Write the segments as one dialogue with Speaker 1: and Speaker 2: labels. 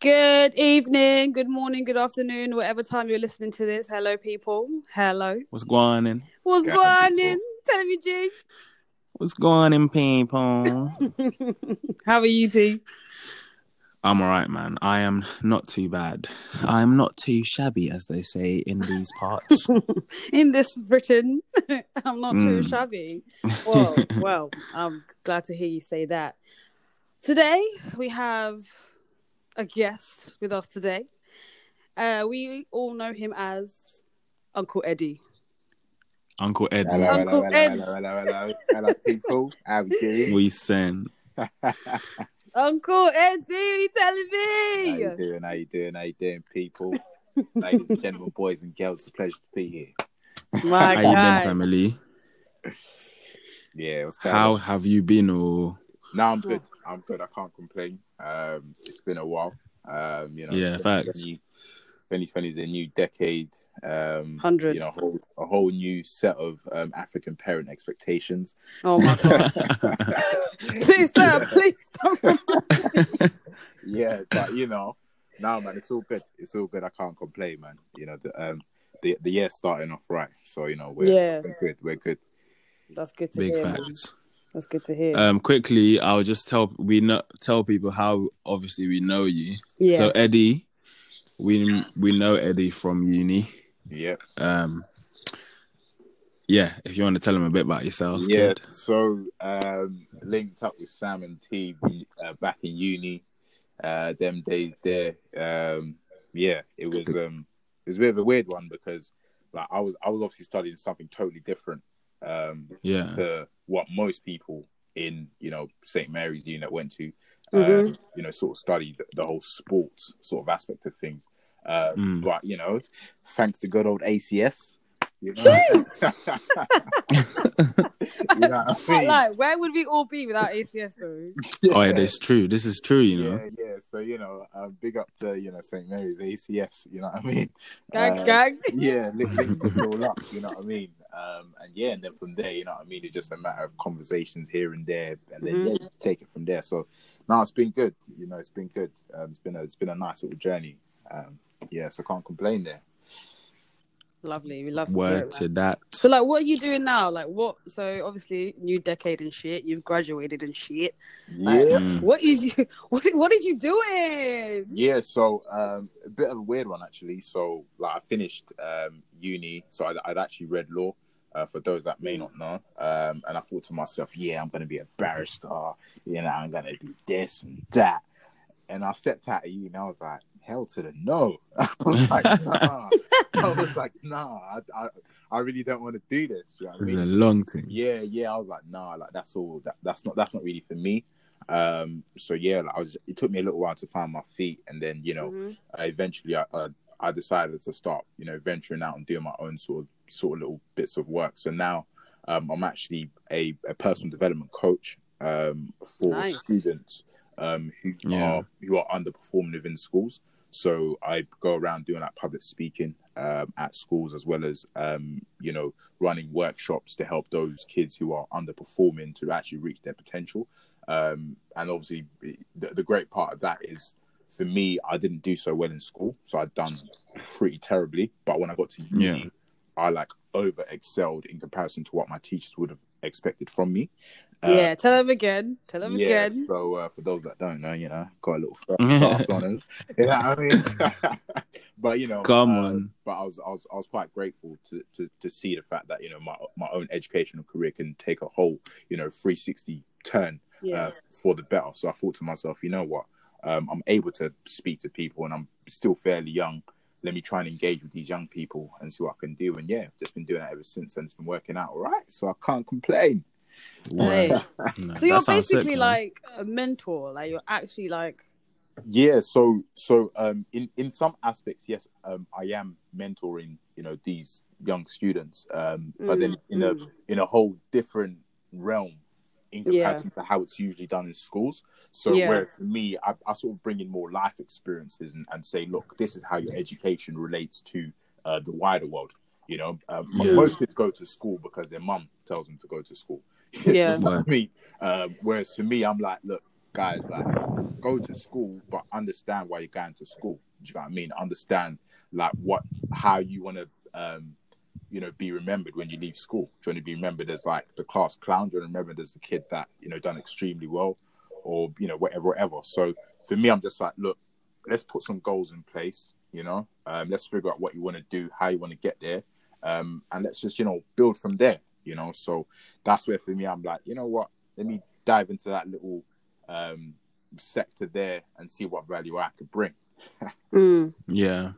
Speaker 1: Good evening, good morning, good afternoon, whatever time you're listening to this. Hello, people. Hello.
Speaker 2: What's going on?
Speaker 1: What's
Speaker 2: Got
Speaker 1: going
Speaker 2: it,
Speaker 1: on? Tell me, G.
Speaker 2: What's going in ping pong?
Speaker 1: How are you, T?
Speaker 2: I'm all right, man. I am not too bad. I am not too shabby, as they say in these parts.
Speaker 1: In this Britain, I'm not too
Speaker 2: Mm.
Speaker 1: shabby. Well, well, I'm glad to hear you say that. Today, we have a guest with us today. Uh, we all know him as Uncle Eddie.
Speaker 2: Uncle Ed,
Speaker 3: Hello,
Speaker 2: what
Speaker 1: Uncle
Speaker 3: hello, hello,
Speaker 1: Ed.
Speaker 3: hello, hello, hello, hello, people. How are you?
Speaker 2: we saying?
Speaker 1: Uncle Eddie, you telling
Speaker 3: How
Speaker 1: me?
Speaker 3: you doing? How you doing? How you doing, people? Ladies and gentlemen, boys and girls, it's a pleasure to be here.
Speaker 1: My
Speaker 2: How you
Speaker 1: God.
Speaker 2: been, family?
Speaker 3: Yeah, what's going
Speaker 2: How
Speaker 3: on?
Speaker 2: have you been? Oh,
Speaker 3: No, I'm good.
Speaker 1: Oh.
Speaker 3: I'm good. I can't complain. Um, it's been a while. Um, you know,
Speaker 2: Yeah, facts.
Speaker 3: 2020 2020 is a new decade. Um,
Speaker 1: 100.
Speaker 3: You know, a whole, a whole new set of um, African parent expectations.
Speaker 1: Oh my God. please, sir, please don't.
Speaker 3: Yeah, but you know, no man, it's all good. It's all good. I can't complain, man. You know, the um the the year's starting off right. So, you know, we're,
Speaker 1: Yeah.
Speaker 3: we're good, we're good.
Speaker 1: That's good to
Speaker 2: big
Speaker 1: hear. man.
Speaker 2: facts.
Speaker 1: That's good to hear.
Speaker 2: Um, quickly, I'll just tell we know, tell people how obviously we know you.
Speaker 1: yeah.
Speaker 2: So Eddie, we we know Eddie from uni.
Speaker 3: Yeah.
Speaker 2: Um, yeah, if you want to tell him a bit about yourself,
Speaker 3: Yeah.
Speaker 2: kid.
Speaker 3: So um linked up with Sam and T uh, back in uni, uh them days there. Um yeah, it was um it was a bit of a weird one because like I was I was obviously studying something totally different. Um
Speaker 2: Yeah,
Speaker 3: to what most people in you know St Mary's Uni that went to,
Speaker 1: Mhm.
Speaker 2: Mm-hmm.
Speaker 3: um, you know, sort of studied the, the whole sports sort of aspect of things. Uh,
Speaker 2: Mm.
Speaker 3: But you know, thanks to good old ACS, you know, you know what I
Speaker 1: But,
Speaker 3: mean?
Speaker 1: like, where would we all be without ACS though?
Speaker 2: oh, yeah, that's true. This is true, you know.
Speaker 3: Yeah, yeah. So you know, uh, big up to you know St Mary's ACS. You know what I mean?
Speaker 1: Gag,
Speaker 3: Uh,
Speaker 1: gag.
Speaker 3: yeah, link, link this all up, you know what I mean? Um, and yeah, and then from there, you know what I mean? It's just a matter of conversations here and there, and then yeah, you take it from there. So no, it's been good. You know, it's been good. Um, it's been a it's been a nice little journey. Um, yeah, so can't complain there.
Speaker 1: Lovely. We love to hear
Speaker 2: Word
Speaker 1: it, man.
Speaker 2: to that.
Speaker 1: So, like, what are you doing now? Like, what? So, obviously, new decade and shit. You've graduated and shit. Like,
Speaker 3: Yeah.
Speaker 2: Mm.
Speaker 1: What is you? What? What did you doing?
Speaker 3: Yeah, so um, a bit of a weird one actually. So like I finished um, uni, so I'd, I'd actually read law. Uh, for those that may not know, um, and I thought to myself, yeah, I'm gonna be a barrister. You know, I'm gonna do this and that. And I stepped out of uni, and I was like, hell to the no. I was like, nah. I was like, nah. I, I, I really don't want to do this. You know what I
Speaker 2: This is
Speaker 3: mean?
Speaker 2: a long thing.
Speaker 3: yeah yeah i was like nah like that's all that, that's not that's not really for me um so yeah like, i was it took me a little while to find my feet and then you know
Speaker 1: Mhm.
Speaker 3: uh, eventually I, I i decided to start you know venturing out and doing my own sort of sort of little bits of work so now um i'm actually a, a personal development coach um for
Speaker 1: Nice.
Speaker 3: students um who
Speaker 2: Yeah.
Speaker 3: are who are underperforming within schools so i go around doing like public speaking um at schools as well as um you know running workshops to help those kids who are underperforming to actually reach their potential. Um, and obviously, the, the great part of that is for me, I didn't do so well in school, so I'd done pretty terribly. But when I got to uni,
Speaker 2: Yeah.
Speaker 3: I like over excelled in comparison to what my teachers would have expected from me. Um,
Speaker 1: yeah. Tell him again. Tell him
Speaker 3: Yeah,
Speaker 1: again.
Speaker 3: so uh, for those that don't know, you know, got a little first class honors. You know what I mean? but you know,
Speaker 2: Come
Speaker 3: uh,
Speaker 2: on.
Speaker 3: But I was, I was, I was quite grateful to, to to see the fact that you know my my own educational career can take a whole you know 360 turn uh,
Speaker 1: Yeah.
Speaker 3: for the better. So I thought to myself, you know what? Um, I'm able to speak to people, and I'm still fairly young. Let me try and engage with these young people and see what I can do. And yeah, I've just been doing that ever since, and it's been working out all right. So I can't complain.
Speaker 1: Hey.
Speaker 2: Word. Nah,
Speaker 1: So
Speaker 2: that
Speaker 1: you're
Speaker 2: sounds sick,
Speaker 1: basically
Speaker 2: man.
Speaker 1: like a mentor. Like you're actually like
Speaker 3: yeah so so um in in some aspects yes um i am mentoring you know these young students um but then
Speaker 1: Mm,
Speaker 3: in a
Speaker 1: mm.
Speaker 3: in a whole different realm in
Speaker 1: Yeah.
Speaker 3: comparison to how it's usually done in schools so
Speaker 1: Yeah.
Speaker 3: whereas for me I, I sort of bring in more life experiences and, and say look this is how your education relates to uh, the wider world you know um,
Speaker 2: Yeah.
Speaker 3: most kids go to school because their mum tells them to go to school
Speaker 1: Yeah.
Speaker 3: You know what i mean um, whereas for Uh, me i'm like look guys like go to school, but understand why you're going to school. Do you know what I mean? Understand like what how you want to um, you know be remembered when you leave school. Do you want to be remembered as like the class clown? Do you want to remember as the kid that you know done extremely well, or you know whatever, whatever. So for me, I'm just like, look, let's put some goals in place. You know, um, let's figure out what you want to do, how you want to get there, um, and let's just you know build from there. You know, so that's where for me, I'm like, you know what? Let me dive into that little um, sector there and see what value I could bring.
Speaker 1: Mm.
Speaker 2: Yeah.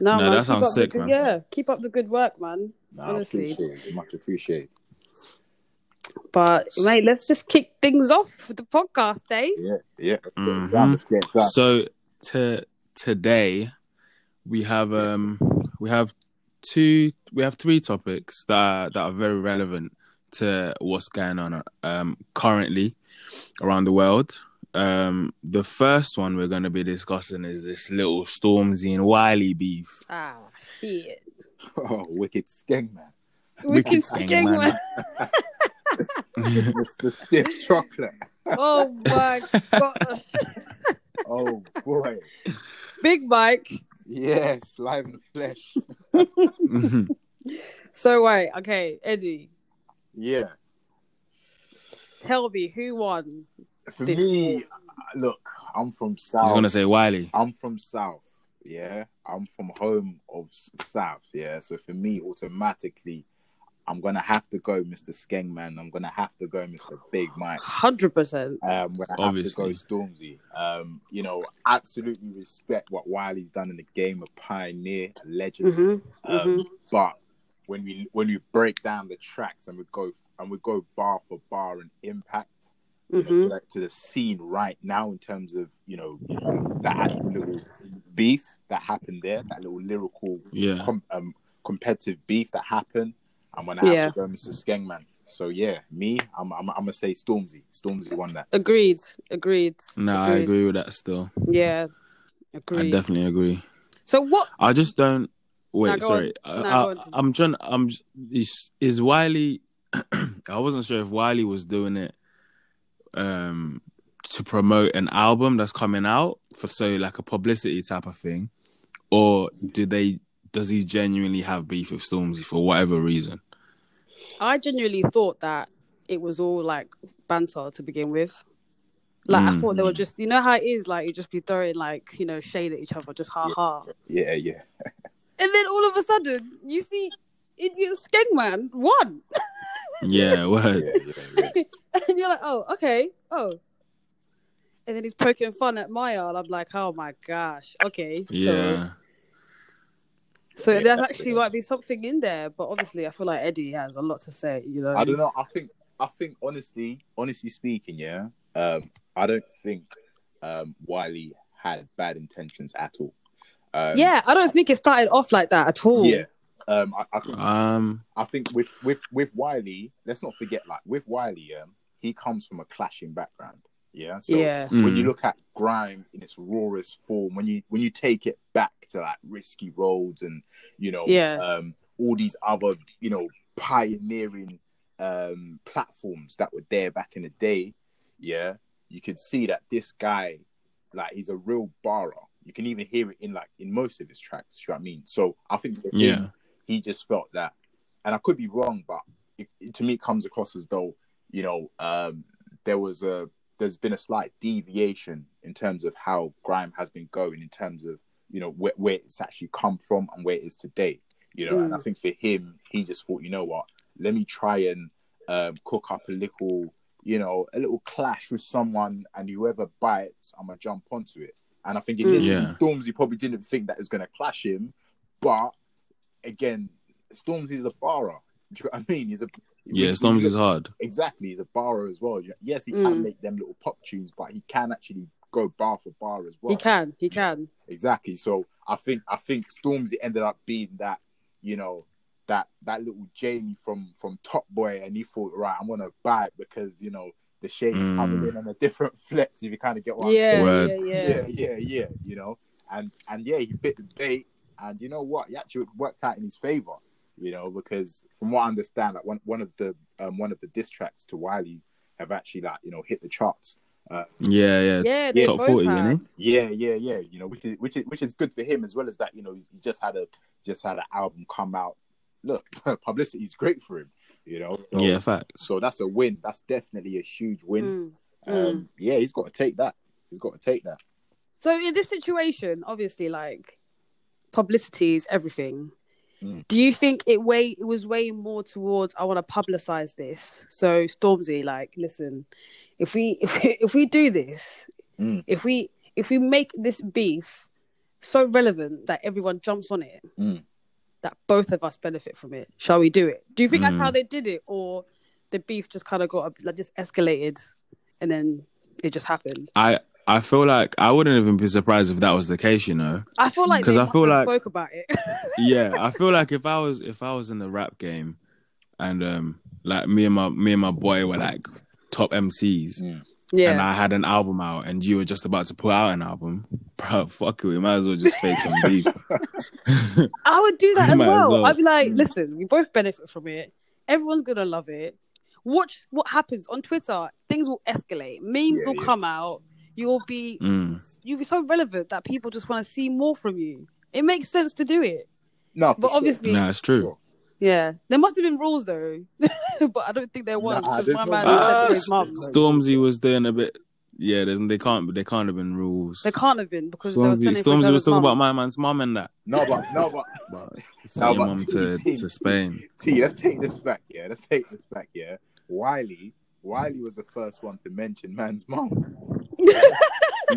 Speaker 1: No,
Speaker 2: No,
Speaker 1: man,
Speaker 2: that
Speaker 1: keep
Speaker 2: sounds
Speaker 1: up the
Speaker 2: sick,
Speaker 1: good-
Speaker 2: man.
Speaker 1: Yeah, keep up the good work, man.
Speaker 3: No,
Speaker 1: Honestly.
Speaker 3: appreciate it, much appreciated.
Speaker 1: But mate, let's just kick things off with the podcast, eh?
Speaker 3: Yeah, yeah. Let's get it
Speaker 2: Mhm.
Speaker 3: done. Let's get it done.
Speaker 2: So to today we have um we have two we have three topics that are, that are very relevant to what's going on um currently around the world. Um the first one we're going to be discussing is this little Stormzy and Wiley beef.
Speaker 1: Ah, shit.
Speaker 3: Oh, wicked skeng man.
Speaker 1: We
Speaker 2: Wicked
Speaker 1: can
Speaker 2: thing,
Speaker 1: skin
Speaker 2: man.
Speaker 1: one.
Speaker 3: It's the stiff chocolate.
Speaker 1: Oh my gosh.
Speaker 3: Oh boy.
Speaker 1: Big Mike.
Speaker 3: Yes, live in the flesh.
Speaker 1: So wait, okay, Eddie,
Speaker 3: Yeah.
Speaker 1: tell me who won.
Speaker 3: For
Speaker 1: This-
Speaker 3: me, look, I'm from
Speaker 2: He's
Speaker 3: South.
Speaker 2: going to say Wiley.
Speaker 3: I'm from South. Yeah. I'm from home of s- South. Yeah. So for me, automatically, I'm gonna have to go Mr. Skengman. I'm gonna have to go Mr. Big Mike.
Speaker 1: Hundred percent.
Speaker 3: Um, when I
Speaker 2: Obviously.
Speaker 3: have to go Stormzy. Um, you know, absolutely respect what Wiley's done in the game, a pioneer, a legend.
Speaker 1: hmm
Speaker 3: Um, But when we when we break down the tracks and we go and we go bar for bar and impact you know,
Speaker 1: hmm
Speaker 3: like to the scene right now in terms of you know that little beef that happened there, that little lyrical
Speaker 2: Yeah.
Speaker 3: com- um, competitive beef that happened. I'm gonna have
Speaker 1: Yeah.
Speaker 3: to go, Mr. Skengman. So yeah, me, I'm, I'm, I'm gonna say Stormzy. Stormzy won that.
Speaker 1: Agreed. Agreed.
Speaker 2: No, I
Speaker 1: Agreed.
Speaker 2: agree with that still.
Speaker 1: Yeah. Agreed.
Speaker 2: Mm. I definitely agree.
Speaker 1: So what
Speaker 2: I just don't. Wait,
Speaker 1: go
Speaker 2: sorry. Uh,
Speaker 1: on. No,
Speaker 2: I,
Speaker 1: go on.
Speaker 2: I, am trying. I'm. Is, is Wiley? I wasn't sure if Wiley was doing it, um, to promote an album that's coming out for so like a publicity type of thing, or do they? Does he genuinely have beef with Stormzy for whatever reason?
Speaker 1: I genuinely thought that it was all like banter to begin with. Like I thought they
Speaker 3: Mm.
Speaker 1: were just you know how it is, like you just be throwing like, you know, shade at each other, just ha ha.
Speaker 3: Yeah, yeah.
Speaker 1: And then all of a sudden you see idiot Skengman won.
Speaker 2: Yeah, well,
Speaker 3: yeah, yeah, yeah.
Speaker 1: and you're like, Oh, okay, oh. And then he's poking fun at Maya and I'm like, Oh my gosh, okay.
Speaker 2: yeah.
Speaker 1: So so
Speaker 3: Yeah.
Speaker 1: there actually might be something in there, but obviously I feel like Eddie has a lot to say, you know.
Speaker 3: I don't know. I think I think honestly, honestly speaking, yeah, um, I don't think um, Wiley had bad intentions at all. Um,
Speaker 1: yeah, I don't think it started off like that at all.
Speaker 3: yeah. Um, I, I think
Speaker 2: Um.
Speaker 3: I think with with with Wiley, let's not forget, like with Wiley, um, he comes from a clashing background. Yeah, so
Speaker 1: yeah.
Speaker 3: when
Speaker 2: mm,
Speaker 3: you look at grime in its rawest form, when you when you take it back to like risky roads and you know
Speaker 1: Yeah.
Speaker 3: um, all these other you know pioneering um, platforms that were there back in the day, yeah, you could see that this guy, like, he's a real barer. You can even hear it in like in most of his tracks. You know what I mean? So I think for him,
Speaker 2: Yeah.
Speaker 3: he just felt that, and I could be wrong, but it, it- to me, it comes across as though you know um, there was a there's been a slight deviation in terms of how grime has been going in terms of you know where, where it's actually come from and where it is today you know and i think for him he just thought you know what let me try and um, cook up a little you know a little clash with someone and whoever bites i'm gonna jump onto it and i think in
Speaker 1: Mm.
Speaker 2: Yeah.
Speaker 3: stormzy probably didn't think that is gonna clash him but again stormzy's a barra do you know what i mean he's a
Speaker 2: yeah. Stormzy's hard.
Speaker 3: Exactly, he's a barer as well. Yes, he
Speaker 1: Mm.
Speaker 3: can make them little pop tunes, but he can actually go bar for bar as well.
Speaker 1: He can, he can.
Speaker 3: exactly. So I think I think Stormzy ended up being that, you know, that that little Jamie from from Top Boy, and he thought, right, I'm gonna buy it because you know the shade's coming
Speaker 2: Mm.
Speaker 3: in on a different flex. If you kind of get what I'm
Speaker 1: Yeah,
Speaker 2: Word.
Speaker 1: yeah, yeah,
Speaker 3: yeah, yeah, yeah. You know, and and yeah, he bit the bait, and you know what? He actually worked out in his favor. You know, because from what I understand, like one one of the um, one of the diss tracks to Wiley have actually like you know hit the charts,
Speaker 2: Yeah, yeah.
Speaker 1: Yeah,
Speaker 2: yeah
Speaker 1: they
Speaker 2: top
Speaker 1: both
Speaker 2: forty,
Speaker 1: had.
Speaker 2: you know.
Speaker 3: Yeah, yeah, yeah. You know, which is which is which is good for him as well as that. You know, he just had a just had an album come out. Look, publicity is great for him. You know. So,
Speaker 2: Yeah, facts.
Speaker 3: So that's a win. That's definitely a huge win.
Speaker 1: Mm.
Speaker 3: Um, Yeah, he's got to take that. He's got to take that.
Speaker 1: So in this situation, obviously, like publicity is everything.
Speaker 3: Mm.
Speaker 1: Do you think it way it was way more towards I want to publicize this? So Stormzy, like, listen, if we if we, if we do this,
Speaker 3: Mm.
Speaker 1: if we if we make this beef so relevant that everyone jumps on it,
Speaker 3: Mm.
Speaker 1: that both of us benefit from it, shall we do it? Do you think that's
Speaker 2: Mm.
Speaker 1: how they did it, or the beef just kind of got like just escalated, and then it just happened?
Speaker 2: I I feel like I wouldn't even be surprised if that was the case, you know.
Speaker 1: I feel like
Speaker 2: 'Cause
Speaker 1: they
Speaker 2: I feel
Speaker 1: must have
Speaker 2: like-
Speaker 1: spoke about it.
Speaker 2: yeah, I feel like if I was if I was in the rap game, and um, like me and my me and my boy were like top MCs, and
Speaker 1: yeah,
Speaker 2: I had an album out, and you were just about to put out an album, bro, fuck it, we might as well just fake some beef.
Speaker 1: I would do that
Speaker 2: You
Speaker 1: as
Speaker 2: might as
Speaker 1: well.
Speaker 2: well.
Speaker 1: I'd be like,
Speaker 2: Mm.
Speaker 1: listen, we both benefit from it. Everyone's gonna love it. Watch what happens on Twitter. Things will escalate. Memes
Speaker 3: Yeah,
Speaker 1: will
Speaker 3: yeah.
Speaker 1: come out. You'll be
Speaker 2: Mm.
Speaker 1: you'll be so relevant that people just want to see more from you. It makes sense to do it,
Speaker 3: No, for
Speaker 1: but
Speaker 3: sure.
Speaker 1: obviously,
Speaker 2: Nah, it's true.
Speaker 1: yeah, there must have been rules though. but I don't think there was
Speaker 3: Nah,
Speaker 1: because
Speaker 3: there's
Speaker 1: my
Speaker 3: no
Speaker 1: man
Speaker 3: rules.
Speaker 1: said
Speaker 2: Ah,
Speaker 1: to his mum,
Speaker 2: Stormzy was doing a bit. Yeah, there's they can't they can't have been rules.
Speaker 1: there can't have been because there was
Speaker 2: Stormzy, Stormzy was talking about
Speaker 1: mum.
Speaker 2: my man's mum and that.
Speaker 3: no, but no, but
Speaker 2: Sent your
Speaker 3: but-
Speaker 2: mum to, to Spain.
Speaker 3: T, let's take this back, yeah. Let's take this back, yeah. Wiley, Wiley was the first one to mention man's mom. he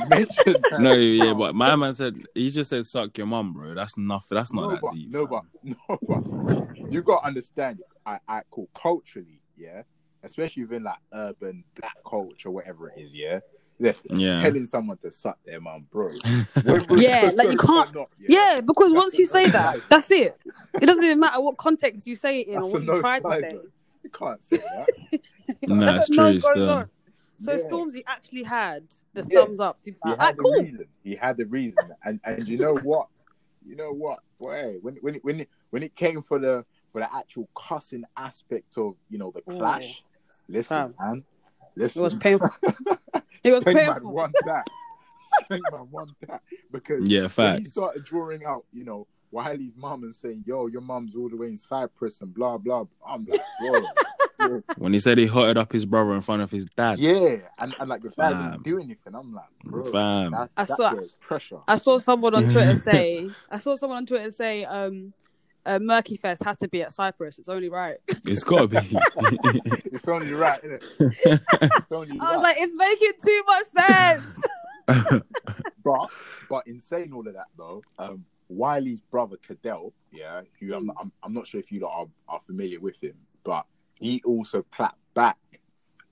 Speaker 3: mentioned man's
Speaker 2: No, yeah,
Speaker 3: mom.
Speaker 2: but my man said he just said suck your mum, bro. That's nothing. That's not
Speaker 3: no,
Speaker 2: that
Speaker 3: but,
Speaker 2: deep.
Speaker 3: no,
Speaker 2: fam.
Speaker 3: but no, but you got to understand. I, I call culturally, yeah, especially within like urban black culture, whatever it is, yeah. Listen,
Speaker 1: Mm,
Speaker 2: yeah,
Speaker 3: telling someone to suck their mum, bro.
Speaker 1: Yeah, like, you can't-
Speaker 3: Not,
Speaker 1: Yeah, because
Speaker 3: That's
Speaker 1: once you
Speaker 3: a
Speaker 1: say that,
Speaker 3: no-fly.
Speaker 1: that's it. It doesn't even matter what context you say it in
Speaker 3: that's
Speaker 1: or
Speaker 3: a
Speaker 1: what you try to
Speaker 3: no-fly
Speaker 1: say.
Speaker 3: zone. You can't say that.
Speaker 2: no,
Speaker 1: That's
Speaker 2: it's uh,
Speaker 1: what
Speaker 2: true.
Speaker 1: goes
Speaker 2: Still,
Speaker 1: on. So
Speaker 3: Yeah.
Speaker 1: Stormzy actually had the
Speaker 3: Yeah.
Speaker 1: thumbs up. To,
Speaker 3: He
Speaker 1: all
Speaker 3: had
Speaker 1: right,
Speaker 3: the
Speaker 1: cool.
Speaker 3: reason. He had the reason, and and you know what, you know what, boy, when when it- when it- when it came for the for the actual cussing aspect of you know the
Speaker 1: Ooh.
Speaker 3: clash, listen, man,
Speaker 1: It
Speaker 3: listen,
Speaker 1: was painful. It was
Speaker 3: Spankman
Speaker 1: painful.
Speaker 3: won that. Spankman won that because
Speaker 2: yeah,
Speaker 3: when he
Speaker 2: fact.
Speaker 3: started drawing out, you know, Wiley's mum and saying, "Yo, your mum's all the way in Cyprus and blah blah." blah. I'm like, whoa. whoa.
Speaker 2: When he said he hotted up his brother in front of his dad,
Speaker 3: yeah, and, and like the fact he
Speaker 2: Fam.
Speaker 3: didn't do anything, I'm like, bro,
Speaker 2: fam.
Speaker 3: that,
Speaker 1: I
Speaker 3: that
Speaker 1: saw-
Speaker 3: girl's pressure.
Speaker 1: I saw someone on Twitter say, I saw someone on Twitter say, um, uh, Murky Fest has to be at Cyprus. It's only right.
Speaker 2: It's gotta be.
Speaker 3: It's only right, isn't it? it's only
Speaker 1: I
Speaker 3: right.
Speaker 1: was like, it's making too much sense.
Speaker 3: but but in saying all of that though, um, Wiley's brother Cadell, yeah, who I'm, I'm I'm not sure if you lot are, are familiar with him, but he also clapped back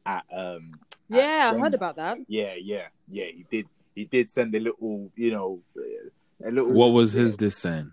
Speaker 3: at um
Speaker 1: yeah, I
Speaker 3: Spain.
Speaker 1: heard about that.
Speaker 3: yeah yeah yeah he did he did send a little you know uh, a little
Speaker 2: what was his dissent?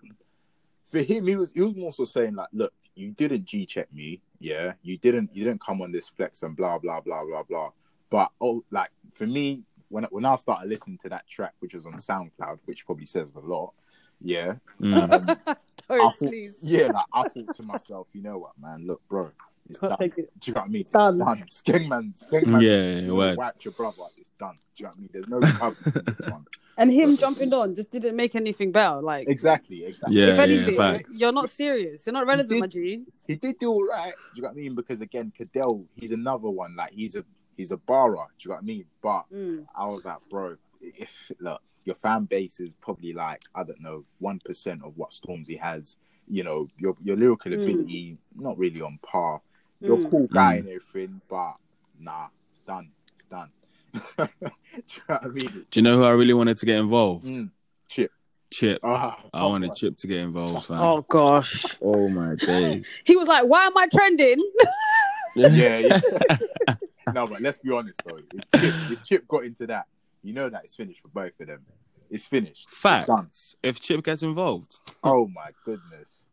Speaker 3: for him, he was he was more so saying like, look, you didn't G check me, yeah, you didn't you didn't come on this flex and blah blah blah blah blah. But oh, like for me, when when I started listening to that track, which was on SoundCloud, which probably says a lot, yeah,
Speaker 2: Mm.
Speaker 3: um,
Speaker 1: Oh,
Speaker 3: thought-
Speaker 1: please.
Speaker 3: yeah, like I thought to myself, you know what, man, look, bro, it's
Speaker 1: Can't
Speaker 3: done.
Speaker 1: take it.
Speaker 3: Do you know what I mean?
Speaker 1: Done.
Speaker 3: Done. Skengman,
Speaker 2: Yeah,
Speaker 3: Skengman,
Speaker 2: yeah, yeah, word.
Speaker 3: wiped your brother. It's done. Do you know what I mean? There's no recovery in this one.
Speaker 1: And him jumping on just didn't make anything better. Like,
Speaker 3: Exactly, exactly.
Speaker 2: Yeah,
Speaker 1: if anything,
Speaker 2: yeah, fact.
Speaker 1: you're not serious. You're not relevant,
Speaker 3: did-
Speaker 1: my G.
Speaker 3: he did do all right. Do you know what I mean? Because again, Cadell, he's another one. Like he's a he's a barra. Do you know what I mean? But
Speaker 1: Mm.
Speaker 3: I was like, bro, if look, your fan base is probably like I don't know one percent of what Stormzy has. You know, your your lyrical
Speaker 1: Mm.
Speaker 3: ability not really on par. You're a
Speaker 1: Mm.
Speaker 3: cool guy and everything, but nah, it's done. It's done. Do you know what I mean?
Speaker 2: Do you know who I really wanted to get involved?
Speaker 3: Mm. Chip.
Speaker 2: Chip.
Speaker 3: Ah,
Speaker 2: I wanted Chip to get involved, fam.
Speaker 1: Oh, gosh.
Speaker 2: Oh my days.
Speaker 1: He was like, why am I trending?
Speaker 3: yeah, yeah. no, but let's be honest though. If Chip, if Chip got into that, you know that it's finished for both of them. It's finished. Done.
Speaker 2: Facts. If Chip gets involved,
Speaker 3: Oh my goodness.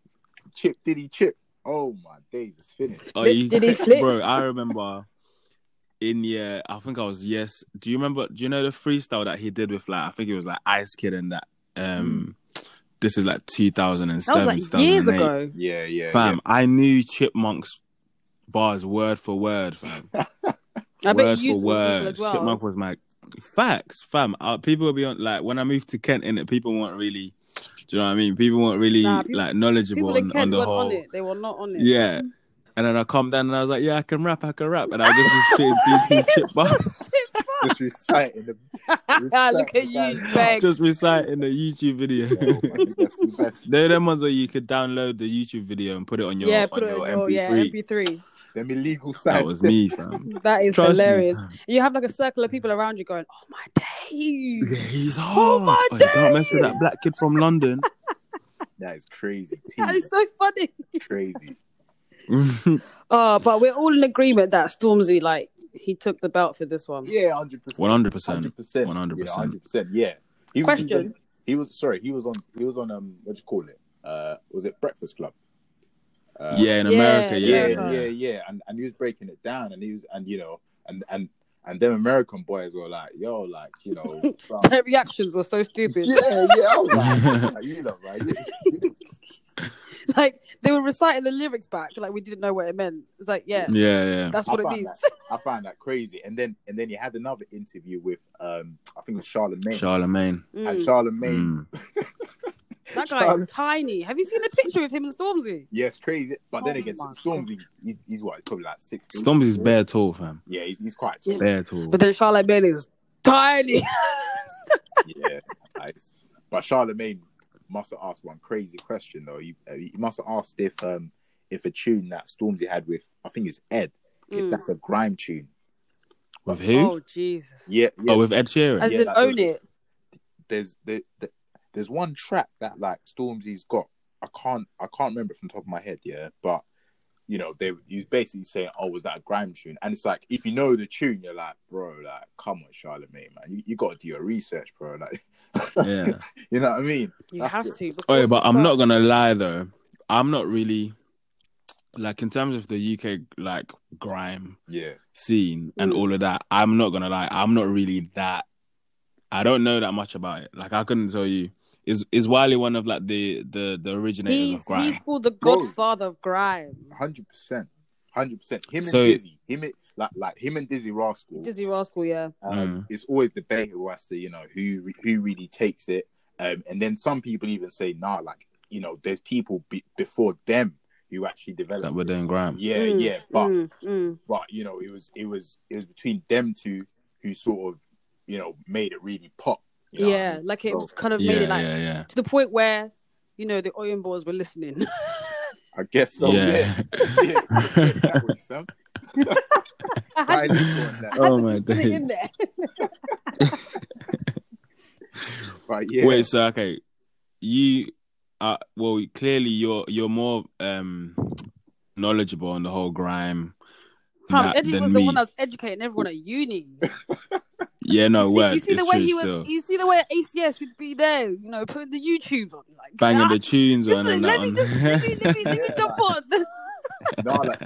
Speaker 3: Chip did he chip? Oh my days, it's finished.
Speaker 2: oh,
Speaker 1: Flip,
Speaker 2: you,
Speaker 1: did he flip?
Speaker 2: bro? I remember in year, I think I was yes. Do you remember? Do you know the freestyle that he did with like I think it was like Ice Kid and that. Um, this is like 2007,
Speaker 1: Hmm. That was like years
Speaker 2: 2008.
Speaker 1: ago.
Speaker 3: Yeah, yeah.
Speaker 2: fam. I knew Chipmunk's bars word for word, fam.
Speaker 1: I bet
Speaker 2: word
Speaker 1: you thought people
Speaker 2: for word.
Speaker 1: as well.
Speaker 2: Chipmunk was my facts, fam. Uh, people will be on like when I moved to Kent, in it, people weren't really. Do you know what I mean? People weren't really
Speaker 1: Nah, people-
Speaker 2: like knowledgeable
Speaker 1: People in
Speaker 2: on, on
Speaker 1: Kent
Speaker 2: the
Speaker 1: weren't
Speaker 2: whole.
Speaker 1: on it. They were not on it.
Speaker 2: Yeah. And then I calmed down and I was like, yeah, I can rap, I can rap. And I just was spitting DT Chipmunk,
Speaker 3: Just reciting the
Speaker 1: Look at you, Beck.
Speaker 2: just reciting the YouTube video.
Speaker 3: Oh, my God, that's the best.
Speaker 2: They're them ones where you could download the YouTube video and put it on your,
Speaker 1: yeah,
Speaker 2: on
Speaker 1: put it
Speaker 2: your
Speaker 1: on your
Speaker 2: MP3.
Speaker 1: yeah, MP3.
Speaker 3: Them illegal sites.
Speaker 2: That was me, fam.
Speaker 1: That is
Speaker 2: Trust me,
Speaker 1: hilarious.
Speaker 2: fam.
Speaker 1: You have like a circle of people around you going, "Oh my
Speaker 2: Yeah,
Speaker 1: days,
Speaker 2: he's hard.
Speaker 1: Oh my
Speaker 2: you don't mess with that
Speaker 1: days.
Speaker 2: black kid from London.
Speaker 3: That is crazy.
Speaker 1: that
Speaker 3: Team,
Speaker 1: is so funny."
Speaker 3: crazy.
Speaker 1: Oh, but we're all in agreement that Stormzy, like, he took the belt for this one.
Speaker 3: Yeah, hundred percent.
Speaker 2: One hundred percent.
Speaker 3: hundred percent,
Speaker 2: 100%.
Speaker 3: hundred percent. Yeah. He was
Speaker 1: Question.
Speaker 3: even- he was sorry. He was on. He was on. Um, what do you call it? Uh, was it Breakfast Club? Uh,
Speaker 2: Yeah, in
Speaker 1: Yeah,
Speaker 2: America, yeah,
Speaker 3: yeah,
Speaker 1: America.
Speaker 3: yeah, yeah. And and he was breaking it down, and he was, and you know, and and and them American boys were like, yo, like you know, fam.
Speaker 1: Their reactions were so stupid.
Speaker 3: yeah, yeah. I was like, like, you know, right?
Speaker 1: Like, they were reciting the lyrics back, like we didn't know what it meant. It's like, yeah,
Speaker 2: yeah, yeah.
Speaker 1: that's
Speaker 3: I
Speaker 1: what it
Speaker 3: found
Speaker 1: means.
Speaker 3: that, I found that crazy. And then and then you had another interview with um, I think it was Charlemagne.
Speaker 2: Charlemagne.
Speaker 3: and
Speaker 1: Mm.
Speaker 3: Charlemagne
Speaker 2: Mm.
Speaker 1: That guy is tiny. Have you seen the picture of him and Stormzy?
Speaker 3: Yes, crazy. But then
Speaker 1: Oh
Speaker 3: again,
Speaker 1: my
Speaker 3: Stormzy, he's, he's what, probably like six.
Speaker 2: Stormzy's bare tall, fam.
Speaker 3: Yeah, he's, he's quite tall.
Speaker 2: Bare tall.
Speaker 1: But then Charlotte Bailey is tiny.
Speaker 3: yeah. nice. But Charlemagne must have asked one crazy question though. He, uh, he must have asked if um if a tune that Stormzy had with I think it's Ed, if
Speaker 1: Mm.
Speaker 3: that's a grime tune.
Speaker 2: With who?
Speaker 1: Oh, Jesus.
Speaker 3: Yeah, yeah.
Speaker 2: Oh, with Ed Sheeran.
Speaker 1: As
Speaker 3: Yeah,
Speaker 1: in,
Speaker 3: that
Speaker 1: own
Speaker 3: is-
Speaker 1: it.
Speaker 3: there's there, there- there's one track that like Stormzy's got. I can't I can't remember it from the top of my head, yeah. But you know, they he's basically saying, "Oh, was that a grime tune?" And it's like, if you know the tune, you're like, "Bro, like, come on, Charlemagne, man, you, you got to do your research, bro." Like,
Speaker 2: yeah.
Speaker 3: you know what I mean?
Speaker 1: You
Speaker 3: That's
Speaker 1: have
Speaker 3: it.
Speaker 1: to.
Speaker 2: Oh, yeah,
Speaker 1: before
Speaker 2: but
Speaker 1: you
Speaker 2: I'm not
Speaker 1: start.
Speaker 2: gonna lie though. I'm not really like in terms of the UK like grime
Speaker 3: Yeah,
Speaker 2: scene and
Speaker 1: Mm.
Speaker 2: all of that. I'm not gonna lie. I'm not really that. I don't know that much about it. Like I couldn't tell you. Is is Wiley one of like the the the originators
Speaker 1: He's,
Speaker 2: of grime?
Speaker 1: he's called the
Speaker 3: Bro.
Speaker 1: godfather of grime.
Speaker 3: hundred percent, hundred percent. Him and
Speaker 2: So-
Speaker 3: Dizzy, him and, like like him and Dizzy Rascal.
Speaker 1: Dizzy Rascal, yeah.
Speaker 2: Mm.
Speaker 3: Um, It's always debatable as to you know who who really takes it, um, and then some people even say, "Nah, like you know, there's people be- before them who actually developed."
Speaker 2: That we're doing grime.
Speaker 3: yeah,
Speaker 1: Mm,
Speaker 3: yeah, but
Speaker 1: mm, mm.
Speaker 3: but you know, it was it was it was between them two who sort of you know made it really pop. You know what I
Speaker 1: yeah,
Speaker 3: mean?
Speaker 1: like it
Speaker 3: So,
Speaker 1: kind of
Speaker 2: Yeah,
Speaker 1: made it like
Speaker 2: yeah, yeah.
Speaker 1: to the point where you know the Oyen boys were listening.
Speaker 3: I guess so. Yeah,
Speaker 2: yeah.
Speaker 3: yeah. that was some.
Speaker 1: I
Speaker 3: I
Speaker 1: had
Speaker 3: didn't want
Speaker 1: to-
Speaker 3: that.
Speaker 1: I had
Speaker 2: Oh
Speaker 1: to
Speaker 2: my
Speaker 1: put it in
Speaker 2: days.
Speaker 1: there.
Speaker 3: But yeah,
Speaker 2: Wait, so okay, you uh well clearly you're you're more um knowledgeable on the whole grime
Speaker 1: Fam,
Speaker 2: that-
Speaker 1: Eddie
Speaker 2: than
Speaker 1: was
Speaker 2: me.
Speaker 1: the one that was educating everyone at uni.
Speaker 2: Yeah, no,
Speaker 1: you see,
Speaker 2: word.
Speaker 1: you see
Speaker 2: it's
Speaker 1: the way
Speaker 2: true
Speaker 1: he was.
Speaker 2: still.
Speaker 1: You see the way at ACS would be there. You know, putting the YouTube on, like
Speaker 2: Banging
Speaker 1: ah,
Speaker 2: the tunes on
Speaker 1: listen,
Speaker 2: and
Speaker 1: let
Speaker 2: that
Speaker 1: me just let me, let me, let
Speaker 2: one.
Speaker 1: me
Speaker 3: Yeah,
Speaker 1: jump on.
Speaker 3: no, like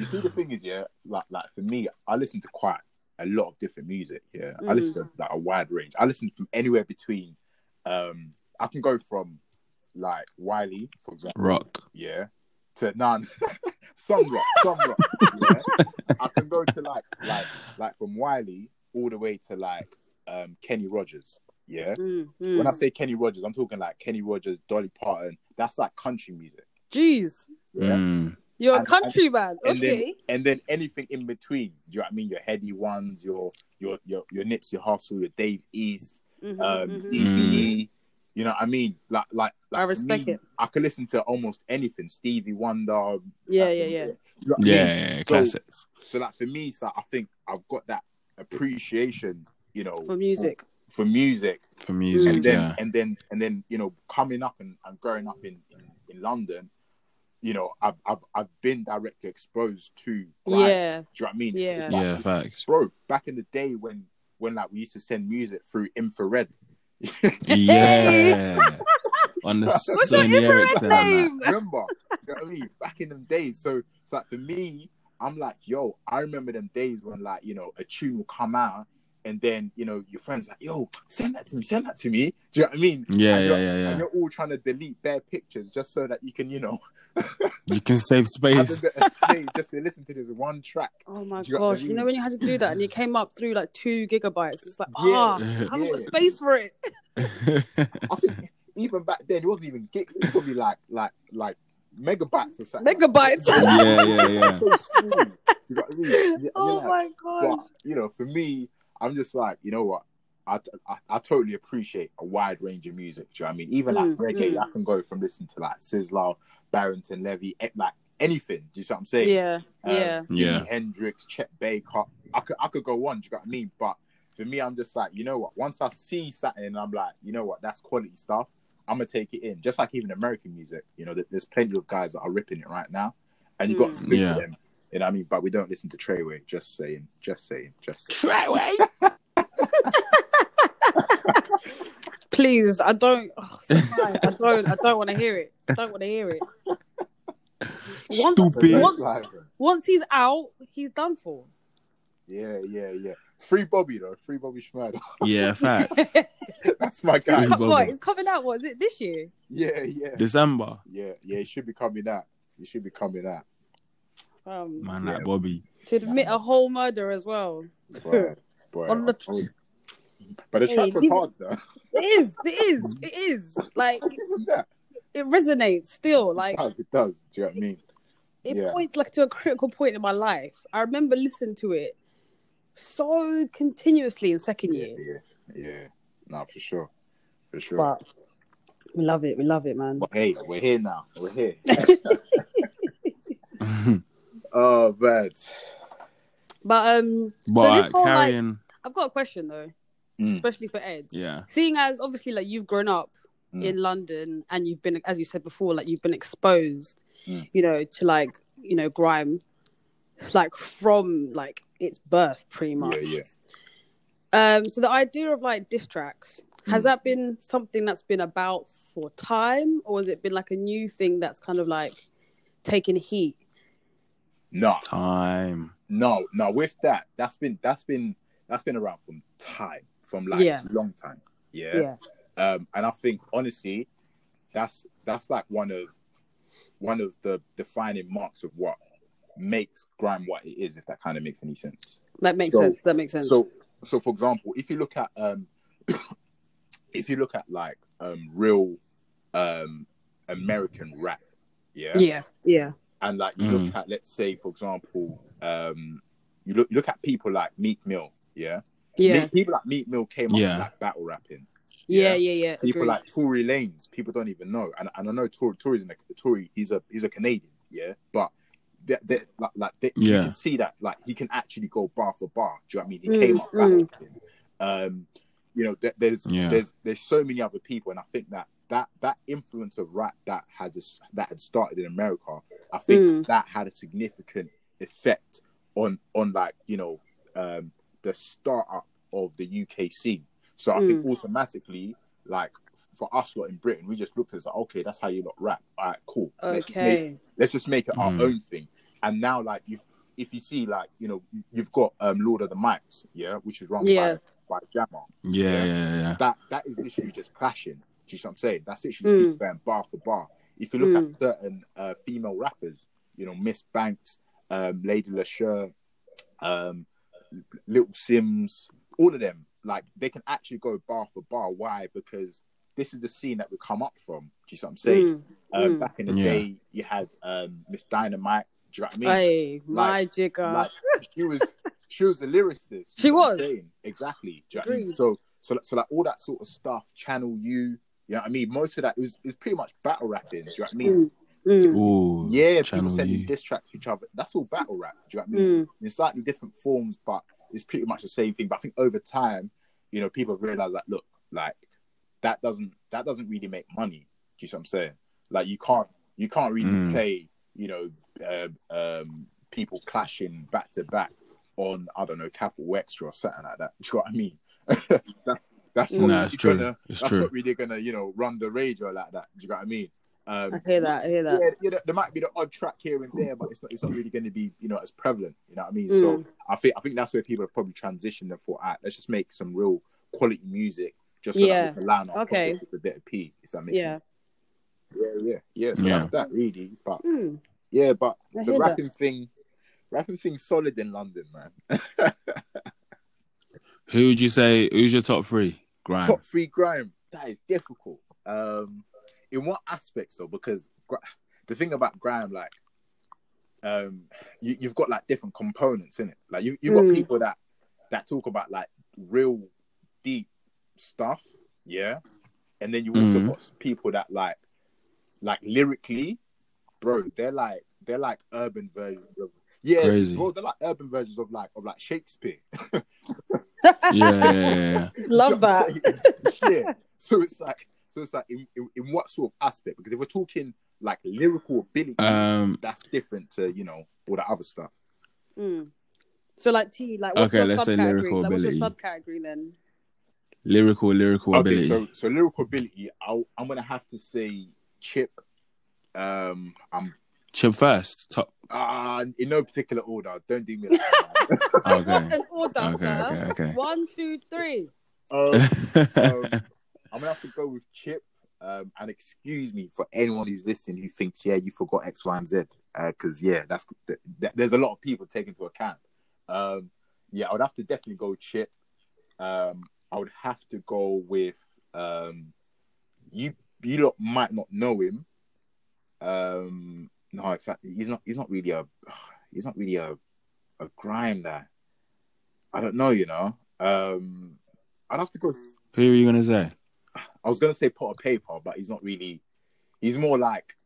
Speaker 3: you see the thing is, yeah, like like for me, I listen to quite a lot of different music. Yeah, I listen to like a wide range. I listen from anywhere between. Um, I can go from like Wiley, for example,
Speaker 2: Rock.
Speaker 3: yeah, to none, some rock, some rock. Yeah, I can go to like like like from Wiley all the way to like um Kenny Rogers. Yeah,
Speaker 1: Mm,
Speaker 3: when I
Speaker 1: mm.
Speaker 3: say Kenny Rogers, I'm talking like Kenny Rogers, Dolly Parton. That's like country music.
Speaker 1: Jeez,
Speaker 3: Yeah
Speaker 2: Mm.
Speaker 1: you're a
Speaker 3: And-
Speaker 1: countryman.
Speaker 3: and then-
Speaker 1: Okay,
Speaker 3: and then anything in between. Do you know what I mean? Your heady ones, your your your your Nipsey Hustle, your Dave East,
Speaker 1: Mhm,
Speaker 3: um,
Speaker 1: mhm.
Speaker 2: Mm.
Speaker 3: EBE. You know what I mean? Like like, like
Speaker 1: I
Speaker 3: for
Speaker 1: respect
Speaker 3: me,
Speaker 1: it.
Speaker 3: I could listen to almost anything. Stevie Wonder.
Speaker 1: Yeah,
Speaker 3: like,
Speaker 1: yeah, yeah.
Speaker 3: You know what I
Speaker 2: Yeah,
Speaker 3: mean?
Speaker 2: yeah, yeah, classics.
Speaker 3: So like for me, so I think I've got that appreciation. You know,
Speaker 1: For music,
Speaker 3: for music,
Speaker 2: For music,
Speaker 3: and then
Speaker 2: Mm. yeah.
Speaker 3: and then and then you know coming up and, and growing up in, in in London. You know, I've I've I've been directly exposed to grime.
Speaker 1: yeah.
Speaker 3: Do you know what I mean? It's-
Speaker 1: Yeah.
Speaker 3: it's like-
Speaker 2: Yeah,
Speaker 3: it's-
Speaker 2: facts.
Speaker 3: Bro, back in the day when when like we used to send music through infrared.
Speaker 2: Yeah. On the
Speaker 3: What's
Speaker 1: your
Speaker 2: Sony Ericsson and that.
Speaker 1: name?
Speaker 3: Remember? you know what I mean? Back in them days. So it's like for me, I'm like, yo, I remember them days when like, you know, a tune will come out and then you know your friends like, yo, send that to me, send that to me. Do you know what I mean?
Speaker 2: Yeah,
Speaker 3: and
Speaker 2: yeah,
Speaker 3: you're,
Speaker 2: yeah,
Speaker 3: And
Speaker 2: yeah.
Speaker 3: you're all trying to delete bare pictures just so that you can, you know,
Speaker 2: You can save
Speaker 3: have
Speaker 2: space.
Speaker 3: a bit of space just to listen to this one track.
Speaker 1: Oh my
Speaker 3: Do you know what I
Speaker 1: gosh! You know
Speaker 3: mean?
Speaker 1: when you had to do that and you came up through like two gigabytes, it's like
Speaker 3: Yeah.
Speaker 1: ah, I haven't got
Speaker 3: Yeah.
Speaker 1: space for it.
Speaker 3: I think even back then it wasn't even gig. It was probably like like like megabytes or something.
Speaker 1: Megabytes.
Speaker 2: Yeah, yeah, yeah.
Speaker 3: So small. Do you know what I mean? Yeah, and you're
Speaker 1: oh
Speaker 3: like,
Speaker 1: my
Speaker 3: But
Speaker 1: gosh!
Speaker 3: you know, for me, I'm just like, you know what? I, I, I totally appreciate a wide range of music. Do you know what I mean? Even like
Speaker 1: Mm,
Speaker 3: reggae,
Speaker 1: mm.
Speaker 3: I can go from listening to like Sizzler, Barrington Levy, e- like anything. Do you see what I'm saying?
Speaker 1: Yeah,
Speaker 2: Um,
Speaker 1: yeah.
Speaker 3: Jimi
Speaker 2: Yeah.
Speaker 3: Hendrix, Chet Baker. I could I could go on. Do you know what I mean? But for me, I'm just like, you know what? Once I see something, I'm like, you know what? That's quality stuff. I'm gonna take it in. Just like even American music, you know, there- there's plenty of guys that are ripping it right now, and you got to
Speaker 1: Mm.
Speaker 3: speak
Speaker 2: Yeah.
Speaker 3: to them. You know what I mean? But we don't listen to Treyway. Just saying. Just saying. Just saying.
Speaker 2: Treyway.
Speaker 1: Please, I don't. oh, Samai, I don't. I don't want to hear it. I don't want to hear it. Once,
Speaker 2: Stupid.
Speaker 1: Once, once he's out, he's done for.
Speaker 3: Yeah, yeah, yeah. Free Bobby though. Free Bobby Schmider.
Speaker 2: Yeah, fact.
Speaker 3: That's my guy.
Speaker 2: Free-
Speaker 1: Co- what?
Speaker 2: Bobby.
Speaker 1: It's coming out. What is it this year?
Speaker 3: Yeah, yeah,
Speaker 2: December.
Speaker 3: yeah, yeah. It should be coming out. It should be coming out.
Speaker 1: Um,
Speaker 2: Man, like Bobby.
Speaker 1: to admit a whole murder as well.
Speaker 3: Boy, boy,
Speaker 1: On the-
Speaker 3: I told you. But the
Speaker 1: Hey,
Speaker 3: track was
Speaker 1: leave-
Speaker 3: hard though.
Speaker 1: It is. It is. It is. Like
Speaker 3: Isn't that?
Speaker 1: it resonates still. Like
Speaker 3: Yes, it does. Do you know what I mean?
Speaker 1: it
Speaker 3: Oh, Yeah.
Speaker 1: points like to a critical point in my life. I remember listening to it so continuously in second
Speaker 3: Yeah,
Speaker 1: year.
Speaker 3: yeah, yeah. Nah, for sure, for sure. But,
Speaker 1: But we love it. We love it, man.
Speaker 3: hey, we're here now. We're here. oh, but
Speaker 1: But um, so
Speaker 2: but
Speaker 1: this whole like,
Speaker 2: carrying.
Speaker 1: I've got a question though,
Speaker 3: Mm.
Speaker 1: especially for Ed.
Speaker 2: Yeah.
Speaker 1: Seeing as obviously like you've grown up
Speaker 3: Mm.
Speaker 1: in London and you've been, as you said before, like you've been exposed,
Speaker 3: Mm.
Speaker 1: you know, to like you know grime, like from like its birth, pretty much.
Speaker 3: yeah, yeah.
Speaker 1: Um, so the idea of like diss tracks has
Speaker 3: Mm.
Speaker 1: that been something that's been about for time, or has it been like a new thing that's kind of like taking heat?
Speaker 3: No,
Speaker 2: Time.
Speaker 3: no, no. With that, that's been that's been that's been around from time, from like
Speaker 1: Yeah.
Speaker 3: long time.
Speaker 1: Yeah, yeah,
Speaker 3: um, and I think honestly, that's that's like one of one of the defining marks of what makes grime what it is, if that kind of makes any sense.
Speaker 1: that makes
Speaker 3: So-
Speaker 1: sense. That makes sense.
Speaker 3: So, so for example, if you look at um, if you look at like um, real um, American rap, yeah,
Speaker 1: yeah, yeah.
Speaker 3: and like you look at, let's say, for example, um, you look you look at people like Meek Mill, yeah,
Speaker 1: Yeah,
Speaker 3: Meek- people like Meek Mill came up
Speaker 2: Yeah.
Speaker 3: with like battle rapping
Speaker 1: yeah, yeah,
Speaker 3: yeah.
Speaker 1: yeah.
Speaker 3: people
Speaker 1: Agreed.
Speaker 3: like Tory Lanes, people don't even know. And, and I know Tory, Tory's in a, Tory, he's a he's a Canadian, yeah. But they, they, like, like they,
Speaker 2: Yeah.
Speaker 3: you can see that, like he can actually go bar for bar. Do you know what I mean? He
Speaker 1: Mm,
Speaker 3: came up
Speaker 1: mm.
Speaker 3: with him. Um, you know, there, there's
Speaker 2: Yeah.
Speaker 3: there's there's so many other people, and I think that that that influence of rap that had just, that had started in America, I think
Speaker 1: Mm.
Speaker 3: that had a significant effect on on like you know um, the startup of the UK scene. So I think
Speaker 1: Mm.
Speaker 3: automatically, like for us lot in Britain, we just looked at it as like, okay, that's how you lot rap. All right, cool. Let's just make-
Speaker 1: okay.
Speaker 3: let's just make it our
Speaker 2: Mm.
Speaker 3: own thing. And now, like you, if you see, like you know, you- you've got um, Lord of the Mics, yeah, which is run
Speaker 1: Yeah.
Speaker 3: by by Jammer.
Speaker 2: Yeah, yeah, yeah. yeah.
Speaker 3: That that is literally just clashing. Do you see what I'm saying? That's literally just going bar for bar. If you look at certain uh, female rappers, you know, Miss Banks, um, Lady Lashur, um, Little Sims, all of them, like they can actually go bar for bar. Why? Because this is the scene that we come up from. Do you see what I'm saying?
Speaker 1: Mm.
Speaker 3: Um,
Speaker 1: Mm.
Speaker 3: Back in the
Speaker 2: Yeah.
Speaker 3: day, you had um, Miss Dynamite. Do you know what I mean?
Speaker 1: Hey, my
Speaker 3: like-
Speaker 1: jigger.
Speaker 3: like she was she was a lyricist.
Speaker 1: uh, She
Speaker 3: you know what I'm
Speaker 1: was.
Speaker 3: saying? exactly. Do you know what I mean?
Speaker 1: Agreed.
Speaker 3: So so like, so like all that sort of stuff. Channel U. You know what I mean? Most of that is is pretty much battle rapping. Do you know what I mean?
Speaker 1: Mm.
Speaker 2: Ooh.
Speaker 3: Yeah, people
Speaker 2: Channel
Speaker 3: sending
Speaker 2: U.
Speaker 3: diss tracks to each other. That's all battle rap. Do you know what I mean?
Speaker 1: Mm.
Speaker 2: Hmm.
Speaker 3: in slightly different forms, but it's pretty much the same thing. But I think over time, you know, people have realized like, look, like that doesn't that doesn't really make money. Do you see what I'm saying? Like you can't you can't really
Speaker 2: Mm.
Speaker 3: play, you know, um, um, people clashing back to back on I don't know capital extra or something like that. Do you know what I mean? that, that's not
Speaker 2: Nah,
Speaker 3: really
Speaker 2: it's true.
Speaker 3: gonna
Speaker 2: It's
Speaker 3: that's
Speaker 2: true.
Speaker 3: not really gonna you know run the radio like that. Do you know what I mean? Um,
Speaker 1: I hear that. I hear that.
Speaker 3: yeah, yeah, there- there might be the odd track here and there, but it's not it's not really going to be you know as prevalent. You know what I mean?
Speaker 1: Mm.
Speaker 3: So I think I think that's where people have probably transitioned and thought, all right, let's just make some real quality music, just so
Speaker 1: Yeah.
Speaker 3: that we can line up
Speaker 1: Okay.
Speaker 3: with a bit of P, if that makes
Speaker 1: Yeah.
Speaker 3: sense. Yeah, yeah, yeah. So
Speaker 2: Yeah.
Speaker 3: that's that really. But
Speaker 1: Mm,
Speaker 3: yeah, but
Speaker 1: I
Speaker 3: the
Speaker 1: hear that.
Speaker 3: rapping thing, rapping thing's solid in London, man.
Speaker 2: Who would you say? Who's your top three? Grime.
Speaker 3: top three grime that is difficult um in what aspects though because gr- the thing about grime like um you, you've got like different components in it like you, you've
Speaker 1: Mm.
Speaker 3: got people that that talk about like real deep stuff yeah and then you also
Speaker 2: Mhm.
Speaker 3: got people that like like lyrically bro they're like they're like urban versions of yeah
Speaker 2: Crazy.
Speaker 3: bro they're like urban versions of like of like shakespeare
Speaker 2: Yeah, yeah, yeah, yeah.
Speaker 1: Love
Speaker 3: Do you know
Speaker 1: that.
Speaker 3: what I'm saying? yeah. So it's like, so it's like, in, in, in what sort of aspect? Because if we're talking like lyrical ability,
Speaker 2: Um,
Speaker 3: that's different to you know all the other stuff.
Speaker 1: Mm. So like T, like what's
Speaker 2: Okay,
Speaker 1: your
Speaker 2: let's say
Speaker 1: subcategory?
Speaker 2: lyrical
Speaker 1: Like, what's your
Speaker 2: ability.
Speaker 1: subcategory then?
Speaker 2: lyrical, lyrical ability.
Speaker 3: Okay, so so lyrical ability, I'll, I'm gonna have to say Chip. Um, I'm
Speaker 2: Chip first. Top.
Speaker 3: uh, in no particular order. Don't do me like that.
Speaker 2: Okay.
Speaker 1: An order,
Speaker 2: okay.
Speaker 1: sir.
Speaker 2: Okay. Okay.
Speaker 1: One, two, three.
Speaker 3: um, um, I'm gonna have to go with Chip. Um, and excuse me for anyone who's listening who thinks, yeah, you forgot X, Y, and Z, because yeah, that's th- th- there's a lot of people taken into account. Um, yeah, I would have to definitely go with Chip. Um, I would have to go with um, you. You lot might not know him. Um, no, in fact, he's not. He's not really a. He's not really a a grime that. I don't know. You know. Um, I'd have to go. with-
Speaker 2: Who are you gonna say?
Speaker 3: I was gonna say pot of paper, but he's not really. He's more like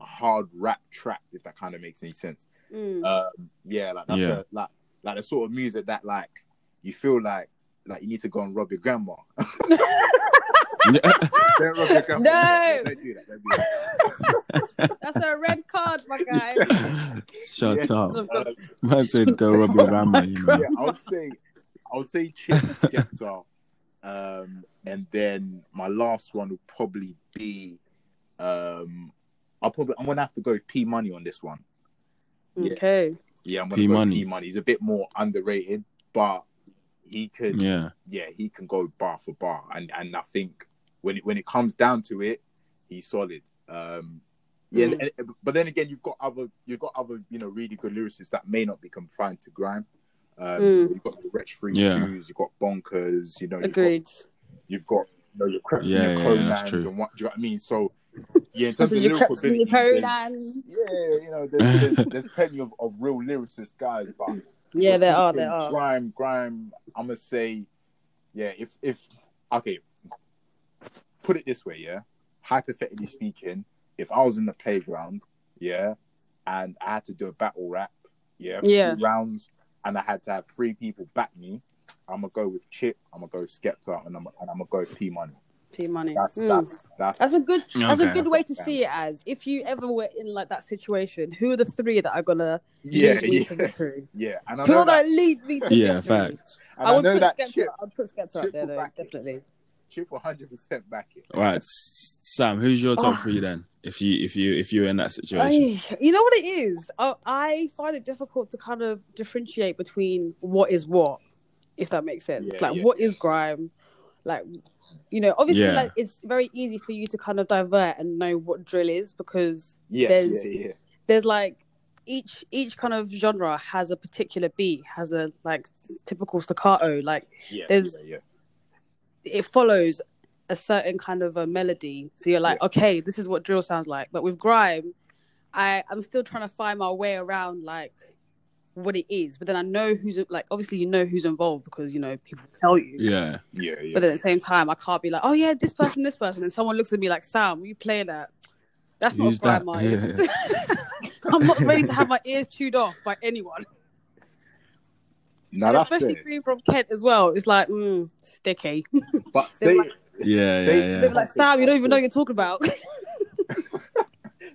Speaker 3: a hard rap trap, if that kind of makes any sense.
Speaker 1: Mm.
Speaker 3: Um, yeah, like that's
Speaker 2: Yeah.
Speaker 3: The, like like the sort of music that like you feel like like you need to go and rob your grandma. don't rob your grandma.
Speaker 1: No.
Speaker 3: don't do that. Don't do that.
Speaker 1: That's a red card, my guy.
Speaker 2: Shut
Speaker 3: Yes.
Speaker 2: up.
Speaker 1: God.
Speaker 3: Um,
Speaker 2: Man said go rob your grandma. You know.
Speaker 3: yeah, I would say I would say Chip Skepta, um, and then my last one would probably be um, I'll probably I'm gonna have to go with P Money on this one. Yeah.
Speaker 1: Okay.
Speaker 3: Yeah, I'm gonna
Speaker 2: P
Speaker 3: go
Speaker 2: Money.
Speaker 3: P Money. He's a bit more underrated, but he could, yeah.
Speaker 2: Yeah.
Speaker 3: he can go bar for bar, and and I think when it, when it comes down to it, he's solid. Um, yeah,
Speaker 2: Mm-hmm.
Speaker 1: Mm.
Speaker 3: and- but then again, you've got other you've got other you know really good lyricists that may not be confined to grime. Um,
Speaker 1: Mm.
Speaker 3: You've got the Wretch Free
Speaker 2: Yeah.
Speaker 3: Twos, you've got Bonkers, you know, you've got,
Speaker 1: Agreed.
Speaker 3: you've got you know, your Creps
Speaker 2: Yeah,
Speaker 3: and
Speaker 2: yeah,
Speaker 3: your
Speaker 2: yeah, that's
Speaker 3: Conans
Speaker 2: true.
Speaker 3: and what do you know what I mean? So yeah, in terms
Speaker 1: So
Speaker 3: of
Speaker 1: your
Speaker 3: lyrical
Speaker 1: creps and your
Speaker 3: ability, there's-
Speaker 1: Conan.
Speaker 3: yeah, you know, there's, there's, there's plenty of, of real lyricist guys, but
Speaker 1: Yeah,
Speaker 3: we're
Speaker 1: there are.
Speaker 3: talking
Speaker 1: There are.
Speaker 3: Grime, grime. I'm gonna say, yeah. If if okay, put it this way, yeah. Hypothetically speaking, if I was in the playground, yeah, and I had to do a battle rap, yeah, three
Speaker 1: Yeah.
Speaker 3: rounds, and I had to have three people back me, I'm gonna go with Chip, I'm gonna go with Skepta, and I'm and I'm gonna go with P Money.
Speaker 1: P money.
Speaker 3: That's
Speaker 1: Mm.
Speaker 3: that's that's.
Speaker 1: That's a good. That's a
Speaker 2: Okay.
Speaker 1: good way to see it. As if you ever were in like that situation, who are the three that are gonna
Speaker 3: yeah,
Speaker 1: lead me to
Speaker 3: yeah,
Speaker 1: victory?
Speaker 3: yeah. And I
Speaker 1: Who
Speaker 3: know
Speaker 1: are
Speaker 3: that,
Speaker 1: gonna lead me to
Speaker 2: Yeah.
Speaker 1: victory?
Speaker 2: Facts.
Speaker 3: and
Speaker 1: I
Speaker 3: I
Speaker 1: would
Speaker 3: know
Speaker 1: put
Speaker 3: that
Speaker 1: Skepta.
Speaker 3: Chip,
Speaker 1: I'd put Skepta up there
Speaker 3: Chip will
Speaker 1: though,
Speaker 3: back it.
Speaker 1: definitely.
Speaker 3: Chip 100 percent back it.
Speaker 2: All right, S- Sam. Who's your top
Speaker 1: Oh.
Speaker 2: three then? If you if you if you're in that situation,
Speaker 1: Ay, you know what it is? I, I find it difficult to kind of differentiate between what is what, if that makes sense.
Speaker 3: Yeah,
Speaker 1: like,
Speaker 3: yeah.
Speaker 1: what is grime? Like, you know, obviously,
Speaker 2: Yeah.
Speaker 1: like it's very easy for you to kind of divert and know what drill is because
Speaker 3: Yes,
Speaker 1: There's-
Speaker 3: yeah, yeah.
Speaker 1: there's like each each kind of genre has a particular beat, has a like typical staccato, like
Speaker 3: Yeah,
Speaker 1: there's-
Speaker 3: yeah, yeah.
Speaker 1: it follows a certain kind of a melody. So you're like, okay, this is what drill sounds like. But with grime, I I'm still trying to find my way around like what it is. But then I know who's like obviously you know who's involved because you know people tell you.
Speaker 2: yeah,
Speaker 3: Yeah, yeah.
Speaker 1: But then at the same time, I can't be like, oh yeah, this person, this person, and someone looks at me like, Sam, what you playing at? That's not
Speaker 2: Who's
Speaker 1: a grime
Speaker 2: that?
Speaker 1: artist. I'm not ready to have my ears chewed off by anyone.
Speaker 3: now
Speaker 1: And
Speaker 3: that's
Speaker 1: especially
Speaker 3: it.
Speaker 1: being from Kent as well. It's like, mm, sticky. They're
Speaker 3: But say,
Speaker 1: like-
Speaker 2: yeah,
Speaker 3: Say-
Speaker 2: yeah,
Speaker 1: They're
Speaker 2: yeah.
Speaker 1: like, Sam, you don't even know what you're talking about.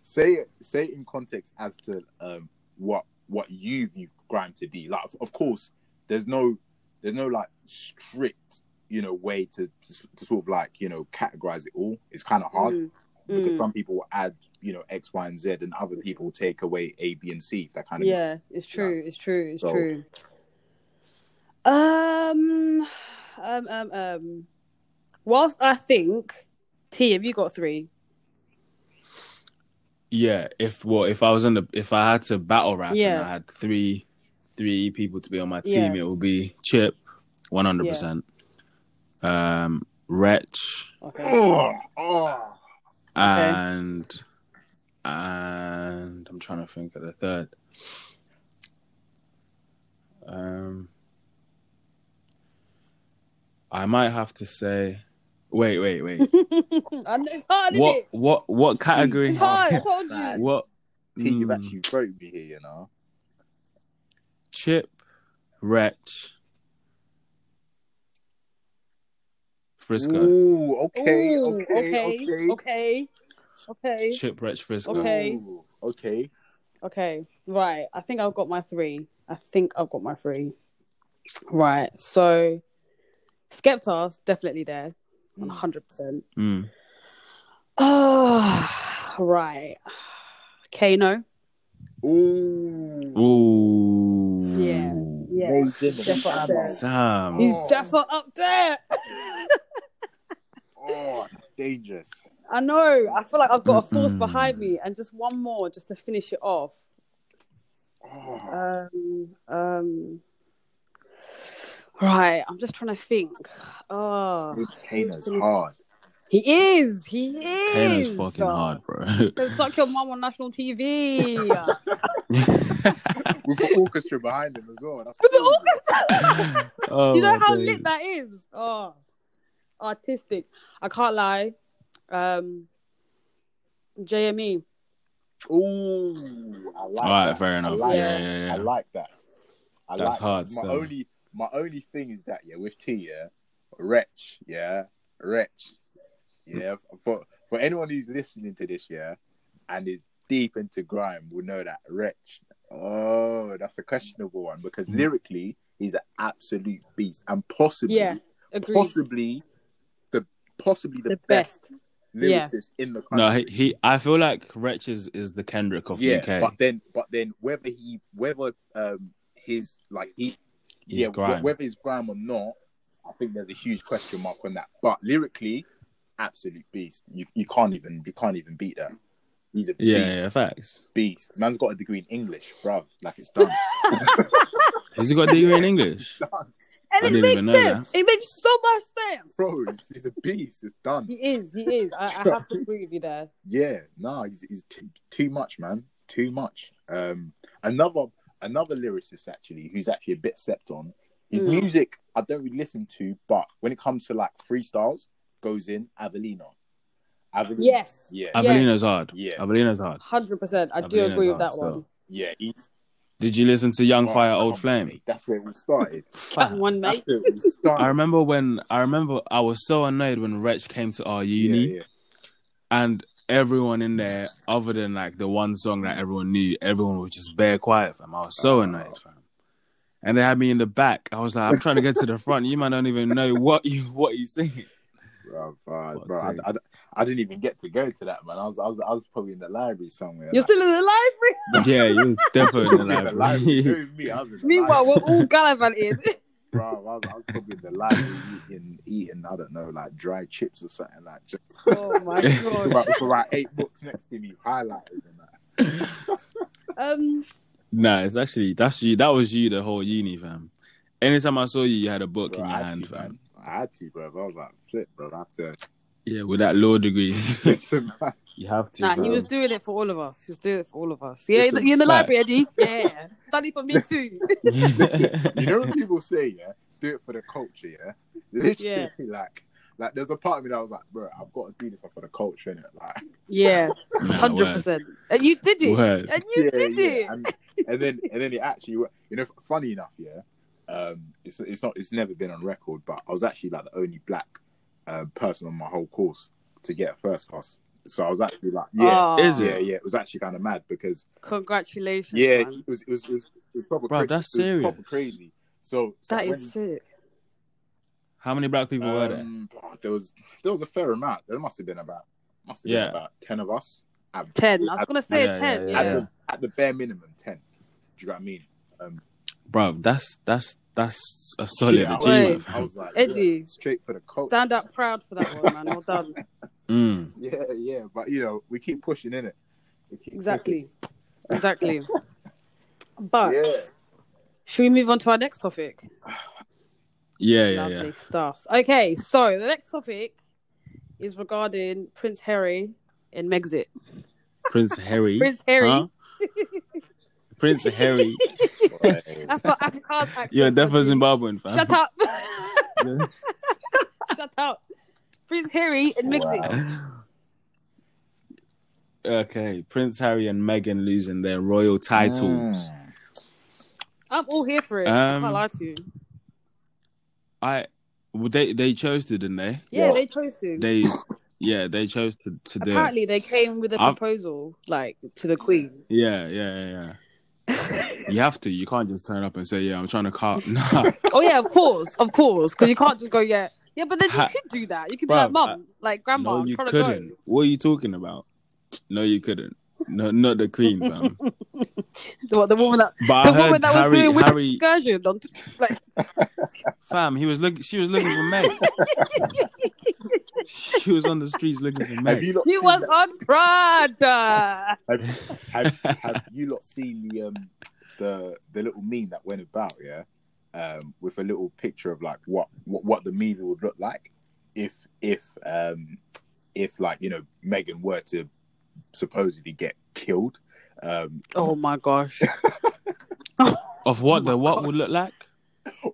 Speaker 3: say, it- say it in context as to um what what you view grime to be. Like, of, of course, there's no there's no like strict you know way to to, s- to sort of like you know categorize it all. It's kind of hard.
Speaker 1: Mm,
Speaker 3: because
Speaker 1: Mm.
Speaker 3: some people add you know X, Y, and Z, and other people take away A, B, and C. If that kind of
Speaker 1: Yeah, it's true. It's true. It's
Speaker 3: So-
Speaker 1: true. Um, um, um, um. Whilst I think, T, have you got three?
Speaker 2: Yeah, if well, if I was on the if I had to battle rap
Speaker 1: Yeah.
Speaker 2: and I had three three people to be on my
Speaker 1: Yeah.
Speaker 2: team, it would be Chip, one hundred percent. Um Wretch
Speaker 1: Okay.
Speaker 3: Oh, oh.
Speaker 2: and and I'm trying to think of the third. Um I might have to say wait, wait, wait.
Speaker 1: I know it's hard, isn't
Speaker 2: what
Speaker 1: it?
Speaker 2: what what category?
Speaker 1: It's hard. I
Speaker 3: hard.
Speaker 1: told you.
Speaker 3: Nah.
Speaker 2: What
Speaker 3: T, you've
Speaker 2: Mm.
Speaker 3: actually voted me here, you know.
Speaker 2: Chip, Wretch, Frisco.
Speaker 3: Ooh, okay,
Speaker 1: Ooh,
Speaker 3: okay, okay,
Speaker 1: okay, okay, okay,
Speaker 2: Chip, Wretch, Frisco.
Speaker 1: Okay.
Speaker 3: Ooh, okay.
Speaker 1: okay. Right. I think I've got my three. I think I've got my three. Right. So, Skepta's definitely there, one hundred percent.
Speaker 2: Mm.
Speaker 1: Oh, right. Kano.
Speaker 3: Ooh,
Speaker 2: Ooh.
Speaker 1: Yeah. Yeah.
Speaker 3: Ray Dimmon.
Speaker 1: That's what I said.
Speaker 2: Sam.
Speaker 1: He's
Speaker 3: Oh.
Speaker 1: definitely up there.
Speaker 3: Oh, that's dangerous.
Speaker 1: I know. I feel like I've got a force
Speaker 2: Mm-mm.
Speaker 1: behind me, and just one more, just to finish it off.
Speaker 3: Oh,
Speaker 1: Um, um. Right, I'm just trying to think. Oh,
Speaker 3: Kano's hard.
Speaker 1: he is. He is.
Speaker 2: Kano's fucking hard, bro.
Speaker 1: Then suck your mum on national TV.
Speaker 3: With the orchestra behind him as well. That's
Speaker 1: With the
Speaker 3: crazy.
Speaker 2: Oh
Speaker 1: Do you know
Speaker 2: my
Speaker 1: how
Speaker 2: days.
Speaker 1: lit that is? Oh, artistic. I can't lie. Um, E, JME.
Speaker 3: Ooh, I like
Speaker 2: All right,
Speaker 3: that.
Speaker 2: fair
Speaker 3: I
Speaker 2: enough.
Speaker 3: like
Speaker 2: yeah,
Speaker 3: that.
Speaker 2: yeah,
Speaker 3: I
Speaker 2: yeah.
Speaker 3: like that. I
Speaker 2: That's
Speaker 3: like
Speaker 2: hard
Speaker 3: that. My
Speaker 2: stuff.
Speaker 3: only, my only thing is that yeah, with T, yeah, wretch, yeah, wretch, yeah. For for anyone who's listening to this, yeah, and is deep into grime, will know that wretch. Oh, that's a questionable one because
Speaker 2: Mm.
Speaker 3: lyrically, he's an absolute beast, and possibly,
Speaker 1: Yeah, Agreed.
Speaker 3: possibly, the possibly the,
Speaker 1: the
Speaker 3: best,
Speaker 1: best. yeah.
Speaker 3: lyricist in the country.
Speaker 2: No, he, he. I feel like Wretch is, is the Kendrick of
Speaker 3: yeah,
Speaker 2: UK.
Speaker 3: but then but then whether he whether um his like he
Speaker 2: He's
Speaker 3: yeah wh-
Speaker 2: grime.
Speaker 3: whether he's grime or not, I think there's a huge question mark on that. But lyrically, absolute beast. You you can't even you can't even beat that. He's a beast.
Speaker 2: yeah, yeah, facts.
Speaker 3: Beast. Man's got a degree in English, bruv. Like it's done.
Speaker 2: Has he got a degree in English? I
Speaker 1: And it
Speaker 2: didn't
Speaker 1: makes
Speaker 2: even know that.
Speaker 1: sense. It makes so much sense.
Speaker 3: Bro, it's- he's a beast. It's
Speaker 1: He
Speaker 3: done.
Speaker 1: is. He is. I, I have to agree with you there.
Speaker 3: Yeah, nah, he's, he's too, too much, man. Too much. Um, another another lyricist actually, who's actually a bit stepped on. His
Speaker 1: Mm.
Speaker 3: music I don't really listen to, but when it comes to like freestyles, goes in Avelino. Avelino.
Speaker 1: Yes.
Speaker 3: Yeah.
Speaker 1: Yes.
Speaker 2: Avelino's hard.
Speaker 3: Yeah.
Speaker 2: Avelino's hard.
Speaker 1: Hundred percent. I do
Speaker 2: Avelino's
Speaker 1: agree with
Speaker 2: hard
Speaker 1: that
Speaker 2: still.
Speaker 1: one.
Speaker 3: Yeah. He's
Speaker 2: Did you listen to Young
Speaker 3: oh,
Speaker 2: Fire,
Speaker 3: come
Speaker 2: Old
Speaker 3: on,
Speaker 2: Flame?
Speaker 3: mate. That's where it all started.
Speaker 1: That one,
Speaker 3: That's
Speaker 1: mate.
Speaker 3: where it all started.
Speaker 2: I remember when I remember I was so annoyed when Wretch came to our
Speaker 3: yeah,
Speaker 2: uni
Speaker 3: yeah.
Speaker 2: and everyone in there, other than like the one song that everyone knew, everyone was just bare quiet, fam. I was so
Speaker 3: Oh.
Speaker 2: annoyed, fam. And they had me in the back. I was like, I'm trying to get to the front. You might don't even know what you what you singing.
Speaker 3: Bruv, uh,
Speaker 2: Fuck's
Speaker 3: bruh,
Speaker 2: sake.
Speaker 3: I, I, I didn't even get to go to that man. I was I was, I was probably in the library somewhere.
Speaker 1: You're
Speaker 3: like,
Speaker 1: still in the library.
Speaker 2: Yeah, you definitely in the
Speaker 3: in the library.
Speaker 2: library.
Speaker 3: Doing me, I was in the
Speaker 1: Meanwhile, we're all gallivanting.
Speaker 3: bro. I was, I was probably in the library eating, eating, I don't know, like dry chips or something like just
Speaker 1: oh my
Speaker 3: for
Speaker 1: god.
Speaker 3: about, for about eight books next to me, highlighted and that.
Speaker 1: Um.
Speaker 2: nah, it's actually that's you. That was you the whole uni, fam. Anytime I saw you, you had a book
Speaker 3: Bro,
Speaker 2: in your
Speaker 3: I had
Speaker 2: hand,
Speaker 3: to,
Speaker 2: fam.
Speaker 3: man. I had to, bro. I was like, flip, bro. I have to.
Speaker 2: Yeah, with that law degree,
Speaker 3: Listen, man.
Speaker 2: you have to.
Speaker 1: Nah, he
Speaker 2: fam.
Speaker 1: was doing it for all of us. He was doing it for all of us. Yeah,
Speaker 2: Listen,
Speaker 1: you're in the
Speaker 2: facts.
Speaker 1: library, Eddie. Yeah, study for me too.
Speaker 3: You know what people say, yeah? Do it for the culture, yeah? Literally, like, like there's a part of me that was like, bro, I've got to do this for the culture, innit? Like,
Speaker 1: Yeah,
Speaker 2: Nah,
Speaker 1: hundred
Speaker 2: word.
Speaker 1: percent. And you did it.
Speaker 2: Word.
Speaker 1: And you did it.
Speaker 3: And, and then and then it actually wor- you know funny enough yeah um it's it's not it's never been on record but I was actually like the only black uh, person on my whole course to get a first class so I was actually like yeah
Speaker 1: Ah,
Speaker 2: Is
Speaker 3: yeah yeah it was actually kind of mad because
Speaker 1: Congratulations.
Speaker 3: yeah it
Speaker 1: man.
Speaker 3: was it was it was, it was proper
Speaker 2: Bruh,
Speaker 3: crazy.
Speaker 2: that's
Speaker 3: It was proper
Speaker 2: serious.
Speaker 3: crazy so, so
Speaker 1: that
Speaker 3: when-
Speaker 1: is sick.
Speaker 2: How many black people were there?
Speaker 3: um, there was there was a fair amount there must have been about Must have been
Speaker 2: Yeah.
Speaker 3: about ten of us. At,
Speaker 1: 10. I was
Speaker 3: At-
Speaker 1: going to say
Speaker 2: Yeah, yeah,
Speaker 1: 10.
Speaker 2: yeah.
Speaker 3: at,
Speaker 1: yeah.
Speaker 3: the, at the bare minimum, ten. Do you know what I mean? Um,
Speaker 2: bro. That's that's that's a solid
Speaker 3: shit, I was-
Speaker 2: achievement.
Speaker 3: I was like,
Speaker 1: Eddie.
Speaker 3: yeah, straight for the coat.
Speaker 1: Stand up proud for that one, man. Well done.
Speaker 2: Mm.
Speaker 3: Yeah, yeah, but you know, we keep pushing in it.
Speaker 1: Exactly. Exactly. But
Speaker 3: Yeah.
Speaker 1: should we move on to our next topic?
Speaker 2: Yeah, yeah,
Speaker 1: Lovely
Speaker 2: yeah.
Speaker 1: stuff. Okay, so the next topic is regarding Prince Harry and Megxit.
Speaker 2: Prince Harry.
Speaker 1: Prince Harry.
Speaker 2: Hmm? Huh? Prince Harry.
Speaker 1: That's what Afrikaans accent.
Speaker 2: You're
Speaker 1: was.
Speaker 2: definitely Zimbabwean, fam.
Speaker 1: Shut up. Shut up. Prince Harry and Megxit.
Speaker 3: Wow.
Speaker 2: okay, Prince Harry and Meghan losing their royal titles.
Speaker 3: Mm.
Speaker 1: I'm all here for it. I
Speaker 2: Um,
Speaker 1: can't lie to you.
Speaker 2: I well, they they chose to, didn't they?
Speaker 1: Yeah,
Speaker 3: what?
Speaker 1: they chose to.
Speaker 2: They yeah, they chose to to do. it.
Speaker 1: Apparently, they came with a
Speaker 2: I've-
Speaker 1: proposal, like to the Queen.
Speaker 2: Yeah, yeah, yeah, yeah. you have to. You can't just turn up and say, "Yeah, I'm trying to cut." Nah,
Speaker 1: oh yeah, of course, of course, because you can't just go. Yeah, yeah, but then you
Speaker 2: Ha-
Speaker 1: could do that. You could
Speaker 2: Bruv,
Speaker 1: be like, Mum, like Grandma,
Speaker 2: no,
Speaker 1: I'm
Speaker 2: you
Speaker 1: trying
Speaker 2: couldn't.
Speaker 1: to
Speaker 2: What are you talking about? No, you couldn't. No, not the Queen, fam.
Speaker 1: go. What, the woman that
Speaker 2: But
Speaker 1: the
Speaker 2: I
Speaker 1: woman
Speaker 2: heard
Speaker 1: that was
Speaker 2: Harry,
Speaker 1: doing with
Speaker 2: Harry,
Speaker 1: excursion on, like,
Speaker 2: fam, he was looking. She was looking for Meg. she was on the streets looking for
Speaker 3: Have
Speaker 2: Meg.
Speaker 3: you lot
Speaker 1: he
Speaker 3: seen
Speaker 1: was
Speaker 3: that-
Speaker 1: on Prada.
Speaker 3: have, have, have you lot seen the um the the little meme that went about yeah um with a little picture of like what what, what the movie would look like if if um if like you know Megan were to supposedly get killed um
Speaker 1: Oh my gosh.
Speaker 2: Of what
Speaker 1: Oh
Speaker 2: the
Speaker 1: my
Speaker 2: what
Speaker 1: God.
Speaker 2: would look like?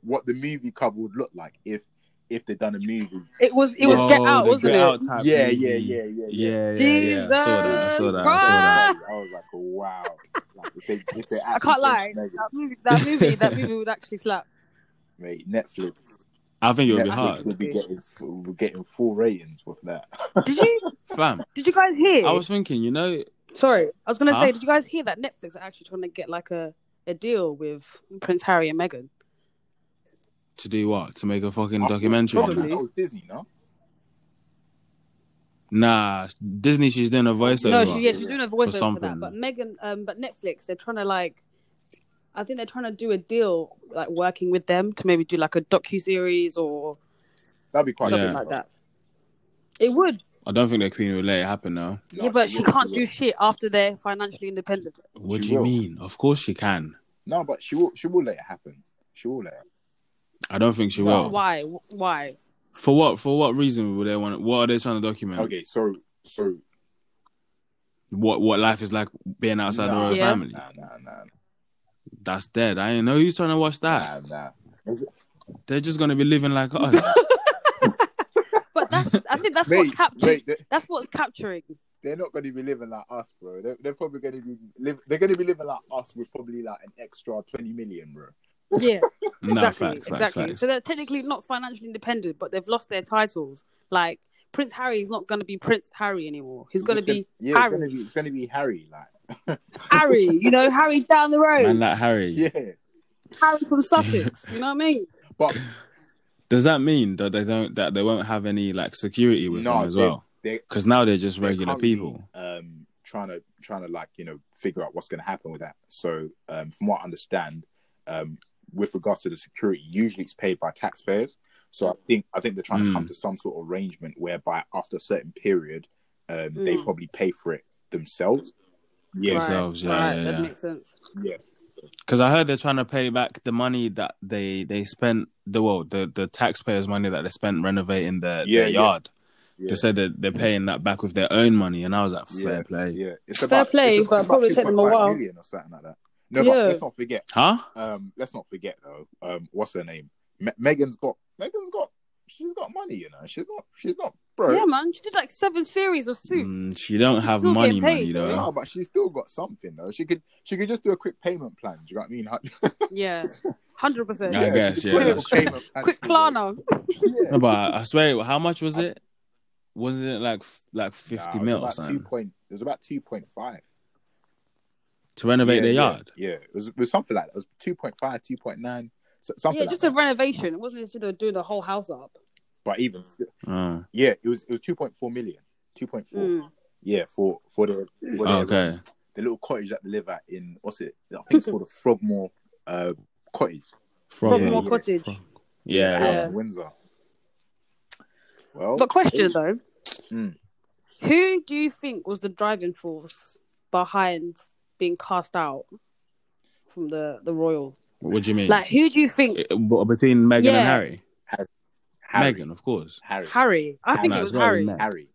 Speaker 3: what the movie cover would look like if if they done a movie
Speaker 1: It was it was Get
Speaker 2: Oh,
Speaker 1: Out,
Speaker 2: the
Speaker 1: wasn't
Speaker 2: Get
Speaker 1: it?
Speaker 2: Out type
Speaker 3: yeah
Speaker 2: movie.
Speaker 3: yeah yeah yeah yeah
Speaker 2: Yeah, yeah, yeah.
Speaker 1: Jesus
Speaker 2: I saw that. I saw that. I saw that.
Speaker 1: Christ.
Speaker 3: I was like wow like, if they, if they
Speaker 1: I can't lie.
Speaker 3: actually Meghan,
Speaker 1: That movie, that movie, that movie would actually slap.
Speaker 3: mate Netflix
Speaker 2: I think it would be
Speaker 3: Netflix
Speaker 2: hard,
Speaker 3: Would be getting full, we're getting full ratings with that.
Speaker 1: Did you
Speaker 2: fam.
Speaker 1: did you guys hear?
Speaker 2: I was thinking, you know,
Speaker 1: Sorry, I was gonna
Speaker 2: Huh?
Speaker 1: say, did you guys hear that Netflix are actually trying to get like a, a deal with Prince Harry and Meghan?
Speaker 2: to do what? To make a fucking
Speaker 3: I thought-
Speaker 2: documentary. on
Speaker 3: Probably.
Speaker 2: it.
Speaker 1: Oh, Probably.
Speaker 3: That was Disney, no?
Speaker 2: Nah, Disney. She's doing a voiceover.
Speaker 1: no,
Speaker 3: what?
Speaker 1: she, yeah, she's doing a voiceover for,
Speaker 2: something.
Speaker 1: that. But Megan, um, but Netflix, they're trying to like, I think they're trying to do a deal, like working with them to maybe do like a docu series or
Speaker 3: That'd be quite
Speaker 1: something
Speaker 2: Oh, Yeah.
Speaker 1: like that. It would,
Speaker 2: I don't think the Queen would let it happen now.
Speaker 1: yeah, but she can't do shit after they're financially independent.
Speaker 2: What
Speaker 3: She
Speaker 2: do you
Speaker 3: will.
Speaker 2: mean? Of course she can.
Speaker 3: No, but she will. She will let it happen. She will let. It.
Speaker 2: I don't think she
Speaker 3: No.
Speaker 2: will.
Speaker 1: Why? Why?
Speaker 2: For what? For what reason would they want? What are they trying to document?
Speaker 3: Okay, so so
Speaker 2: What What life is like being outside the
Speaker 3: Nah.
Speaker 2: royal
Speaker 1: Yeah.
Speaker 2: family?
Speaker 3: nah nah nah
Speaker 2: That's dead. I ain't know who's trying to watch that.
Speaker 3: nah nah.
Speaker 2: They're just gonna be living like us.
Speaker 1: But that's, I think that's
Speaker 3: Mate,
Speaker 1: what captures.
Speaker 3: mate, they-
Speaker 1: That's what's capturing.
Speaker 3: they're not going to be living like us, bro. They're, they're probably going to be live, They're going to be living like us with probably like an extra twenty million, bro.
Speaker 1: Yeah, exactly,
Speaker 2: no, facts, facts,
Speaker 1: exactly.
Speaker 2: facts.
Speaker 1: So they're technically not financially independent, but they've lost their titles. Like Prince Harry is not going to be Prince Harry anymore. He's going to
Speaker 3: It's gonna-
Speaker 1: be
Speaker 3: yeah. It's
Speaker 1: Harry.
Speaker 3: going to be. It's going to be Harry, like
Speaker 1: Harry. You know, Harry down the road.
Speaker 2: Man, like Harry.
Speaker 3: yeah.
Speaker 1: Harry from Sussex. you know what I mean?
Speaker 3: But
Speaker 2: Does that mean that they don't that they won't have any like security with
Speaker 3: No,
Speaker 2: them as
Speaker 3: they-
Speaker 2: well?
Speaker 3: they
Speaker 2: Because now they're just
Speaker 3: they're
Speaker 2: regular
Speaker 3: currently,
Speaker 2: people.
Speaker 3: um trying to trying to like you know figure out what's going to happen with that so um from what i understand um with regards to the security usually it's paid by taxpayers so i think i think they're trying to come
Speaker 2: Mm.
Speaker 3: to some sort of arrangement whereby after a certain period um they
Speaker 1: Mm.
Speaker 3: probably pay for it themselves yeah
Speaker 1: Right,
Speaker 2: Themselves, yeah,
Speaker 1: right,
Speaker 2: yeah,
Speaker 1: that
Speaker 2: yeah.
Speaker 1: makes sense.
Speaker 3: yeah
Speaker 2: Because I heard they're trying to pay back the money that they they spent the well the the taxpayers' money that they spent renovating their,
Speaker 3: Yeah,
Speaker 2: their
Speaker 3: yeah.
Speaker 2: yard.
Speaker 3: yeah
Speaker 2: They said that they're paying that back with their own money, and I was like, fair play,
Speaker 3: yeah it's
Speaker 1: Fair play, but probably take them a
Speaker 3: 2.5
Speaker 1: while.
Speaker 3: million or something like that no
Speaker 1: Yeah.
Speaker 3: but let's not forget
Speaker 2: huh?
Speaker 3: um let's not forget though um what's her name Me- megan's got megan's got she's got money you know she's not she's not bro
Speaker 1: Yeah, man, she did like seven series of suits.
Speaker 2: Mm, she don't
Speaker 1: She's
Speaker 2: have
Speaker 1: still
Speaker 2: money,
Speaker 1: getting
Speaker 2: money
Speaker 1: paid,
Speaker 2: though.
Speaker 3: No, but she's still got something though. She could she could just do a quick payment plan. Do you know what I mean?
Speaker 1: Yeah, hundred percent.
Speaker 2: I Yeah. guess,
Speaker 3: she could
Speaker 2: yeah,
Speaker 3: do a
Speaker 2: that's
Speaker 3: quick payment plan.
Speaker 1: Quick Klarna.
Speaker 2: No, but I, I swear, how much was it? Wasn't it like f- like fifty mil or
Speaker 3: Two
Speaker 2: something
Speaker 3: point, it was about two point five.
Speaker 2: to renovate their yard?
Speaker 3: Yeah, it was, it was something like that. It was 2.5, 2.9, so- something.
Speaker 1: Yeah,
Speaker 3: like
Speaker 1: just
Speaker 3: that.
Speaker 1: a renovation. It wasn't just you know, doing the whole house up.
Speaker 3: But even
Speaker 2: Oh.
Speaker 3: yeah, it was it was two point four million. two point four.
Speaker 1: Mm.
Speaker 3: Yeah, for for the for their,
Speaker 2: Okay.
Speaker 3: the little cottage that they live at in what's it? I think it's called the Frogmore uh, Cottage.
Speaker 2: From
Speaker 1: Frogmore
Speaker 3: yeah.
Speaker 1: Cottage.
Speaker 2: From- yeah,
Speaker 3: house
Speaker 2: yeah.
Speaker 3: in Windsor. Well,
Speaker 1: But question though,
Speaker 3: Mm.
Speaker 1: who do you think was the driving force behind being cast out from the the royal?
Speaker 2: What do you mean?
Speaker 1: Like, who do you think?
Speaker 2: Eh, what, between Meghan
Speaker 1: Yeah.
Speaker 2: and Harry.
Speaker 3: Harry,
Speaker 2: Meghan, of course.
Speaker 3: Harry,
Speaker 1: Harry. I think
Speaker 2: Nah,
Speaker 1: it
Speaker 2: it's
Speaker 1: was
Speaker 2: gotta be
Speaker 1: Harry.
Speaker 2: Meghan.
Speaker 3: Harry.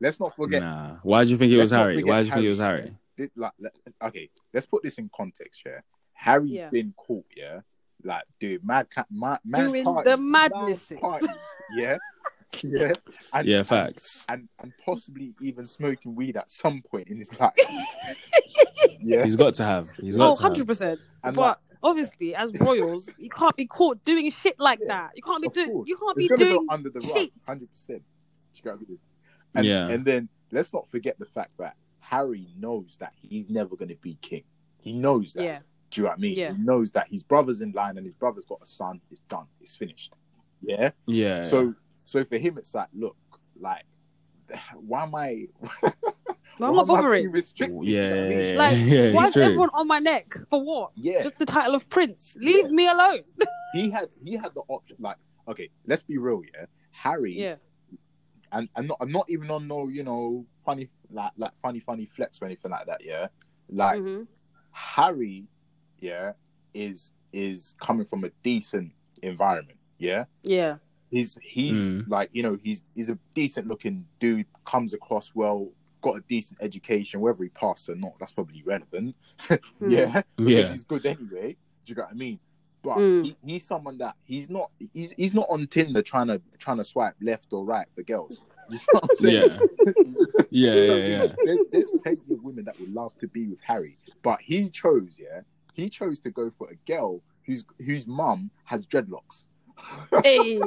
Speaker 3: Let's not forget.
Speaker 2: Nah. Why do you think it
Speaker 3: Let's
Speaker 2: was
Speaker 3: not
Speaker 2: Harry?
Speaker 3: forget
Speaker 2: Why do you think it was
Speaker 3: Harry.
Speaker 2: Harry?
Speaker 3: thi- like, le- okay, let's put this in context. Yeah, Harry's
Speaker 1: Yeah.
Speaker 3: been caught. Yeah, like dude, mad cat, mad, mad
Speaker 1: Doing
Speaker 3: parties,
Speaker 1: the
Speaker 3: mad
Speaker 1: madnesses.
Speaker 3: parties, yeah, yeah, and,
Speaker 2: Yeah,
Speaker 3: and-
Speaker 2: facts.
Speaker 3: And, and possibly even smoking weed at some point in his life. yeah,
Speaker 2: He's got to have. He's
Speaker 1: Oh,
Speaker 2: got to have.
Speaker 1: 100 percent.
Speaker 3: and
Speaker 1: But
Speaker 3: like,
Speaker 1: obviously, as royals, you can't be caught doing shit like
Speaker 3: Yeah,
Speaker 1: that. You can't be
Speaker 3: of
Speaker 1: doing.
Speaker 3: course.
Speaker 1: You can't
Speaker 3: it's
Speaker 1: be
Speaker 3: gonna
Speaker 1: doing.
Speaker 3: go under the rug,
Speaker 1: shit.
Speaker 3: hundred percent. Do you get what I mean? And,
Speaker 2: Yeah.
Speaker 3: and then let's not forget the fact that Harry knows that he's never gonna be king. He knows that.
Speaker 1: Yeah.
Speaker 3: Do you know what I mean?
Speaker 1: Yeah.
Speaker 3: He knows that his brother's in line and his brother's got a son. It's done. It's finished. Yeah.
Speaker 2: Yeah.
Speaker 3: So so for him, it's like, look, like, why am I?
Speaker 1: Why am I
Speaker 3: being
Speaker 1: bothering?
Speaker 3: restricted?
Speaker 2: yeah.
Speaker 3: Do you know what I mean?
Speaker 2: yeah,
Speaker 1: Like,
Speaker 2: yeah,
Speaker 1: Why
Speaker 2: it's
Speaker 1: is
Speaker 2: true.
Speaker 1: everyone on my neck for what?
Speaker 3: Yeah.
Speaker 1: Just the title of prince. Leave me alone.
Speaker 3: He had he had the option. Like, okay, let's be real. Yeah. Harry.
Speaker 1: Yeah.
Speaker 3: And I'm not I'm not even on no you know funny like like funny funny flex or anything like that. Yeah. Like
Speaker 1: Mhm.
Speaker 3: Harry. Yeah. Is is coming from a decent environment. Yeah.
Speaker 1: Yeah.
Speaker 3: he's he's
Speaker 2: Mm.
Speaker 3: like you know he's he's a decent looking dude comes across well got a decent education whether he passed or not that's probably relevant
Speaker 1: Mm.
Speaker 3: yeah because
Speaker 2: Yeah.
Speaker 3: he's good anyway do you get what i mean but
Speaker 1: Mm.
Speaker 3: he, he's someone that he's not he's, he's not on tinder trying to trying to swipe left or right for girls you know what i'm saying
Speaker 2: Yeah. Yeah. Yeah. Yeah.
Speaker 3: there's, there's plenty of women that would love to be with Harry, but he chose, yeah, he chose to go for a girl whose whose mum has dreadlocks.
Speaker 1: Hey.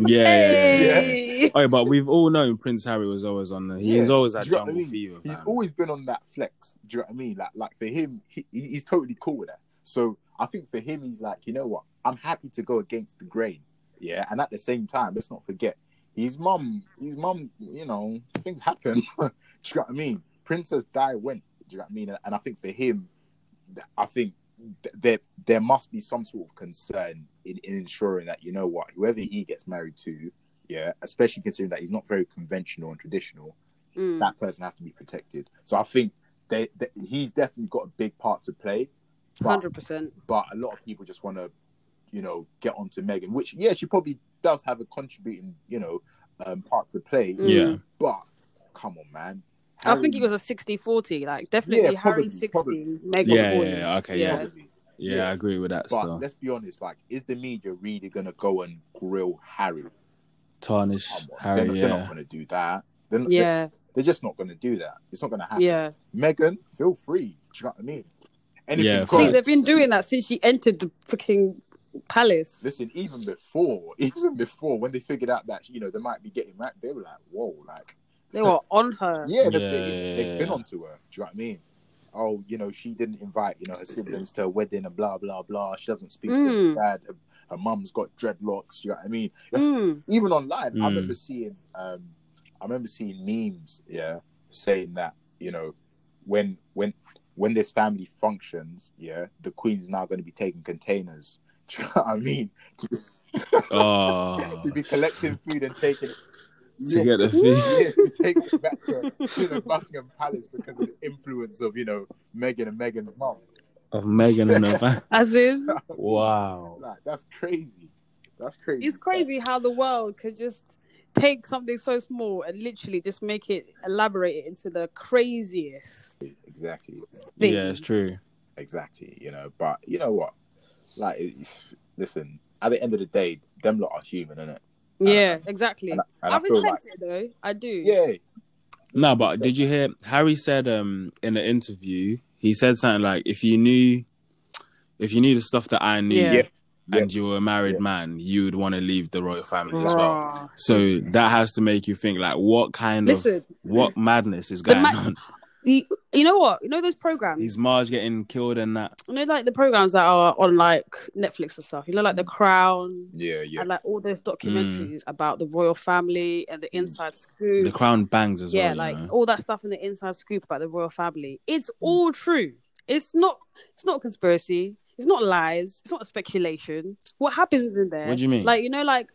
Speaker 2: yeah,
Speaker 1: Hey.
Speaker 2: Oh, but we've all known Prince Harry was always on the. He's
Speaker 3: Yeah.
Speaker 2: always had
Speaker 3: Do you know what I
Speaker 2: jungle
Speaker 3: mean?
Speaker 2: fever.
Speaker 3: He's
Speaker 2: man.
Speaker 3: always been on that flex. Do you know what I mean? Like, like for him, he, he- he's totally cool with that. So I think for him, he's like, you know what? I'm happy to go against the grain. Yeah, and at the same time, let's not forget his mum. His mum, you know, things happen. Do you know what I mean? Princess Di went. Do you know what I mean? And, and I think for him, th- I think th- there there must be some sort of concern in, in ensuring that you know what, whoever he gets married to, yeah, especially considering that he's not very conventional and traditional
Speaker 1: Mm.
Speaker 3: that person has to be protected. So I think they, they, he's definitely got a big part to play, but,
Speaker 1: Hundred percent.
Speaker 3: but a lot of people just want to, you know, get onto Megan, which yeah, she probably does have a contributing, you know, um, part to play.
Speaker 1: Mm.
Speaker 2: Yeah.
Speaker 3: But come on, man,
Speaker 1: I think
Speaker 3: Harry-
Speaker 1: it was a 60-40. Like definitely Harry
Speaker 3: Yeah, probably,
Speaker 1: sixty,
Speaker 3: probably.
Speaker 1: Meghan
Speaker 2: Yeah, yeah,
Speaker 1: forty.
Speaker 2: yeah, okay,
Speaker 1: Yeah.
Speaker 2: yeah,
Speaker 3: probably.
Speaker 2: yeah, I agree with that
Speaker 3: But
Speaker 2: stuff.
Speaker 3: let's be honest, like, is the media really gonna go and grill Harry?
Speaker 2: Tarnish
Speaker 3: Come on, they're, not,
Speaker 2: Harry,
Speaker 3: they're not
Speaker 2: yeah,
Speaker 3: gonna do that. They're, not, they're,
Speaker 1: Yeah.
Speaker 3: they're just not gonna do that. It's not gonna happen.
Speaker 1: Yeah.
Speaker 3: Megan, feel free. Do you know what I mean?
Speaker 2: Yeah,
Speaker 1: See,
Speaker 2: Right.
Speaker 1: they've been doing that since she entered the freaking palace.
Speaker 3: Listen, even before, even before when they figured out that you know they might be getting back, they were like, "Whoa!" Like,
Speaker 1: They were on her.
Speaker 3: yeah, they've,
Speaker 2: Yeah,
Speaker 3: they, they've been
Speaker 2: yeah.
Speaker 3: onto her. Do you know what I mean? Oh, you know, she didn't invite you know her siblings to her wedding and blah blah blah. She doesn't speak to her
Speaker 1: Mm.
Speaker 3: dad. Her, her mum's got dreadlocks. Do you know what I mean?
Speaker 1: Mm.
Speaker 3: Even online, I
Speaker 2: Mm.
Speaker 3: remember seeing, um, I remember seeing memes, yeah, saying that you know, when when when this family functions, yeah, the queen's now going to be taking containers. Do you know what I mean?
Speaker 2: oh,
Speaker 3: to be collecting food and taking it.
Speaker 2: to get the
Speaker 3: yeah,
Speaker 2: fee.
Speaker 3: yeah, to take it back to, to the Buckingham Palace because of the influence of you know Meghan and Meghan's mum.
Speaker 2: of Megan and her family.
Speaker 1: As in,
Speaker 2: Wow.
Speaker 3: Like, that's crazy. That's crazy.
Speaker 1: it's crazy how the world could just take something so small and literally just make it elaborate it into the craziest
Speaker 3: Exactly.
Speaker 1: thing.
Speaker 2: Yeah, it's true.
Speaker 3: Exactly. You know, but you know what? Like, it's, listen. At the end of the day, them lot are human, innit?
Speaker 1: Yeah, exactly.
Speaker 3: And, I- and
Speaker 1: I,
Speaker 3: I, feel
Speaker 1: respect
Speaker 3: like,
Speaker 1: it though. I do.
Speaker 3: yeah,
Speaker 2: No, but did you hear Harry said um in the interview? He said something like, "If you knew, if you knew the stuff that I knew,
Speaker 1: Yeah.
Speaker 3: Yeah.
Speaker 2: and you were a married
Speaker 3: Yeah.
Speaker 2: man, you would want to leave the royal family as well."
Speaker 1: Rah.
Speaker 2: So that has to make you think, like, what kind
Speaker 1: Listen,
Speaker 2: of what madness is
Speaker 1: The
Speaker 2: going
Speaker 1: ma-
Speaker 2: on?
Speaker 1: the You know what? You know those programs.
Speaker 2: Is Marge getting killed and that?
Speaker 1: you know, like the programs that are on like Netflix and stuff. You know, like The Crown
Speaker 3: Yeah, yeah.
Speaker 1: and like all those documentaries about the royal family and the inside scoop.
Speaker 2: The crown bangs as well.
Speaker 1: yeah,
Speaker 2: you
Speaker 1: like
Speaker 2: know? Hmm.
Speaker 1: all that stuff in the inside scoop about the royal family. It's all true. It's not. It's not conspiracy. It's not lies. It's not speculation. What happens in there?
Speaker 2: What do you mean?
Speaker 1: Like you know, like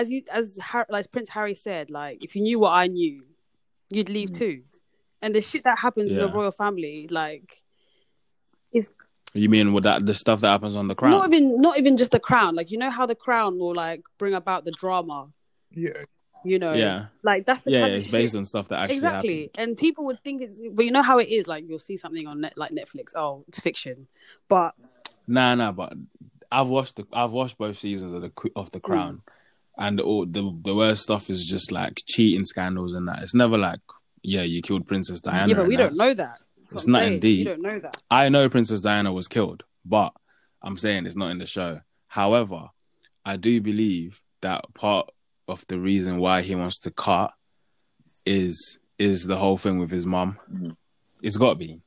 Speaker 1: as you as Har- like Prince Harry said, like if you knew what I knew, you'd leave too. And the shit that happens in the
Speaker 2: Hmm. Yeah.
Speaker 1: royal family, like
Speaker 2: You mean with that the stuff that happens on the crown?
Speaker 1: Not even not even just the crown. Like you know how the crown will like bring about the drama.
Speaker 3: Yeah.
Speaker 1: You know,
Speaker 2: yeah,
Speaker 1: Like that's the
Speaker 2: yeah,
Speaker 1: kind of
Speaker 2: It's based
Speaker 1: shit-
Speaker 2: on stuff that actually
Speaker 1: exactly. And people would think it's, but you know how it is. Like you'll see something on net, like Netflix. Oh, it's fiction, but
Speaker 2: happened. Nah, nah. But I've watched the I've watched both seasons of the Qu- of
Speaker 1: Mm.
Speaker 2: the crown, and all the the worst stuff is just like cheating scandals and that. It's never like yeah, you killed Princess Diana.
Speaker 1: yeah, but
Speaker 2: and
Speaker 1: we
Speaker 2: that.
Speaker 1: don't know that. That's what
Speaker 2: It's
Speaker 1: I'm
Speaker 2: not
Speaker 1: saying.
Speaker 2: indeed.
Speaker 1: You don't know that.
Speaker 2: I know Princess Diana was killed, but I'm saying it's not in the show. However, I do believe that part of the reason why he wants to cut is is the whole thing with his mum.
Speaker 3: Mhm.
Speaker 2: It's got to be.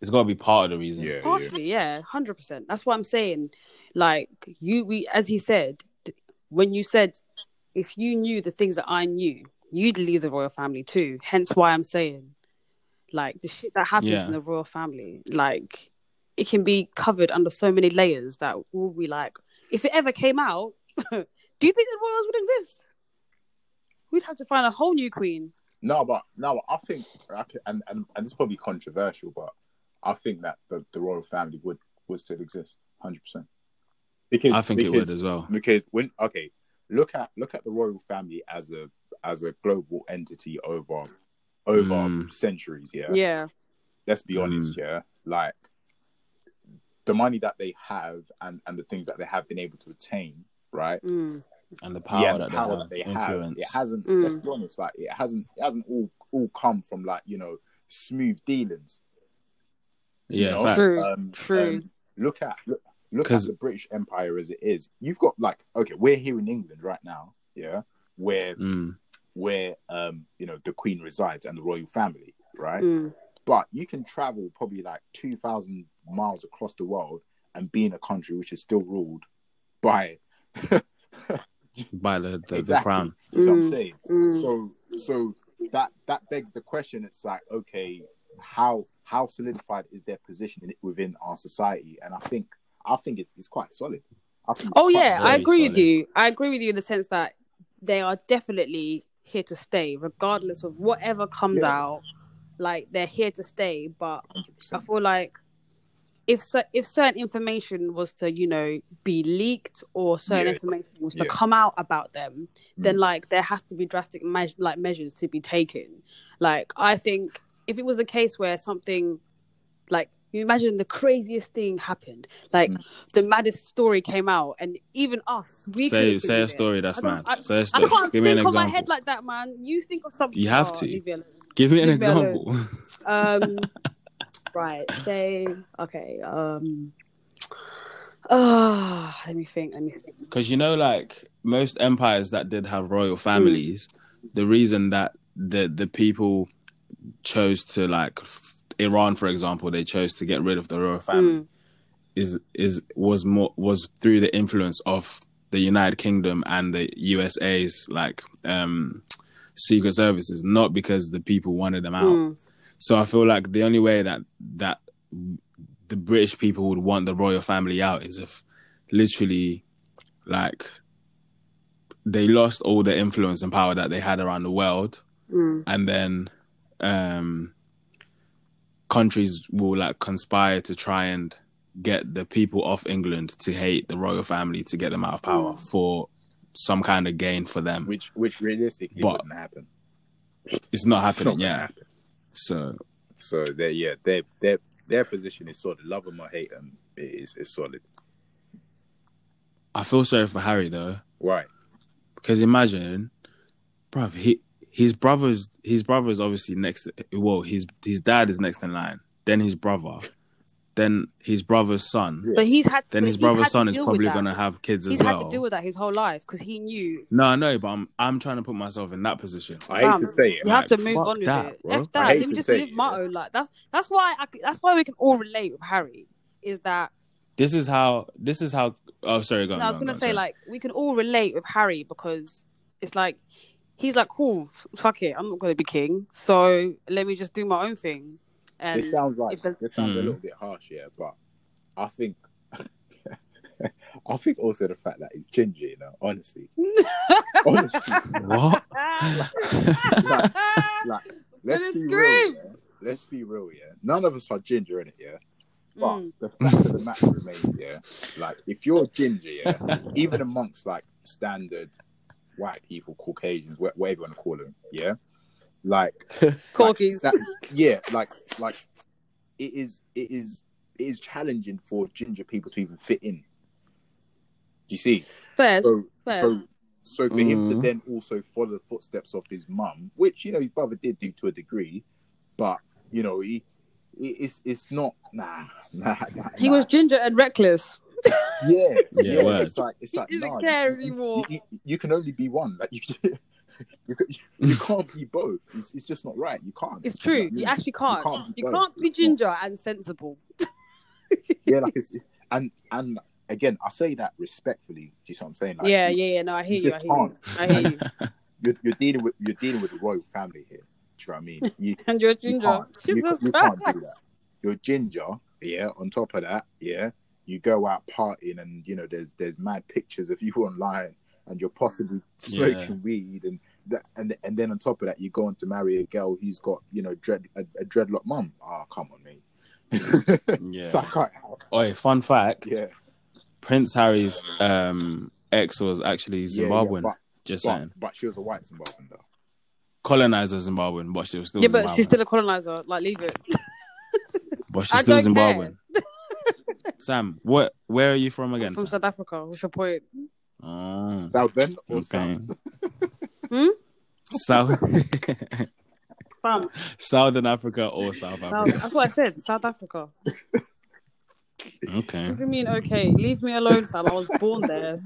Speaker 2: It's got to be part of the reason.
Speaker 3: Yeah, yeah.
Speaker 1: Partially, yeah, hundred percent. That's what I'm saying. Like you, we, as he said, th- when you said, if you knew the things that I knew, you'd leave the royal family too. Hence, why I'm saying, like the shit that happens
Speaker 2: Yeah.
Speaker 1: in the royal family, like it can be covered under so many layers that we'll be like, if it ever came out, do you think the royals would exist? We'd have to find a whole new queen.
Speaker 3: No, but no, I think, I could- and and, and it's probably controversial, but I think that the, the royal family would would still exist, hundred percent. Because
Speaker 2: I think it
Speaker 3: because-
Speaker 2: would as well.
Speaker 3: because when okay, look at look at the royal family as a as a global entity over over
Speaker 2: Mm.
Speaker 3: centuries. Yeah,
Speaker 1: Yeah,
Speaker 3: let's be
Speaker 2: Hmm.
Speaker 3: honest. Yeah, like the money that they have and and the things that they have been able to attain, right?
Speaker 1: Mm.
Speaker 2: And the power
Speaker 3: yeah, the
Speaker 2: that
Speaker 3: power
Speaker 2: they have, influence.
Speaker 3: It hasn't.
Speaker 1: Mm.
Speaker 3: Let's be honest. Like it hasn't. It hasn't all all come from like you know smooth dealings. you
Speaker 2: yeah,
Speaker 3: know?
Speaker 2: facts.
Speaker 1: True.
Speaker 3: Um,
Speaker 1: True.
Speaker 3: um, look at look, look at
Speaker 2: 'Cause-
Speaker 3: the British Empire as it is. You've got like okay, we're here in England right now. Yeah, where
Speaker 2: Mm.
Speaker 3: where um you know the Queen resides and the royal family, right?
Speaker 1: Mm.
Speaker 3: But you can travel probably like two thousand miles across the world and be in a country which is still ruled by
Speaker 2: By the, the, the
Speaker 3: exactly.
Speaker 2: crown.
Speaker 3: Is what I'm
Speaker 1: Mm.
Speaker 3: saying.
Speaker 1: Mm.
Speaker 3: so so that that begs the question it's like okay how how solidified is their position in, within our society and i think i think it's, it's quite solid I think it's
Speaker 1: Oh
Speaker 3: quite
Speaker 1: yeah, I
Speaker 2: very
Speaker 1: agree with
Speaker 2: solid.
Speaker 1: you. I agree with you in the sense that they are definitely here to stay, regardless of whatever comes
Speaker 3: Yeah.
Speaker 1: out. Like they're here to stay, but I
Speaker 2: Mm.
Speaker 3: 100%.
Speaker 1: feel like if cer- if certain information was to you know be leaked or certain
Speaker 3: Yeah.
Speaker 1: information was to
Speaker 3: Yeah.
Speaker 1: come out about
Speaker 2: Mm.
Speaker 1: them, then like there has to be drastic meas like measures to be taken. Like I think if it was a case where something like you imagine the craziest thing happened, like
Speaker 2: Mm.
Speaker 1: the maddest story came out, and even us, we
Speaker 2: Say
Speaker 1: couldn't
Speaker 2: say a
Speaker 1: believe it.
Speaker 2: story that's
Speaker 1: I don't-
Speaker 2: mad.
Speaker 1: I-
Speaker 2: say a
Speaker 1: I
Speaker 2: story.
Speaker 1: can't
Speaker 2: Give me an
Speaker 1: think on my
Speaker 2: example.
Speaker 1: head like that, man. You think of something. Oh,
Speaker 2: You have to.
Speaker 1: leave me alone.
Speaker 2: Give me an
Speaker 1: Leave me alone.
Speaker 2: example.
Speaker 1: Um, right. Say okay. Um. Ah, let me think. Let me think.
Speaker 2: Because you know, like most empires that did have royal families, the reason that the the people chose to like f- Iran, for example, they chose to get rid of the royal family
Speaker 1: Mm,
Speaker 2: is is was more was through the influence of the United Kingdom and the USA's like um secret services, not because the people wanted them out.
Speaker 1: mm.
Speaker 2: So I feel like the only way that that the British people would want the royal family out is if literally like they lost all the influence and power that they had around the world
Speaker 1: Mm.
Speaker 2: and then um countries will like conspire to try and get the people of England to hate the royal family to get them out of power for some kind of gain for them.
Speaker 3: which which realistically
Speaker 2: But-
Speaker 3: wouldn't happen
Speaker 2: It's not
Speaker 3: It's not
Speaker 2: happening,
Speaker 3: gonna
Speaker 2: yeah.
Speaker 3: happen.
Speaker 2: So
Speaker 3: so they yeah their their their position is solid love them or hate them it is it's solid
Speaker 2: I feel sorry for Harry though.
Speaker 3: right
Speaker 2: Because imagine, bruv, he, his brothers, his brothers obviously next. Well, his his dad is next in line. Then his brother, then his brother's son,
Speaker 1: But he's had.
Speaker 2: then his
Speaker 1: he's
Speaker 2: brother's
Speaker 1: had to
Speaker 2: son is
Speaker 1: deal with
Speaker 2: probably
Speaker 1: that.
Speaker 2: going to have kids
Speaker 1: He's
Speaker 2: as
Speaker 1: had
Speaker 2: well.
Speaker 1: to deal with that his whole life because he knew.
Speaker 2: no, I know, but I'm I'm trying to put myself in that position.
Speaker 3: I hate to
Speaker 1: Fam,
Speaker 3: say it.
Speaker 1: You have
Speaker 2: Like,
Speaker 1: to move
Speaker 2: fuck
Speaker 1: on with
Speaker 2: that,
Speaker 1: it.
Speaker 2: bro.
Speaker 1: F
Speaker 3: I hate
Speaker 1: that. Let me
Speaker 3: to
Speaker 1: just
Speaker 3: say
Speaker 1: live
Speaker 3: it,
Speaker 1: my
Speaker 3: yeah.
Speaker 1: own life. That's that's why I, c- that's why we can all relate with Harry. Is that
Speaker 2: This is how. This is how. Oh, sorry, go on.
Speaker 1: No, I was
Speaker 2: go on,
Speaker 1: gonna
Speaker 2: go on,
Speaker 1: say
Speaker 2: sorry.
Speaker 1: like we can all relate with Harry because it's like he's like, cool, f- fuck it, I'm not gonna be king, so let me just do my own thing. And
Speaker 3: This sounds like
Speaker 1: it does-
Speaker 3: this sounds a
Speaker 2: Hmm.
Speaker 3: little bit harsh, yeah, but I think I think also the fact that he's ginger, you know, honestly. honestly.
Speaker 2: what?
Speaker 1: Ah! Gonna
Speaker 3: Let's be real.
Speaker 1: scream.
Speaker 3: Yeah? Let's be real, yeah. None of us are ginger in it, yeah. But
Speaker 1: Mm.
Speaker 3: the fact of the matter remains, yeah. Like if you're ginger, yeah, even amongst like standard white people, Caucasians, wha- whatever you want to call them, yeah. Like
Speaker 1: Corgis.
Speaker 3: that, yeah, like like it is it is it is challenging for ginger people to even fit in. Do you see?
Speaker 1: First,
Speaker 3: So
Speaker 1: fair.
Speaker 3: so so for him to
Speaker 2: Mm.
Speaker 3: then also follow the footsteps of his mum, which you know his brother did do to a degree, but you know he. it- It's it's not nah nah, nah
Speaker 1: he
Speaker 3: nah.
Speaker 1: was ginger and reckless.
Speaker 3: yeah
Speaker 2: Yeah, word.
Speaker 3: it's like it's
Speaker 1: He
Speaker 3: like
Speaker 1: didn't
Speaker 3: nah,
Speaker 1: care
Speaker 3: you- you-
Speaker 1: anymore.
Speaker 3: You, you- you can only be one like you you, ca- you can't be both it's, it's just not right you can't
Speaker 1: It's
Speaker 3: You know
Speaker 1: true.
Speaker 3: what I
Speaker 1: You
Speaker 3: mean?
Speaker 1: actually can't.
Speaker 3: can't be
Speaker 1: You
Speaker 3: both.
Speaker 1: can't be ginger and sensible.
Speaker 3: yeah, like it's and and again, I say that respectfully. Do you see what I'm saying? Like,
Speaker 1: yeah,
Speaker 3: you-
Speaker 1: yeah, yeah. No, I hear
Speaker 3: you
Speaker 1: you. I
Speaker 3: just
Speaker 1: hear you. I hear you.
Speaker 3: You're, you're dealing with you're dealing with the royal family here. Do you know what I mean? You,
Speaker 1: And you're
Speaker 3: you
Speaker 1: ginger.
Speaker 3: can't you,
Speaker 1: Jesus
Speaker 3: you
Speaker 1: Christ.
Speaker 3: can't do that. You're ginger, yeah. On top of that, yeah, you go out partying and you know there's there's mad pictures of you online and you're possibly smoking
Speaker 2: Yeah.
Speaker 3: weed and that and and then on top of that you go on to marry a girl who's got you know dread a, a dreadlock mum. Ah, come on, mate.
Speaker 2: Yeah.
Speaker 3: So I can't-
Speaker 2: Oi, fun fact.
Speaker 3: yeah,
Speaker 2: Prince Harry's um ex was actually
Speaker 3: yeah, yeah,
Speaker 2: Zimbabwean.
Speaker 3: but-
Speaker 2: Just
Speaker 3: But,
Speaker 2: saying,
Speaker 3: but she was a white Zimbabwean though.
Speaker 2: colonizer Zimbabwean, but she was still
Speaker 1: Yeah, but
Speaker 2: Zimbabwean.
Speaker 1: she's still a colonizer. Like, leave it.
Speaker 2: But she's
Speaker 1: I
Speaker 2: still
Speaker 1: don't care.
Speaker 2: Zimbabwean. Sam, what? Where are you from again?
Speaker 1: From
Speaker 2: Sam?
Speaker 1: South Africa. What's your point?
Speaker 2: Oh,
Speaker 3: Southern or
Speaker 2: okay.
Speaker 3: South?
Speaker 1: Hmm?
Speaker 2: South,
Speaker 1: Fam,
Speaker 2: Southern Africa or South
Speaker 1: South-
Speaker 2: Africa?
Speaker 1: that's what I said. South Africa.
Speaker 2: Okay.
Speaker 1: What do you mean? Okay, leave me alone, fam. I was born there.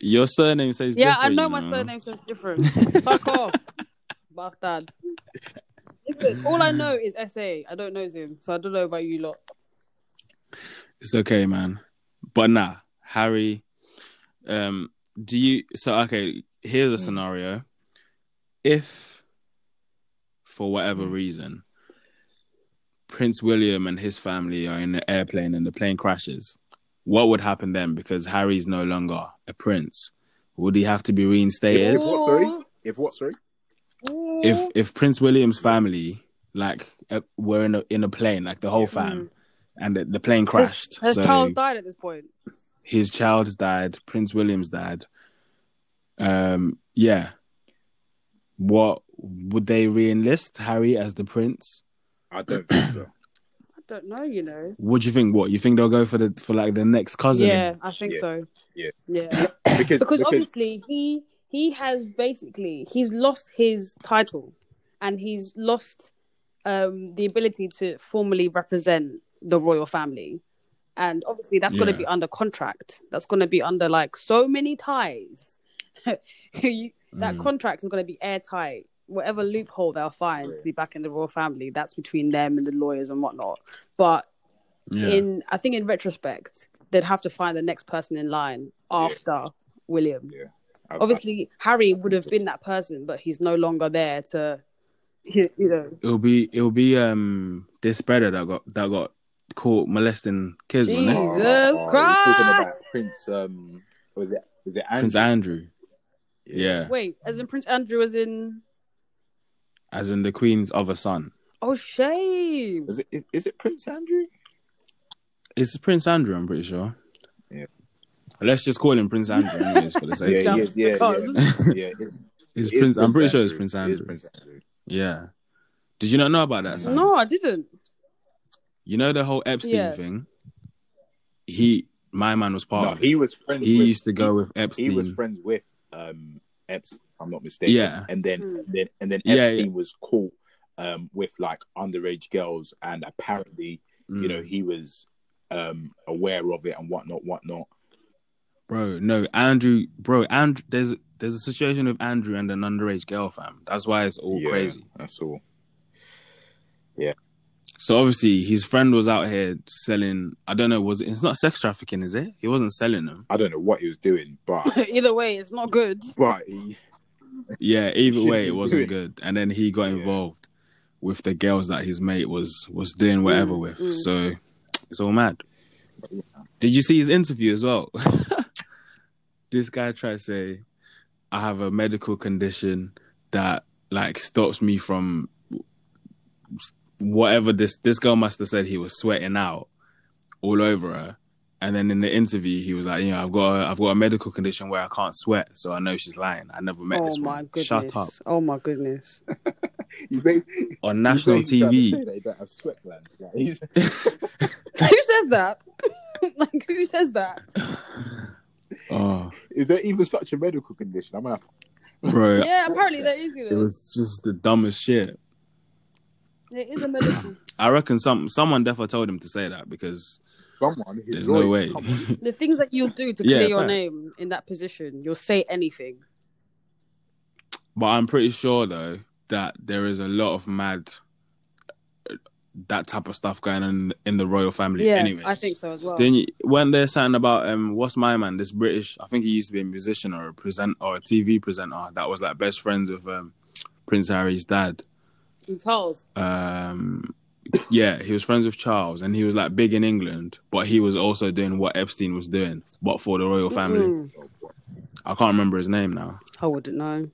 Speaker 2: Your surname says
Speaker 1: yeah, I
Speaker 2: different,
Speaker 1: know
Speaker 2: you
Speaker 1: my surname's so different. Fuck off, bastard. Listen, all I know is SA. I don't know Zim, so I don't know about you lot.
Speaker 2: It's okay, man. But nah, Harry. Um, do you? So okay, here's a
Speaker 3: Mm.
Speaker 2: scenario. If, for whatever
Speaker 3: Mm.
Speaker 2: reason, Prince William and his family are in the airplane and the plane crashes, what would happen then? Because Harry's no longer a prince, would he have to be reinstated?
Speaker 3: If what, sorry? If what? Sorry.
Speaker 1: Ooh.
Speaker 2: if if Prince William's family like uh, were in a in a plane, like the whole fam, and the, the plane crashed,
Speaker 1: Has
Speaker 2: so
Speaker 1: Charles died at this point?
Speaker 2: his child's died, Prince William's died. Um, yeah. What would they re-enlist Harry as the prince?
Speaker 3: I don't think so.
Speaker 1: I don't know. You know.
Speaker 2: What do you think? What you think they'll go for the for like the next cousin?
Speaker 1: Yeah, I think
Speaker 3: Yeah.
Speaker 1: so.
Speaker 3: Yeah.
Speaker 1: Yeah. because
Speaker 3: Because because,
Speaker 1: obviously he he has basically he's lost his title and he's lost um the ability to formally represent the royal family and obviously that's going to
Speaker 2: Yeah.
Speaker 1: be under contract that's going to be under like so many ties You- that
Speaker 2: Mm.
Speaker 1: contract is going to be airtight whatever loophole they'll find to be back in the royal family that's between them and the lawyers and whatnot but
Speaker 2: yeah.
Speaker 1: in I think in retrospect, they'd have to find the next person in line after William.
Speaker 3: I- I-
Speaker 1: Obviously, Harry would have been that person, but he's no longer there to, you you know.
Speaker 2: It'll be it'll be um this brother that got that got caught molesting kids, wasn't it?
Speaker 1: Jesus Christ!
Speaker 3: You're talking about Prince. Um, was it was it Andrew?
Speaker 2: Prince Andrew. Yeah.
Speaker 1: Wait, as in Prince Andrew was in.
Speaker 2: as in the Queen's other son.
Speaker 1: Oh shame!
Speaker 3: Is it is, is it Prince Andrew?
Speaker 2: It's Prince Andrew, I'm pretty sure.
Speaker 3: Yeah.
Speaker 2: Let's just call him Prince Andrew, anyways, for the sake.
Speaker 3: Yeah,
Speaker 2: of-
Speaker 3: yeah,
Speaker 1: Just
Speaker 3: yeah,
Speaker 1: because.
Speaker 3: yeah. yeah it-
Speaker 2: It's
Speaker 3: it is
Speaker 2: Prince. I'm pretty sure it's Prince
Speaker 3: It is
Speaker 2: Andrew.
Speaker 3: Prince Andrew.
Speaker 2: Yeah. Did you not know about that? Sam?
Speaker 1: No, I didn't.
Speaker 2: You know the whole Epstein
Speaker 1: Yeah.
Speaker 2: thing. He, my man, was part
Speaker 3: No,
Speaker 2: of. It.
Speaker 3: he was friends.
Speaker 2: He
Speaker 3: with,
Speaker 2: used to go with
Speaker 3: He,
Speaker 2: Epstein.
Speaker 3: he was friends with um Epps. if I'm not mistaken.
Speaker 2: Yeah.
Speaker 3: And then
Speaker 1: Hmm.
Speaker 3: and then and then
Speaker 2: Yeah,
Speaker 3: Epstein was cool um with like underage girls and apparently
Speaker 2: Mm.
Speaker 3: you
Speaker 2: Hmm.
Speaker 3: know he was um aware of it and whatnot, whatnot.
Speaker 2: Bro, no, Andrew, bro, Andrew, there's there's a situation with Andrew and an underage girl, fam. That's why it's all
Speaker 3: Yeah,
Speaker 2: crazy.
Speaker 3: That's all.
Speaker 2: So obviously his friend was out here selling. I don't know. Was it? It's not sex trafficking, is it? He wasn't selling them.
Speaker 3: I don't know what he was doing, but
Speaker 1: Either way, it's not good.
Speaker 3: but he,
Speaker 2: Yeah. Either
Speaker 3: Shouldn't
Speaker 2: way,
Speaker 3: be
Speaker 2: it wasn't
Speaker 3: doing
Speaker 2: good. And then he got
Speaker 3: Yeah.
Speaker 2: involved with the girls that his mate was was doing whatever
Speaker 1: Mm,
Speaker 2: with.
Speaker 1: mm.
Speaker 2: So it's all mad. Did you see his interview as well? this guy tried to say, "I have a medical condition that like stops me from whatever this this girl must have said." He was sweating out all over her, and then in the interview, he was like, "You know, I've got a, I've got a medical condition where I can't sweat, so I know she's lying. I never met
Speaker 1: oh
Speaker 2: this
Speaker 1: my
Speaker 2: woman.
Speaker 1: goodness.
Speaker 2: Shut up
Speaker 1: Oh my goodness.
Speaker 3: he ba-
Speaker 2: on national
Speaker 3: he basically
Speaker 2: TV."
Speaker 3: tried to say that he don't have sweat glands. Like, he's-
Speaker 1: who says that? like who says that?
Speaker 2: Oh,
Speaker 3: is there even such a medical condition? I'm gonna have
Speaker 2: bro,
Speaker 1: Yeah, apparently there is. You
Speaker 2: it
Speaker 1: know,
Speaker 2: was just the dumbest shit.
Speaker 1: there is a medical.
Speaker 2: I reckon some someone definitely told him to say that because
Speaker 3: someone. His
Speaker 2: there's
Speaker 3: lawyer,
Speaker 2: no way.
Speaker 3: someone-
Speaker 1: the things that you'll do to
Speaker 2: Yeah,
Speaker 1: clear your
Speaker 2: facts.
Speaker 1: name in that position, you'll say anything.
Speaker 2: but I'm pretty sure though that there is a lot of mad that type of stuff going on in the royal family.
Speaker 1: Yeah,
Speaker 2: anyway,
Speaker 1: I think so as well.
Speaker 2: Then you, when they're saying about um, what's my man? This British, I think he used to be a musician or a present or a TV presenter that was like best friends with um, Prince Harry's dad.
Speaker 1: And Charles.
Speaker 2: um yeah he was friends with charles and he was like big in england but he was also doing what epstein was doing but for the royal family
Speaker 1: Mm.
Speaker 2: i can't remember his name now
Speaker 1: I wouldn't know.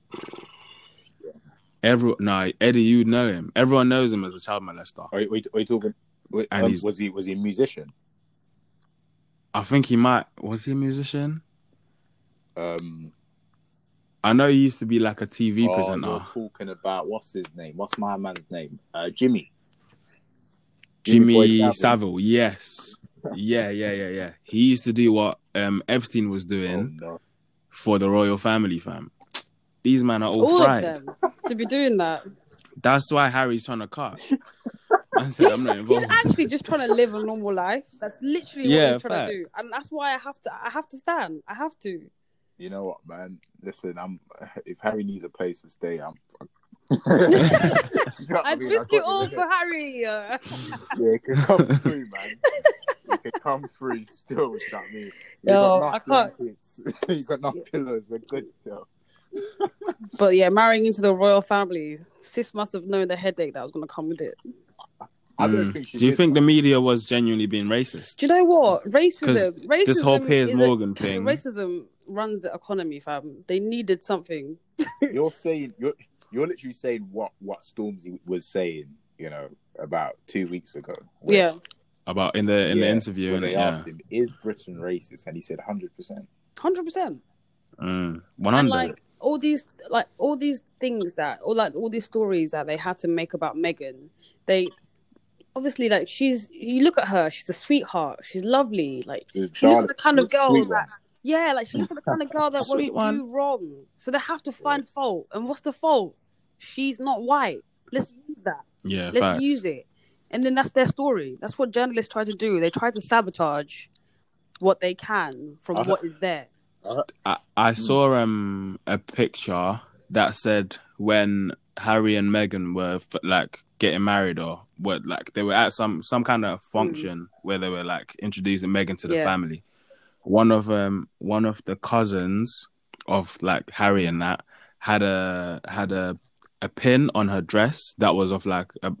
Speaker 2: every no eddie you know him everyone knows him as a child molester
Speaker 3: Are, you- are, you- are you talking? wait,
Speaker 2: And
Speaker 3: um,
Speaker 2: he's-
Speaker 3: was he was he a musician?
Speaker 2: i think he might was he a musician
Speaker 3: Um,
Speaker 2: i know he used to be like a tv
Speaker 3: oh,
Speaker 2: presenter
Speaker 3: you're talking about what's his name? What's my man's name? Uh, Jimmy.
Speaker 2: jimmy
Speaker 3: Boy
Speaker 2: savile yes yeah yeah yeah yeah he used to do what um epstein was
Speaker 3: Oh,
Speaker 2: doing
Speaker 3: no.
Speaker 2: for the royal family fam these men are all,
Speaker 1: All
Speaker 2: fried
Speaker 1: of them to be doing that.
Speaker 2: that's why harry's trying to cut and said i'm not
Speaker 1: He's
Speaker 2: involved
Speaker 1: actually just trying to live a normal life. That's literally
Speaker 2: Yeah,
Speaker 1: what he's trying
Speaker 2: facts.
Speaker 1: to do, and that's why I have to. I have to stand. I have to.
Speaker 3: You know what, man? Listen, I'm. If Harry needs a place to stay, I'm.
Speaker 1: I'd risk it all for Harry. uh.
Speaker 3: Yeah, it can come through, man. It can come through still. You know what I mean? You
Speaker 1: Yo,
Speaker 3: got
Speaker 1: I
Speaker 3: enough
Speaker 1: can't-
Speaker 3: blankets. you got enough pillows. We're good still.
Speaker 1: But yeah, marrying into the royal family, sis must have known the headache that was going to come with it.
Speaker 3: I don't
Speaker 2: Mm.
Speaker 3: think she
Speaker 2: Do you
Speaker 3: did,
Speaker 2: think the
Speaker 3: man.
Speaker 2: media was genuinely being racist?
Speaker 1: Do you know what racism?
Speaker 2: 'Cause
Speaker 1: Racism.
Speaker 2: this whole Piers
Speaker 1: is a-
Speaker 2: Morgan thing.
Speaker 1: Racism runs the economy, fam. They needed something.
Speaker 3: you're saying you're you're literally saying what what Stormzy was saying, you know, about two weeks ago. where-
Speaker 1: Yeah,
Speaker 2: about in the in the
Speaker 3: Yeah,
Speaker 2: interview
Speaker 3: where
Speaker 2: and
Speaker 3: they
Speaker 2: yeah,
Speaker 3: asked him, "Is Britain racist?" and he said, "100 percent."
Speaker 1: hundred percent.
Speaker 2: Mm. one
Speaker 1: And
Speaker 2: hundred.
Speaker 1: like all these, like all these things that, or like all these stories that they had to make about Megan. They obviously like she's. You look at her; she's a sweetheart. She's lovely. Like she looks like the kind of girl that. Yeah, like she looks like the kind of girl that
Speaker 2: Sweet
Speaker 1: won't do wrong. So they have to find fault. And what's the fault? She's not white. Let's use that.
Speaker 2: yeah,
Speaker 1: Let's
Speaker 2: fact.
Speaker 1: use it. And then that's their story. That's what journalists try to do. They try to sabotage what they can from
Speaker 3: I-
Speaker 1: what is there.
Speaker 2: I, I saw um a picture that said when Harry and Meghan were f- like getting married or were like they were at some some kind of function where they were like introducing Meghan to the
Speaker 1: Yeah.
Speaker 2: family. One of um one of the cousins of like Harry and that had a had a a pin on her dress that was of like a,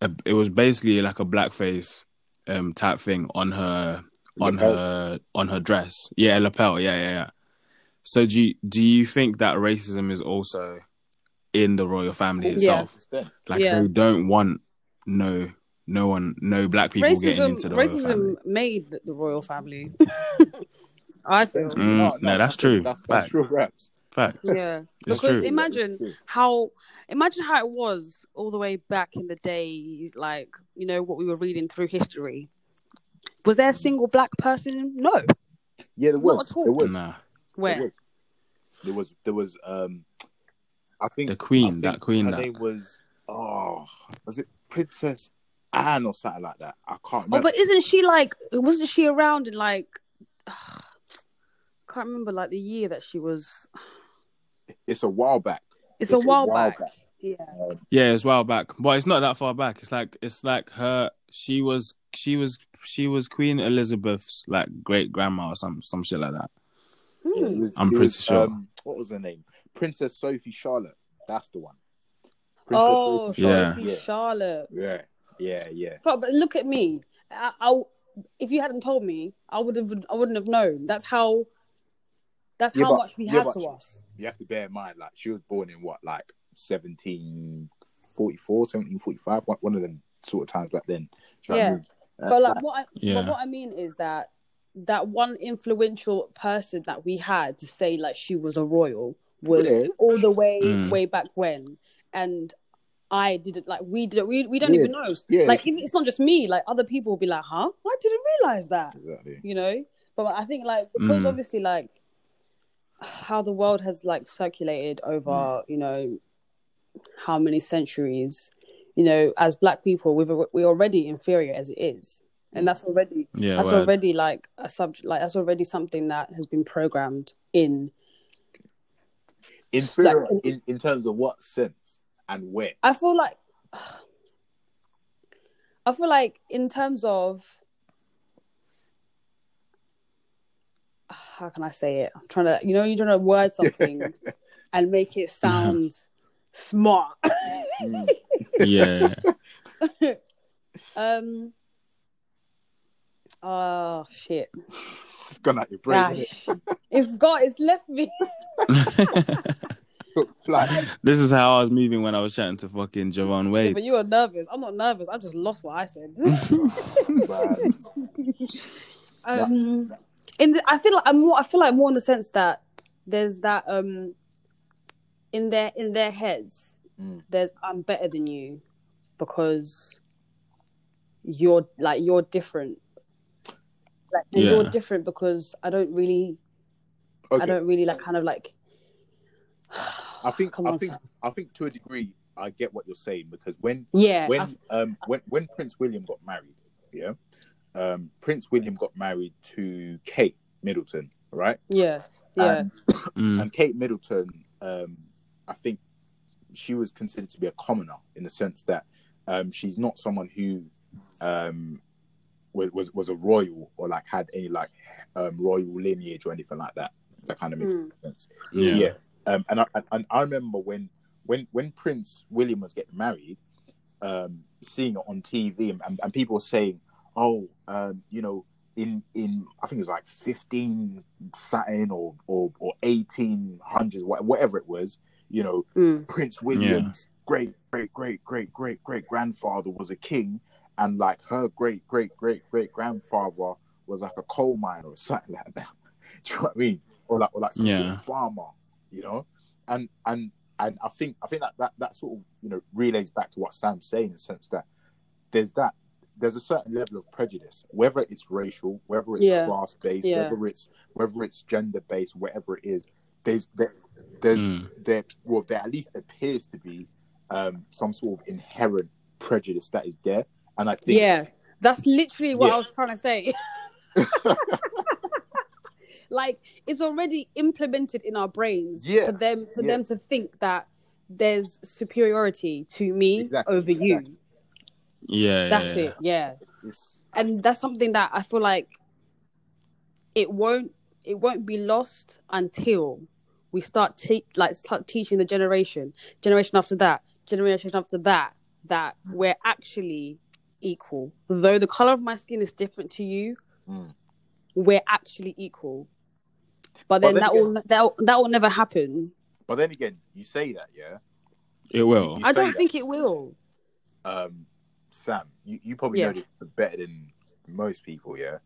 Speaker 2: a it was basically like a blackface um type thing on her on
Speaker 3: Lapel.
Speaker 2: her on her dress. Yeah, lapel. Yeah, yeah, yeah. So do you, do you think that racism is also in the royal
Speaker 3: "Oh,
Speaker 2: family
Speaker 1: Yeah.
Speaker 2: itself? Like
Speaker 1: Yeah.
Speaker 2: they don't want no no one no black people getting
Speaker 1: racism
Speaker 2: into the royal family.
Speaker 1: racism made the, the royal family. I feel.
Speaker 2: Mm, no, that's true.
Speaker 3: That's, that's
Speaker 2: Fact.
Speaker 3: true raps.
Speaker 2: Fact.
Speaker 1: Yeah.
Speaker 2: It's
Speaker 1: Because
Speaker 2: true.
Speaker 1: imagine
Speaker 3: It's true.
Speaker 1: how imagine how it was all the way back in the days, like, you know, what we were reading through history. Was there a single black person? No.
Speaker 3: Yeah, there
Speaker 1: Not
Speaker 3: was.
Speaker 1: at all.
Speaker 3: There was.
Speaker 2: Nah.
Speaker 1: Where?
Speaker 3: There was. There was. Um, I think
Speaker 2: The
Speaker 3: I
Speaker 2: queen,
Speaker 3: think
Speaker 2: that queen
Speaker 3: Her
Speaker 2: that
Speaker 3: name was. Oh, was it Princess Anne or something like that. I can't
Speaker 1: Oh,
Speaker 3: remember.
Speaker 1: but isn't she like? Wasn't she around in like? can't remember like the year that she was.
Speaker 3: it's a while back.
Speaker 1: It's, a while, back. Yeah.
Speaker 2: Yeah, it's a while back, but it's not that far back. It's like it's like her. She was she was she was Queen Elizabeth's like great grandma or some some shit like that.
Speaker 3: Yeah,
Speaker 1: Mm.
Speaker 3: it was-
Speaker 2: I'm
Speaker 3: it
Speaker 2: pretty
Speaker 3: was,
Speaker 2: sure.
Speaker 3: Um, what was her name? Princess Sophie Charlotte. That's the one. Princess
Speaker 1: Oh,
Speaker 2: Sophie
Speaker 1: Sophie
Speaker 3: Yeah.
Speaker 1: Charlotte.
Speaker 3: Yeah, yeah, yeah.
Speaker 1: Fuck, But look at me. I, I, if you hadn't told me, I would have. I wouldn't have known. That's how. That's
Speaker 3: Yeah,
Speaker 1: how
Speaker 3: but-
Speaker 1: much we
Speaker 3: yeah,
Speaker 1: have
Speaker 3: but-
Speaker 1: to us.
Speaker 3: You have to bear in mind, like, she was born in what, like 1744, 1745, one, one of them sort of times back then. Do you know what I
Speaker 1: Yeah.
Speaker 3: mean? Uh,
Speaker 1: But like what I,
Speaker 2: Yeah.
Speaker 1: but what I mean is that that one influential person that we had to say like she was a royal was
Speaker 3: Yeah.
Speaker 1: all the way
Speaker 2: Mm.
Speaker 1: way back when, and I didn't like we did we we don't
Speaker 3: Yeah.
Speaker 1: even know.
Speaker 3: yeah,
Speaker 1: Like even, it's not just me. Like other people will be like, huh? I didn't realize that.
Speaker 3: exactly.
Speaker 1: You know. But I think like because
Speaker 2: Mm.
Speaker 1: obviously like how the world has like circulated over
Speaker 2: Mm.
Speaker 1: you know how many centuries. You know, as black people, we've al- we're already inferior as it is, and that's already
Speaker 2: Yeah,
Speaker 1: that's
Speaker 2: word.
Speaker 1: already like a subject like that's already something that has been programmed in
Speaker 3: Inferior
Speaker 1: Like-
Speaker 3: in, in terms of what sense and where?
Speaker 1: i feel like i feel like in terms of how can i say it i'm trying to you know you're trying to word something and make it sound smart
Speaker 3: Mm.
Speaker 2: yeah,
Speaker 1: um oh shit
Speaker 3: it's gone out your brain. innit?
Speaker 1: Gosh. it's got it's left me
Speaker 3: Like,
Speaker 2: this is how I was moving when I was chatting to fucking Javon
Speaker 1: Yeah,
Speaker 2: Wade.
Speaker 1: but you were nervous. I'm not nervous. I just lost what I said.
Speaker 3: man,
Speaker 1: um, in the, I feel like I'm more. I feel like more in the sense that there's that um, in their in their heads,
Speaker 3: Mm.
Speaker 1: there's I'm better than you because you're like you're different. Like and
Speaker 2: Yeah.
Speaker 1: you're different because I don't really, I
Speaker 3: okay.
Speaker 1: don't really like kind of like.
Speaker 3: I think
Speaker 1: Come
Speaker 3: I
Speaker 1: on,
Speaker 3: think
Speaker 1: son.
Speaker 3: I think to a degree I get what you're saying because when
Speaker 1: Yeah,
Speaker 3: when
Speaker 1: I-
Speaker 3: um when when Prince William got married, yeah, um Prince William got married to Kate Middleton, right?
Speaker 1: yeah, yeah.
Speaker 3: And,
Speaker 2: Mm.
Speaker 3: and Kate Middleton, um, I think she was considered to be a commoner in the sense that um she's not someone who um was was, was a royal or like had any like um royal lineage or anything like that. If that kind of makes
Speaker 1: Mm.
Speaker 3: sense
Speaker 2: Yeah.
Speaker 3: yeah. Um, and I and- and I remember when when when Prince William was getting married, um, seeing it on TV, and, and, and people were saying, "Oh, um, you know, in in I think it was like fifteen satin or or or eighteen hundreds, whatever it was, you know,
Speaker 1: Mm.
Speaker 3: Prince William's great, great, great, great, great, great grandfather was a king, and like her great, great, great, great grandfather was like a coal miner or something like that. Do you know what I mean? Or like, or like some sort
Speaker 2: Yeah.
Speaker 3: of farmer, you know? And and and I think I think that, that that sort of you know relays back to what Sam's saying in the sense that there's that there's a certain level of prejudice, whether it's racial, whether it's
Speaker 1: Yeah.
Speaker 3: class based,
Speaker 1: Yeah.
Speaker 3: whether it's whether it's gender based, whatever it is. There's there, there's
Speaker 2: Mm.
Speaker 3: there well there at least appears to be um some sort of inherent prejudice that is there and i think
Speaker 1: Yeah, that's literally what
Speaker 3: Yeah.
Speaker 1: I was trying to say. like it's already implemented in our brains
Speaker 3: Yeah.
Speaker 1: for them for
Speaker 3: Yeah.
Speaker 1: them to think that there's superiority to me
Speaker 3: Exactly,
Speaker 1: over you.
Speaker 3: exactly.
Speaker 2: yeah,
Speaker 1: That's
Speaker 2: yeah,
Speaker 1: it. Yeah,
Speaker 3: it's
Speaker 1: and that's something that I feel like it won't it won't be lost until we start te- like start teaching the generation generation after that generation after that that we're actually equal though the color of my skin is different to you
Speaker 3: Mm.
Speaker 1: we're actually equal but
Speaker 3: But
Speaker 1: then,
Speaker 3: then
Speaker 1: that will that that will never happen
Speaker 3: but then again you say that yeah
Speaker 2: It will.
Speaker 3: You
Speaker 1: i
Speaker 3: say
Speaker 1: don't
Speaker 3: that.
Speaker 1: think it will
Speaker 3: um sam you, you probably
Speaker 1: Yeah.
Speaker 3: know this better than most people yeah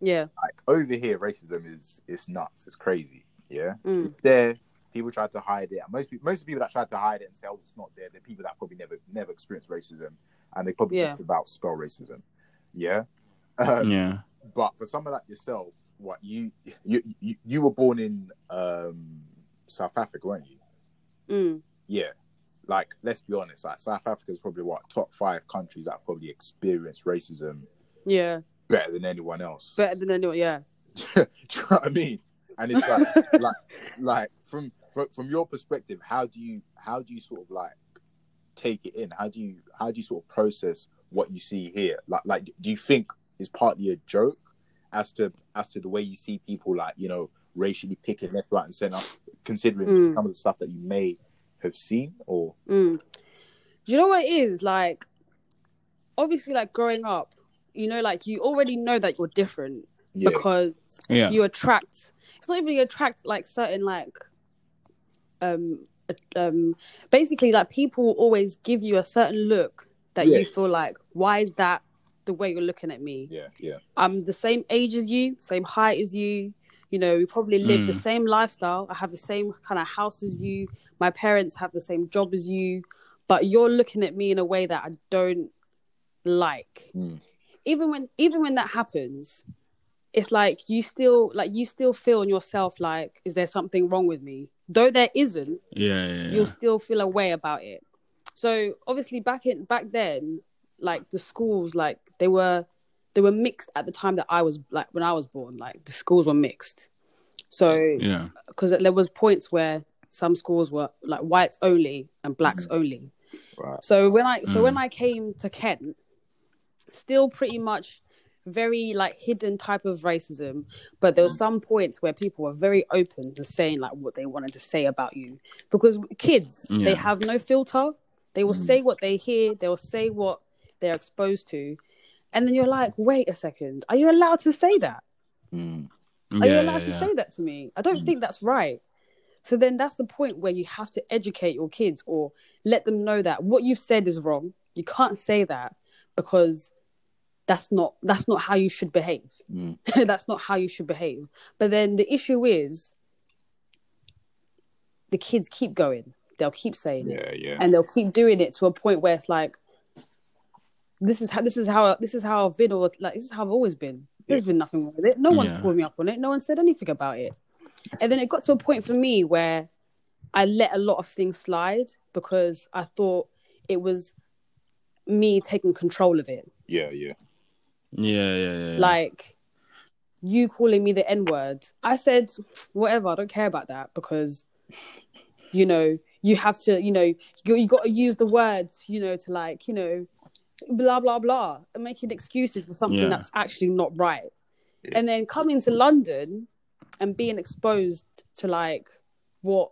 Speaker 1: yeah
Speaker 3: like over here racism is it's nuts it's crazy yeah
Speaker 1: Mm.
Speaker 3: there people try to hide it And most people most people that try to hide it and say oh it's not there they're people that probably never never experienced racism and they probably
Speaker 1: Yeah.
Speaker 3: just about spell racism yeah um,
Speaker 2: Yeah,
Speaker 3: but for someone like yourself, what you you you, you were born in um, South Africa, weren't you?
Speaker 1: Mm.
Speaker 3: Yeah, like let's be honest, like South Africa is probably what top five countries that probably experience racism
Speaker 1: Yeah.
Speaker 3: better than anyone else.
Speaker 1: Better than anyone. Yeah.
Speaker 3: Do you know what I mean? And it's like, like, like from, from from your perspective, how do you how do you sort of like take it in? How do you how do you sort of process what you see here? Like, like, do you think is partly a joke as to as to the way you see people like you know racially picking left, right, and center, considering
Speaker 1: Mm.
Speaker 3: some of the stuff that you may have seen or
Speaker 1: Mm. Do you know what it is? Like, obviously, like growing up, you know, like you already know that you're different
Speaker 3: yeah,
Speaker 1: because
Speaker 2: Yeah.
Speaker 1: you attract. It's not even you attract like certain like, um, um, basically like people will always give you a certain look that
Speaker 3: Yeah.
Speaker 1: you feel like, why is that the way you're looking at me?
Speaker 3: yeah, yeah,
Speaker 1: I'm the same age as you, same height as you. You know, we probably live the
Speaker 2: Mm.
Speaker 1: same lifestyle. I have the same kind of house as you. My parents have the same job as you, but you're looking at me in a way that I don't like.
Speaker 3: Mm.
Speaker 1: Even when even when that happens, it's like you still like you still feel in yourself like, is there something wrong with me? Though there isn't,
Speaker 2: Yeah. Yeah. yeah.
Speaker 1: you'll still feel a way about it. So obviously back in back then, like the schools, like they were they were mixed at the time that I was like when I was born, like the schools were mixed. So
Speaker 2: Yeah.
Speaker 1: because there was points where some schools were like whites only and blacks only.
Speaker 3: right,
Speaker 1: So when I so
Speaker 2: Mm.
Speaker 1: when I came to Kent, still pretty much very like hidden type of racism, but
Speaker 2: Mm.
Speaker 1: there were some points where people were very open to saying like what they wanted to say about you because kids
Speaker 2: Yeah.
Speaker 1: they have no filter. They will
Speaker 3: Mm.
Speaker 1: say what they hear. They will say what they're exposed to, and then you're like, wait a second, are you allowed to say that?
Speaker 3: Mm.
Speaker 1: Are you
Speaker 2: Yeah,
Speaker 1: allowed
Speaker 2: yeah,
Speaker 1: to
Speaker 2: yeah.
Speaker 1: say that to me? I don't
Speaker 3: Mm.
Speaker 1: think that's right. So then that's the point where you have to educate your kids or let them know that what you've said is wrong. You can't say that because that's not that's not how you should behave.
Speaker 3: Mm.
Speaker 1: that's not how you should behave. But then the issue is the kids keep going. They'll keep saying it
Speaker 3: yeah, yeah,
Speaker 1: and they'll keep doing it to a point where it's like this is how this is how this is how I've been or like this is how I've always been. There's been nothing wrong with it. No one's
Speaker 2: Yeah.
Speaker 1: called me up on it. No one said anything about it. And then it got to a point for me where I let a lot of things slide because I thought it was me taking control of it.
Speaker 3: yeah, yeah,
Speaker 2: Yeah. Yeah. Yeah.
Speaker 1: Like you calling me the N word. I said, whatever, I don't care about that because, you know, you have to, you know, you, you got to use the words, you know, to like, you know, blah, blah, blah, and making excuses for something
Speaker 2: Yeah.
Speaker 1: that's actually not right.
Speaker 3: Yeah.
Speaker 1: And then coming to London and being exposed to like what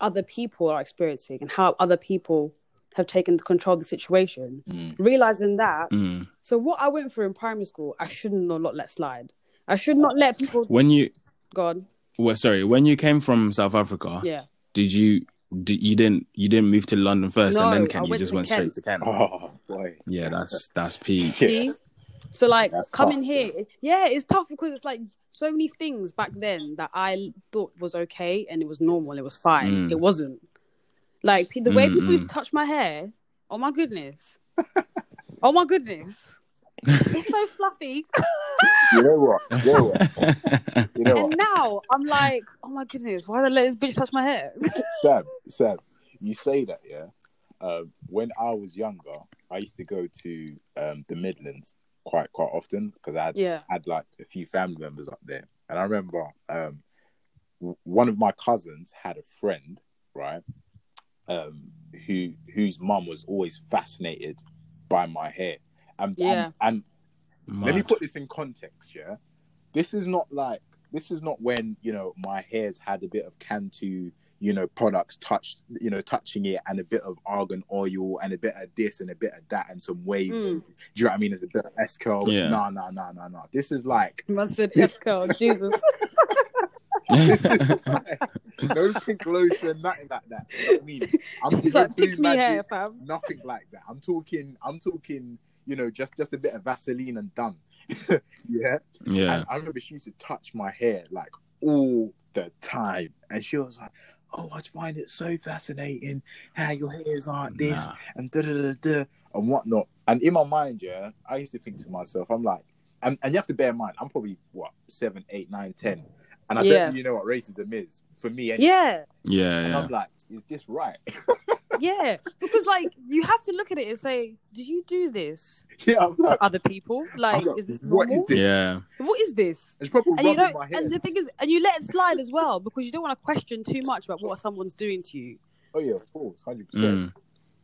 Speaker 1: other people are experiencing and how other people have taken control of the situation,
Speaker 3: Mm.
Speaker 1: realizing that
Speaker 2: Mm.
Speaker 1: so what I went through in primary school, I shouldn't not let- let slide. I should not let people
Speaker 2: When you
Speaker 1: go on.
Speaker 2: well, sorry, when you came from South Africa,
Speaker 1: Yeah.
Speaker 2: did you did, you didn't you didn't move to London first
Speaker 1: No,
Speaker 2: and then
Speaker 1: I
Speaker 2: Kent? You
Speaker 1: went
Speaker 2: just
Speaker 1: to
Speaker 2: went
Speaker 1: Kent.
Speaker 2: straight to Kent.
Speaker 3: oh boy,
Speaker 2: Yeah, that's that's peak.
Speaker 3: Yeah.
Speaker 1: See? So like
Speaker 3: That's
Speaker 1: coming
Speaker 3: tough,
Speaker 1: here, yeah, it's tough because it's like so many things back then that I thought was okay and it was normal, it was fine.
Speaker 2: Mm.
Speaker 1: It wasn't. Like pe- the way
Speaker 2: Mm,
Speaker 1: people used
Speaker 2: mm.
Speaker 1: to touch my hair, oh my goodness. oh my goodness. It's so fluffy.
Speaker 3: you know what, you know what. You know
Speaker 1: And
Speaker 3: what,
Speaker 1: now I'm like, oh my goodness, why did I let this bitch touch my hair?
Speaker 3: Sam, Sam, you say that, yeah. Um, when I was younger, I used to go to um, the Midlands quite quite often because I had,
Speaker 1: yeah.
Speaker 3: had like a few family members up there, and I remember um, w- one of my cousins had a friend, right, um, who whose mum was always fascinated by my hair, and
Speaker 1: Yeah.
Speaker 3: and, and let me
Speaker 2: Mad.
Speaker 3: put this in context, yeah. This is not like this is not when you know my hair's had a bit of Cantu, you know, products touched, you know, touching it, and a bit of argan oil, and a bit of this, and a bit of that, and some waves.
Speaker 1: Mm.
Speaker 3: Do you know what I mean? There's a bit of esco.
Speaker 2: Yeah.
Speaker 3: Nah, nah, nah, nah, nah. This is like
Speaker 1: Man said Esco, Jesus.
Speaker 3: this is like no pink lotion, nothing like that. You know what I mean, I'm
Speaker 1: He's
Speaker 3: no
Speaker 1: like,
Speaker 3: blue
Speaker 1: pick me
Speaker 3: magic,
Speaker 1: hair, fam.
Speaker 3: nothing like that. I'm talking, I'm talking, you know, just just a bit of Vaseline and done. yeah.
Speaker 2: Yeah.
Speaker 3: And I remember she used to touch my hair like all the time. And she was like, Oh, I find it so fascinating how your hairs aren't this
Speaker 2: Nah.
Speaker 3: and da da da da and whatnot. And in my mind, yeah, I used to think to myself, I'm like, and, and you have to bear in mind, I'm probably what, seven, eight, nine, ten. And I
Speaker 1: Yeah.
Speaker 3: don't really know what racism is for me. Anyway.
Speaker 1: Yeah.
Speaker 2: Yeah.
Speaker 3: And
Speaker 2: Yeah.
Speaker 3: I'm like, is this right?
Speaker 1: yeah, because like you have to look at it and say, do you do this
Speaker 3: yeah, I'm like,
Speaker 1: for other people? Like,
Speaker 3: like,
Speaker 1: is this normal?
Speaker 3: what is this?
Speaker 2: Yeah.
Speaker 1: What is this?
Speaker 3: it's probably
Speaker 1: And you
Speaker 3: rubbing
Speaker 1: don't,
Speaker 3: my head.
Speaker 1: and the thing is, and you let it slide as well because you don't want to question too much about what someone's doing to you.
Speaker 3: Oh yeah, of course, hundred percent,
Speaker 2: Mm.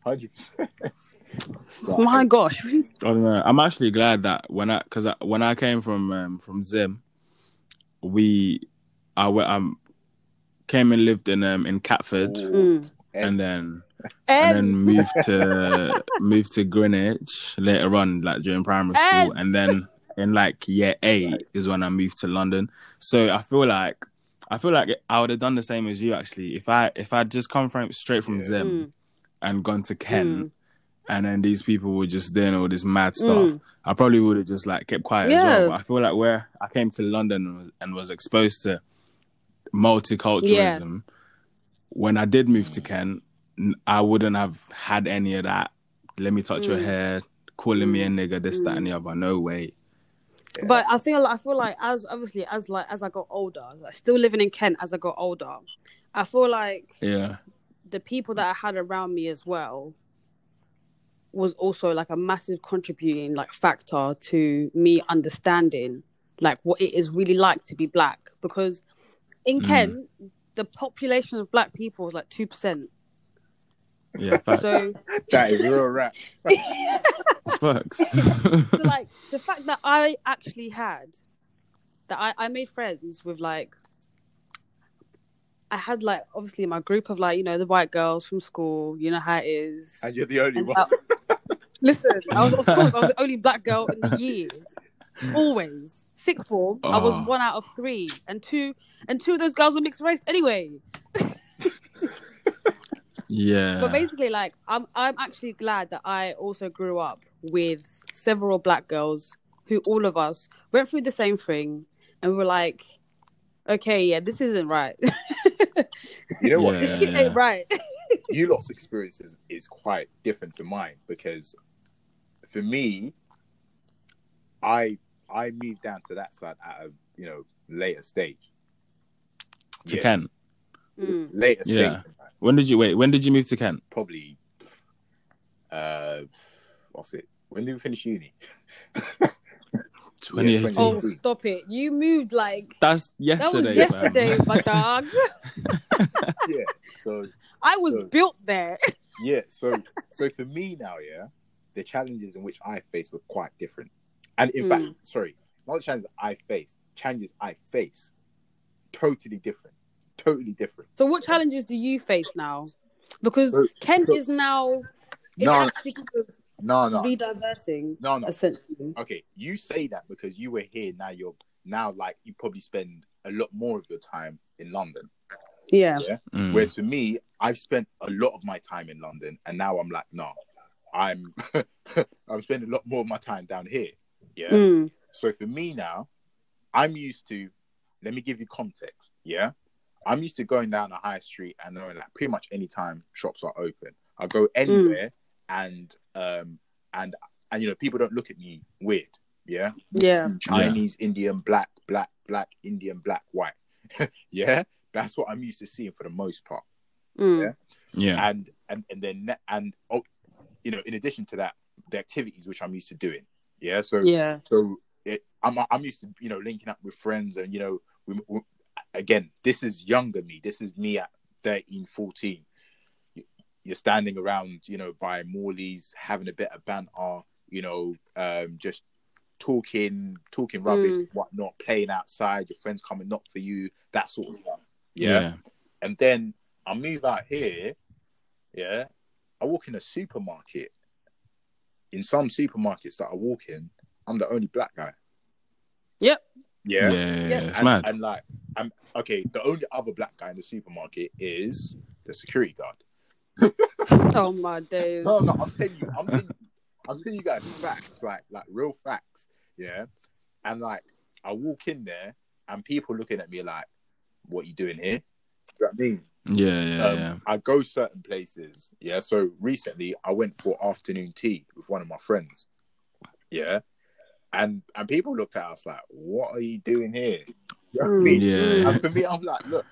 Speaker 3: hundred percent.
Speaker 1: My gosh, really?
Speaker 2: I don't know. I'm actually glad that when I because I, when I came from um, from Zim, we I went um came and lived in um in Catford
Speaker 3: Oh,
Speaker 1: Mm.
Speaker 2: and then and then
Speaker 1: and
Speaker 2: moved to moved to Greenwich later on, like during primary school,
Speaker 1: And-
Speaker 2: and then in like year eight
Speaker 3: Right.
Speaker 2: is when I moved to London. So I feel like I feel like I would have done the same as you actually if I if I'd just come from straight from
Speaker 3: Yeah. Hmm.
Speaker 2: Zim
Speaker 1: Mm.
Speaker 2: and gone to Kent, and then these people were just doing all this mad stuff.
Speaker 1: Mm.
Speaker 2: I probably would have just like kept quiet as
Speaker 1: Yeah.
Speaker 2: well. But I feel like where I came to London and was, and was exposed to multiculturalism, when I did move to
Speaker 1: Mm.
Speaker 2: Kent, n- I wouldn't have had any of that. Let me touch your
Speaker 1: Mm.
Speaker 2: hair, calling me a nigga, this, that,
Speaker 1: Mm.
Speaker 2: and the other. No way.
Speaker 1: But I feel, I feel like as obviously as like as I got older, like, still living in Kent as I got older, I feel like
Speaker 2: Yeah.
Speaker 1: the people that I had around me as well was also like a massive contributing like factor to me understanding like what it is really like to be black because in
Speaker 2: Mm.
Speaker 1: Kent the population of black people is like two percent.
Speaker 2: Yeah. Facts.
Speaker 1: So,
Speaker 3: that is real rap.
Speaker 2: Facts.
Speaker 1: so like the fact that I actually had that I, I made friends with like I had like obviously my group of like, you know, the white girls from school, you know how it is.
Speaker 3: And you're the only
Speaker 1: And
Speaker 3: one.
Speaker 1: that- listen, I was, of course, I was the only black girl in the year. Always sixth form, I was
Speaker 2: Oh.
Speaker 1: one out of three, and two, and two of those girls were mixed race anyway.
Speaker 2: yeah.
Speaker 1: But basically, like, I'm I'm actually glad that I also grew up with several black girls who all of us went through the same thing, and we were like, okay, yeah, this isn't right.
Speaker 3: You know what?
Speaker 2: Yeah.
Speaker 1: this shit ain't right.
Speaker 3: you lot's experience is, is quite different to mine because for me i i moved down to that side at a you know later stage
Speaker 2: to
Speaker 3: Yeah,
Speaker 2: Kent.
Speaker 1: Mm.
Speaker 3: later
Speaker 2: Yeah.
Speaker 3: stage like,
Speaker 2: When did you wait? When did you move to Kent?
Speaker 3: probably uh what's it when did we finish uni
Speaker 2: 2018.
Speaker 1: Oh, stop it! You moved like
Speaker 2: That's
Speaker 1: that
Speaker 2: yesterday.
Speaker 1: was
Speaker 2: fam.
Speaker 1: yesterday, my dog.
Speaker 3: yeah so
Speaker 1: I was
Speaker 3: So-
Speaker 1: built there.
Speaker 3: yeah so so for me now yeah the challenges in which i faced were quite different and in fact sorry not the challenges i faced challenges i face totally different totally different
Speaker 1: So, what challenges do you face now? Because
Speaker 3: So-
Speaker 1: Kent
Speaker 3: so-
Speaker 1: is now it's
Speaker 3: no
Speaker 1: actually kind
Speaker 3: no
Speaker 1: of
Speaker 3: no
Speaker 1: rediversing,
Speaker 3: no no
Speaker 1: essentially.
Speaker 3: okay you say that because you were here now you're now like you probably spend a lot more of your time in london
Speaker 1: Yeah.
Speaker 2: Mm.
Speaker 3: whereas for me i've spent a lot of my time in london and now i'm like no i'm i'm spending a lot more of my time down here yeah
Speaker 1: Mm.
Speaker 3: So for me now, I'm used to. Let me give you context. Yeah, I'm used to going down the high street and knowing like pretty much any time shops are open. I go anywhere and um and and you know people don't look at me weird. Yeah, Mm,
Speaker 1: Yeah.
Speaker 3: Chinese, Indian, black, black, black, Indian, black, white. yeah, that's what I'm used to seeing for the most part.
Speaker 1: Mm.
Speaker 3: Yeah.
Speaker 2: Yeah.
Speaker 3: And and and then ne- and oh, you know, in addition to that, the activities which I'm used to doing. Yeah, so
Speaker 1: Yeah.
Speaker 3: so it, I'm I'm used to you know linking up with friends and you know we, we, again this is younger me this is me at 13 14 You- you're standing around you know by Morley's having a bit of banter you know um just talking talking rubbish whatnot playing outside your friends come and knock for you that sort of stuff yeah and then I move out here, yeah. I walk in a supermarket. In some supermarkets that I walk in, I'm the only black guy.
Speaker 1: Yep.
Speaker 2: Yeah.
Speaker 3: Yeah.
Speaker 2: Yeah. It's
Speaker 3: and,
Speaker 2: mad.
Speaker 3: and like, I'm okay. The only other black guy in the supermarket is the security guard.
Speaker 1: Oh my days.
Speaker 3: No, no, I'm telling you, I'm telling you, I'm telling you guys facts, like like real facts. Yeah. And like I walk in there and people looking at me like, What you doing here? Do you know what I mean?
Speaker 2: yeah. Yeah.
Speaker 3: um,
Speaker 2: yeah.
Speaker 3: I go certain places. Yeah. So recently I went for afternoon tea with one of my friends. Yeah. And and people looked at us like, what are you doing here? You know what I mean?
Speaker 2: Mm. Yeah.
Speaker 3: And for me, I'm like, look,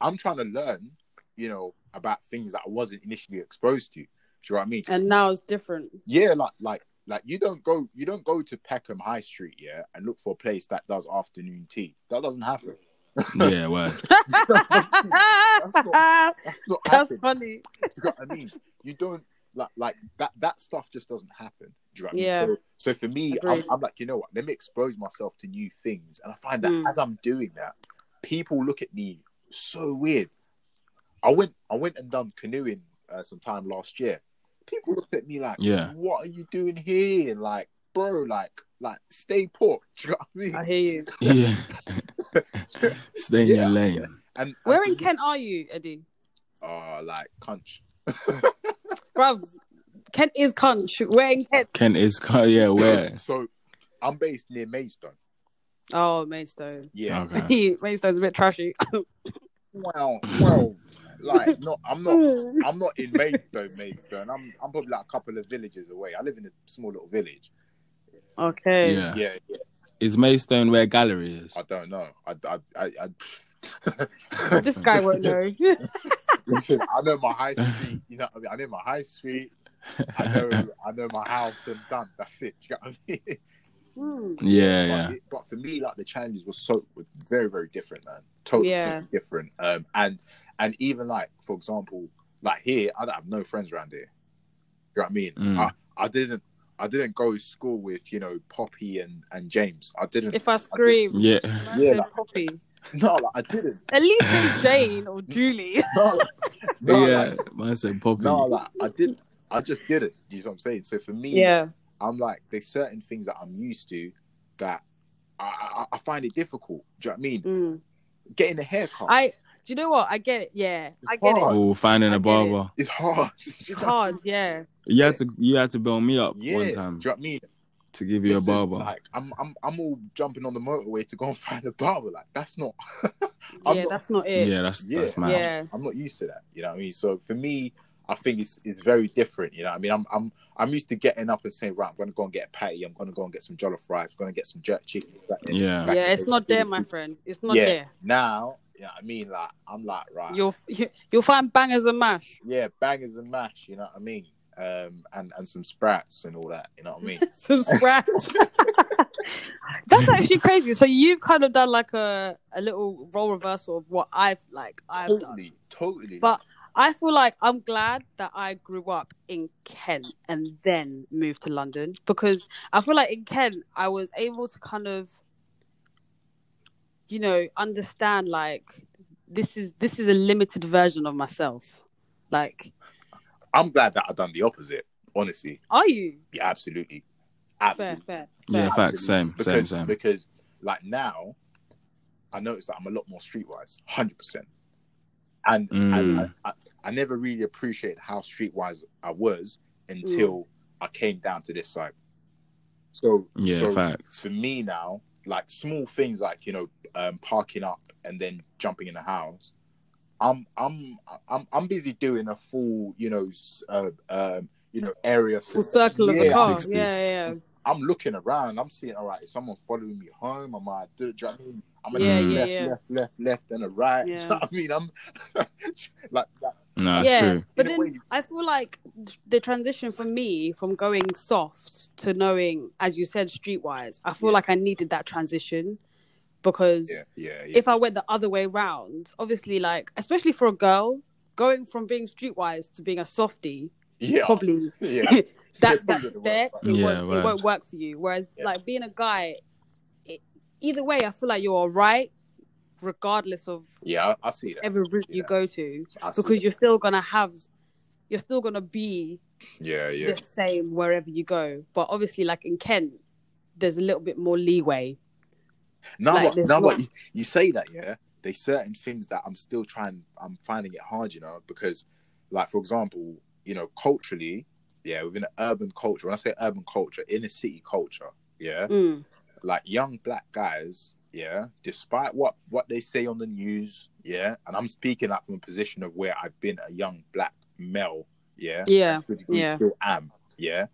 Speaker 3: I'm trying to learn, you know, about things that I wasn't initially exposed to. Do you know what I mean?
Speaker 1: And now it's different.
Speaker 3: Yeah, like like like you don't go you don't go to Peckham High Street, yeah, and look for a place that does afternoon tea. That doesn't happen.
Speaker 2: yeah, well,
Speaker 1: that's,
Speaker 3: That's not happening.
Speaker 1: funny.
Speaker 3: Do you know what I mean? You don't like like that that stuff just doesn't happen. Do you know what I mean?
Speaker 1: Yeah.
Speaker 3: So, so for me, I'm,
Speaker 1: Agreed.
Speaker 3: I'm like, you know what? Let me expose myself to new things, and I find that
Speaker 1: Mm.
Speaker 3: as I'm doing that, people look at me so weird. I went I went and done canoeing uh, sometime last year. People looked at me like,
Speaker 2: Yeah.
Speaker 3: what are you doing here? Like, bro, like like stay put. Do you know what I mean?
Speaker 1: I hear you.
Speaker 2: yeah. Stay in
Speaker 3: Yeah.
Speaker 2: your lane.
Speaker 3: and and
Speaker 1: Where
Speaker 3: for
Speaker 1: in
Speaker 3: me-
Speaker 1: Kent are you, Eddie?
Speaker 3: Oh, like conch.
Speaker 1: Bruv, Kent is conch. Where in Kent?
Speaker 2: Kent is car. Yeah, where?
Speaker 3: So I'm based near Maidstone.
Speaker 1: Oh, Maidstone.
Speaker 3: Yeah.
Speaker 2: Okay.
Speaker 1: Maidstone's a bit trashy.
Speaker 3: Well, well, like not. I'm not. I'm not in Maidstone, Maidstone. I'm I'm probably like a couple of villages away. I live in a small little village.
Speaker 1: okay.
Speaker 2: Yeah.
Speaker 3: Yeah, yeah,
Speaker 2: Is Maidstone where gallery is?
Speaker 3: I don't know. I I I, I,
Speaker 1: This guy won't know.
Speaker 3: listen, I know my high street. You know, what I mean, I know my high street. I know I know my house and done. That's it. Do you know what I mean?
Speaker 1: Hmm.
Speaker 2: yeah,
Speaker 3: But,
Speaker 2: yeah.
Speaker 3: it- but for me, like the challenges were so were very very different, man. Totally
Speaker 1: Yeah.
Speaker 3: different. Um, and and even like for example, like here, I don't have no friends around here. You know what I mean?
Speaker 2: Mm.
Speaker 3: I, I didn't I didn't go to school with you know Poppy and and James. I didn't.
Speaker 1: If I scream,
Speaker 2: Yeah.
Speaker 1: I
Speaker 3: Yeah,
Speaker 1: said
Speaker 3: like-
Speaker 1: Poppy.
Speaker 3: no, like, I didn't.
Speaker 1: At least it's Jane or Julie.
Speaker 3: No, like- no,
Speaker 2: yeah.
Speaker 3: like,
Speaker 2: Man said Poppy.
Speaker 3: no, like I didn't. I just didn't. Do you know what I'm saying? So for me,
Speaker 1: Yeah.
Speaker 3: I'm like there's certain things that I'm used to that. I, I, I find it difficult. Do you know what I mean?
Speaker 1: Mm.
Speaker 3: Getting a haircut,
Speaker 1: I. Do you know what? I get it. Yeah,
Speaker 3: It's
Speaker 1: I get
Speaker 3: hard.
Speaker 1: it.
Speaker 2: oh, finding
Speaker 1: I
Speaker 2: a
Speaker 1: get
Speaker 2: barber.
Speaker 3: it's hard.
Speaker 1: It's hard. Yeah.
Speaker 2: You had to you had to build me up
Speaker 3: Yeah,
Speaker 2: one time
Speaker 3: Do you know what I mean?
Speaker 2: to give you a
Speaker 3: Listen,
Speaker 2: barber.
Speaker 3: Like I'm, I'm, I'm all jumping on the motorway to go and find a barber. Like that's not. I'm
Speaker 1: yeah,
Speaker 3: not-
Speaker 1: that's not it.
Speaker 2: yeah, that's
Speaker 3: Yeah.
Speaker 2: that's mad.
Speaker 1: Yeah.
Speaker 3: I'm not used to that. You know what I mean? So for me, I think it's it's very different. You know what I mean? I'm I'm I'm used to getting up and saying, right, I'm gonna go and get a patty. I'm gonna go and get some jollof fries. I'm gonna get some jerk chicken. Like,
Speaker 2: Yeah.
Speaker 1: Yeah, it's not there, my friend. It's not
Speaker 3: Yeah.
Speaker 1: there.
Speaker 3: Now, you know what I mean? Like I'm like right.
Speaker 1: You'll you'll find bangers and mash.
Speaker 3: yeah, bangers and mash. You know what I mean? Um, and and some sprats and all that. You know what I mean?
Speaker 1: Some scraps. that's actually crazy. So you've kind of done like a a little role reversal of what I've like I've done.
Speaker 3: totally, totally.
Speaker 1: But I feel like I'm glad that I grew up in Kent and then moved to London because I feel like in Kent I was able to kind of you know understand like this is this is a limited version of myself. Like
Speaker 3: I'm glad that I've done the opposite. Honestly.
Speaker 1: are you?
Speaker 3: Yeah, absolutely.
Speaker 1: Fair,
Speaker 3: Absolutely.
Speaker 1: fair.
Speaker 2: Yeah,
Speaker 1: fair.
Speaker 2: facts. Same,
Speaker 3: Because,
Speaker 2: same, same.
Speaker 3: Because, like, now I notice that I'm a lot more streetwise, 100%. And I,
Speaker 2: Mm.
Speaker 3: I, I, I never really appreciated how streetwise I was until I came down to this side. So,
Speaker 2: Yeah,
Speaker 3: so
Speaker 2: facts.
Speaker 3: for me now, like, small things like, you know, um, parking up and then jumping in the house. I'm I'm I'm I'm busy doing a full, you know, s- uh, um, you know, area
Speaker 1: Full circle of the
Speaker 3: Yeah,
Speaker 1: car.
Speaker 2: 60.
Speaker 1: Yeah, yeah,
Speaker 3: I'm looking around. I'm seeing, all right, is someone following me home? Am I, do, do you know what I mean? I'm
Speaker 1: Yeah,
Speaker 3: gonna
Speaker 2: yeah,
Speaker 3: left,
Speaker 1: yeah.
Speaker 3: left, left, left, and a right. Do you
Speaker 1: Yeah.
Speaker 3: know what I mean? I'm like, like
Speaker 2: No, that's
Speaker 1: yeah.
Speaker 2: true.
Speaker 1: But
Speaker 3: In a
Speaker 1: then
Speaker 3: way-
Speaker 1: I feel like the transition for me from going soft to knowing, as you said, streetwise, I feel
Speaker 3: Yeah.
Speaker 1: like I needed that transition because
Speaker 3: yeah, yeah, yeah.
Speaker 1: if I went the other way round, obviously, like, especially for a girl, going from being streetwise to being a softie,
Speaker 3: yeah,
Speaker 1: probably
Speaker 3: yeah,
Speaker 1: that,
Speaker 3: probably
Speaker 1: that's
Speaker 3: wouldn't work,
Speaker 1: there, it,
Speaker 3: right?
Speaker 2: Yeah,
Speaker 1: won't,
Speaker 2: right.
Speaker 1: it won't work for you. Whereas,
Speaker 3: Yeah.
Speaker 1: like, being a guy, it, either way, I feel like you're all right, regardless of
Speaker 3: yeah. I, I see that.
Speaker 1: every route you
Speaker 3: Yeah.
Speaker 1: go to,
Speaker 3: I see
Speaker 1: because you're still going to have, you're still going to be
Speaker 3: that. yeah, yeah,
Speaker 1: the same wherever you go. But obviously, like in Kent, there's a little bit more leeway.
Speaker 3: Now,
Speaker 1: like
Speaker 3: what,
Speaker 1: this
Speaker 3: now what
Speaker 1: one.
Speaker 3: you, you say that, yeah, there's certain things that I'm still trying, I'm finding it hard, you know, because, like, for example, you know, culturally, yeah, within an urban culture, when I say urban culture, inner city culture, yeah,
Speaker 1: Mm.
Speaker 3: like young black guys, yeah, despite what what they say on the news, yeah, and I'm speaking like from a position of where I've been a young black male, yeah,
Speaker 1: Yeah,
Speaker 3: to a degree
Speaker 1: yeah.
Speaker 3: still am, yeah,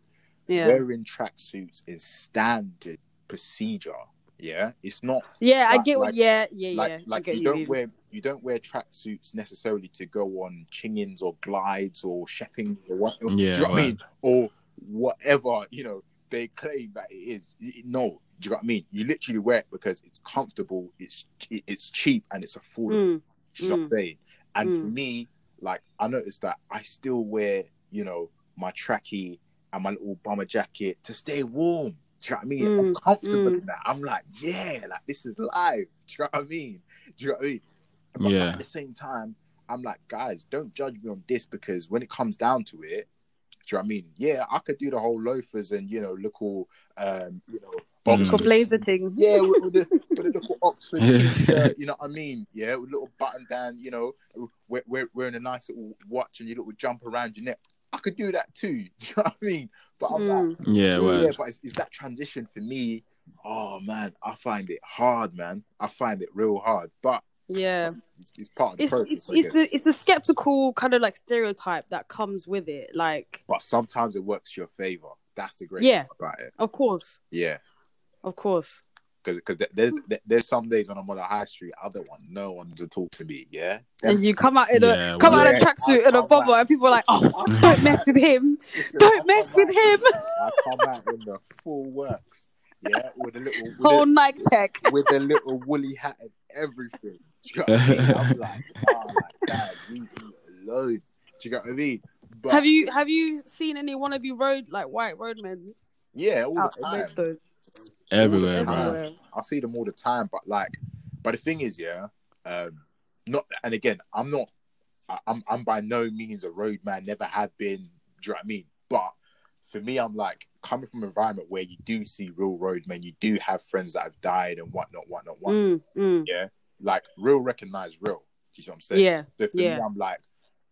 Speaker 1: yeah,
Speaker 3: wearing tracksuits is standard procedure Yeah, it's not
Speaker 1: Yeah, I
Speaker 3: Like-
Speaker 1: get what.
Speaker 3: like-
Speaker 1: yeah, yeah,
Speaker 3: like
Speaker 1: yeah. I
Speaker 3: like
Speaker 1: get
Speaker 3: you
Speaker 1: you.
Speaker 3: don't
Speaker 1: Viv.
Speaker 3: wear you don't wear tracksuits necessarily to go on chingins or glides or shepping or what, do you
Speaker 2: Yeah,
Speaker 3: know what I
Speaker 2: right.
Speaker 3: mean? Or whatever you know they claim that it is. Y- y- No, do you know what I mean? You literally wear it because it's comfortable, it's it- it's cheap, and it's affordable.
Speaker 1: Mm,
Speaker 3: Do you know what I'm saying? And for
Speaker 1: Mm.
Speaker 3: me, like I noticed that I still wear, you know, my trackie and my little bomber jacket to stay warm. Do you know what I mean? I'm comfortable
Speaker 1: mm.
Speaker 3: in that. I'm like, yeah, like this is life. Do you know what I mean? Do you know what I mean? But
Speaker 2: Yeah.
Speaker 3: at the same time, I'm like, guys, don't judge me on this because when it comes down to it, do you know what I mean? Yeah, I could do the whole loafers and you know, look all um, you know,
Speaker 2: Mm.
Speaker 3: Oxford-
Speaker 1: for blazer ting.
Speaker 3: yeah, with, with, the, with the little Oxford
Speaker 2: Yeah.
Speaker 3: t-shirt, you know what I mean? Yeah, with little button down, you know, we're, we're wearing a nice little watch and your little jump around your neck. I could do that too. Do you know what I mean? But I'm like,
Speaker 1: Mm.
Speaker 2: Yeah,
Speaker 3: yeah,
Speaker 2: well,
Speaker 3: but is, is that transition for me? Oh man, I find it hard, man. I find it real hard, but
Speaker 1: Yeah.
Speaker 3: it's, it's part of the
Speaker 1: It's
Speaker 3: process.
Speaker 1: it's
Speaker 3: I
Speaker 1: it's
Speaker 3: guess.
Speaker 1: the it's the skeptical kind of like stereotype that comes with it. Like,
Speaker 3: But sometimes it works to your favor. That's the great
Speaker 1: Yeah.
Speaker 3: thing about it.
Speaker 1: of course,
Speaker 3: Yeah,
Speaker 1: of course.
Speaker 3: because there's there's some days when I'm on the high street, I don't want no one to talk to me. Yeah,
Speaker 1: And you come out in a
Speaker 2: Yeah,
Speaker 1: come out
Speaker 3: well-
Speaker 1: in a tracksuit and a
Speaker 3: Yeah.
Speaker 1: bobber, and people are like, "Oh, don't mess with him!
Speaker 3: Listen, I
Speaker 1: Don't
Speaker 3: come
Speaker 1: mess with
Speaker 3: out-
Speaker 1: him!"
Speaker 3: I come out in the full works. Yeah, with a little with,
Speaker 1: Whole
Speaker 3: a,
Speaker 1: Nike tech.
Speaker 3: with a little woolly hat and everything. Do you know what I mean? I'm like, oh, like guys, we eat loads. Do you know what I mean? But
Speaker 1: Have you have you seen any wannabe road like white roadmen
Speaker 3: yeah, all
Speaker 1: out
Speaker 3: the
Speaker 1: in
Speaker 3: time.
Speaker 1: Maidstone?
Speaker 2: everywhere,
Speaker 3: Everywhere.
Speaker 2: bro.
Speaker 1: Everywhere.
Speaker 3: I see them all the time, but like, but the thing is, yeah, um, not. And again, I'm not. I- I'm I'm by no means a roadman. Never have been. Do you know what I mean? But for me, I'm like coming from an environment where you do see real roadmen. You do have friends that have died and whatnot, whatnot, whatnot.
Speaker 1: Mm, mm.
Speaker 3: Like real, recognize real. Do you see what I'm saying?
Speaker 1: Yeah,
Speaker 3: So for
Speaker 1: yeah.
Speaker 3: me, I'm like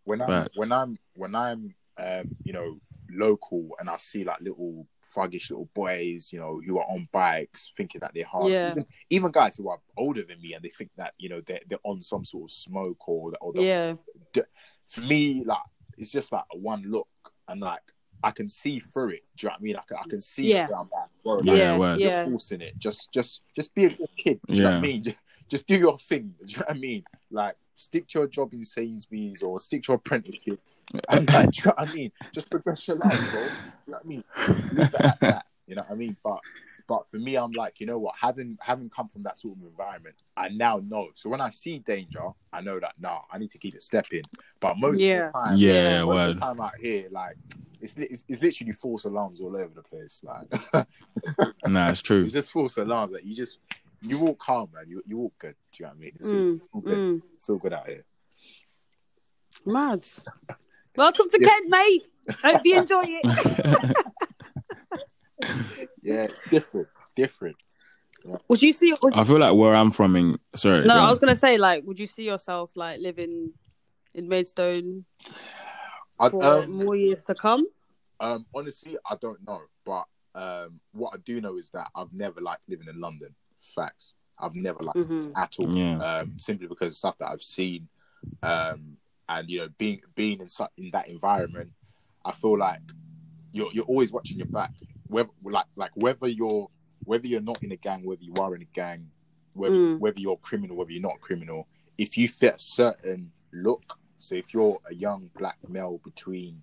Speaker 3: when I'm
Speaker 2: Facts.
Speaker 3: when I'm when I'm um, you know local and I see like little thuggish little boys, you know, who are on bikes thinking that they're hard.
Speaker 1: Yeah.
Speaker 3: Even, even guys who are older than me and they think that you know they're they're on some sort of smoke or or the,
Speaker 1: yeah,
Speaker 3: for me like it's just like a one look and like I can see through it. Do you know what I mean? I can, I can see
Speaker 1: Yeah.
Speaker 3: it down that road.
Speaker 2: Yeah,
Speaker 3: Like,
Speaker 1: yeah,
Speaker 2: word.
Speaker 3: you're
Speaker 1: yeah.
Speaker 3: forcing it. Just, just, just be a good kid. Do you know what I
Speaker 2: Yeah.
Speaker 3: mean? Just, just do your thing. Do you know what I mean? Like, stick to your job in Sainsbury's or stick to your apprenticeship. And like, do you know what I mean? Just progress your life, bro. Do you know what I mean? Leave it at that. You know what I mean? But, but for me, I'm like, you know what? Having, having come from that sort of environment, I now know. So when I see danger, I know that nah, I need to keep it stepping. But most
Speaker 1: Yeah.
Speaker 3: of the time,
Speaker 2: Yeah,
Speaker 3: most of
Speaker 2: word.
Speaker 3: the time out here, like. It's, li- it's, it's literally false alarms all over the place. Like
Speaker 2: Nah, it's true.
Speaker 3: It's just false alarms. Like you just you walk calm, man. You you walk good. Do you know what I mean? It's,
Speaker 1: Mm,
Speaker 3: it's all good.
Speaker 1: mm.
Speaker 3: It's all good out here.
Speaker 1: Mad. Welcome to Kent, mate. Hope you enjoy it.
Speaker 3: Yeah, it's different. Different.
Speaker 1: Would you see? Would,
Speaker 2: I feel like where I'm from in sorry.
Speaker 1: no,
Speaker 2: go
Speaker 1: I
Speaker 2: on.
Speaker 1: was gonna say like, would you see yourself like living in Maidstone
Speaker 3: I,
Speaker 1: for
Speaker 3: um,
Speaker 1: more years to come?
Speaker 3: um, honestly, I don't know, but um, what I do know is that I've never liked living in London. Facts. I've never liked
Speaker 1: Mm-hmm.
Speaker 3: at all.
Speaker 2: Yeah.
Speaker 3: Um, simply because of stuff that I've seen, um, and you know, being being in such in that environment, I feel like you're you're always watching your back. Whether like like whether you're whether you're not in a gang, whether you are in a gang, whether
Speaker 1: Mm.
Speaker 3: whether you're criminal, whether you're not criminal, if you fit a certain look, so if you're a young black male between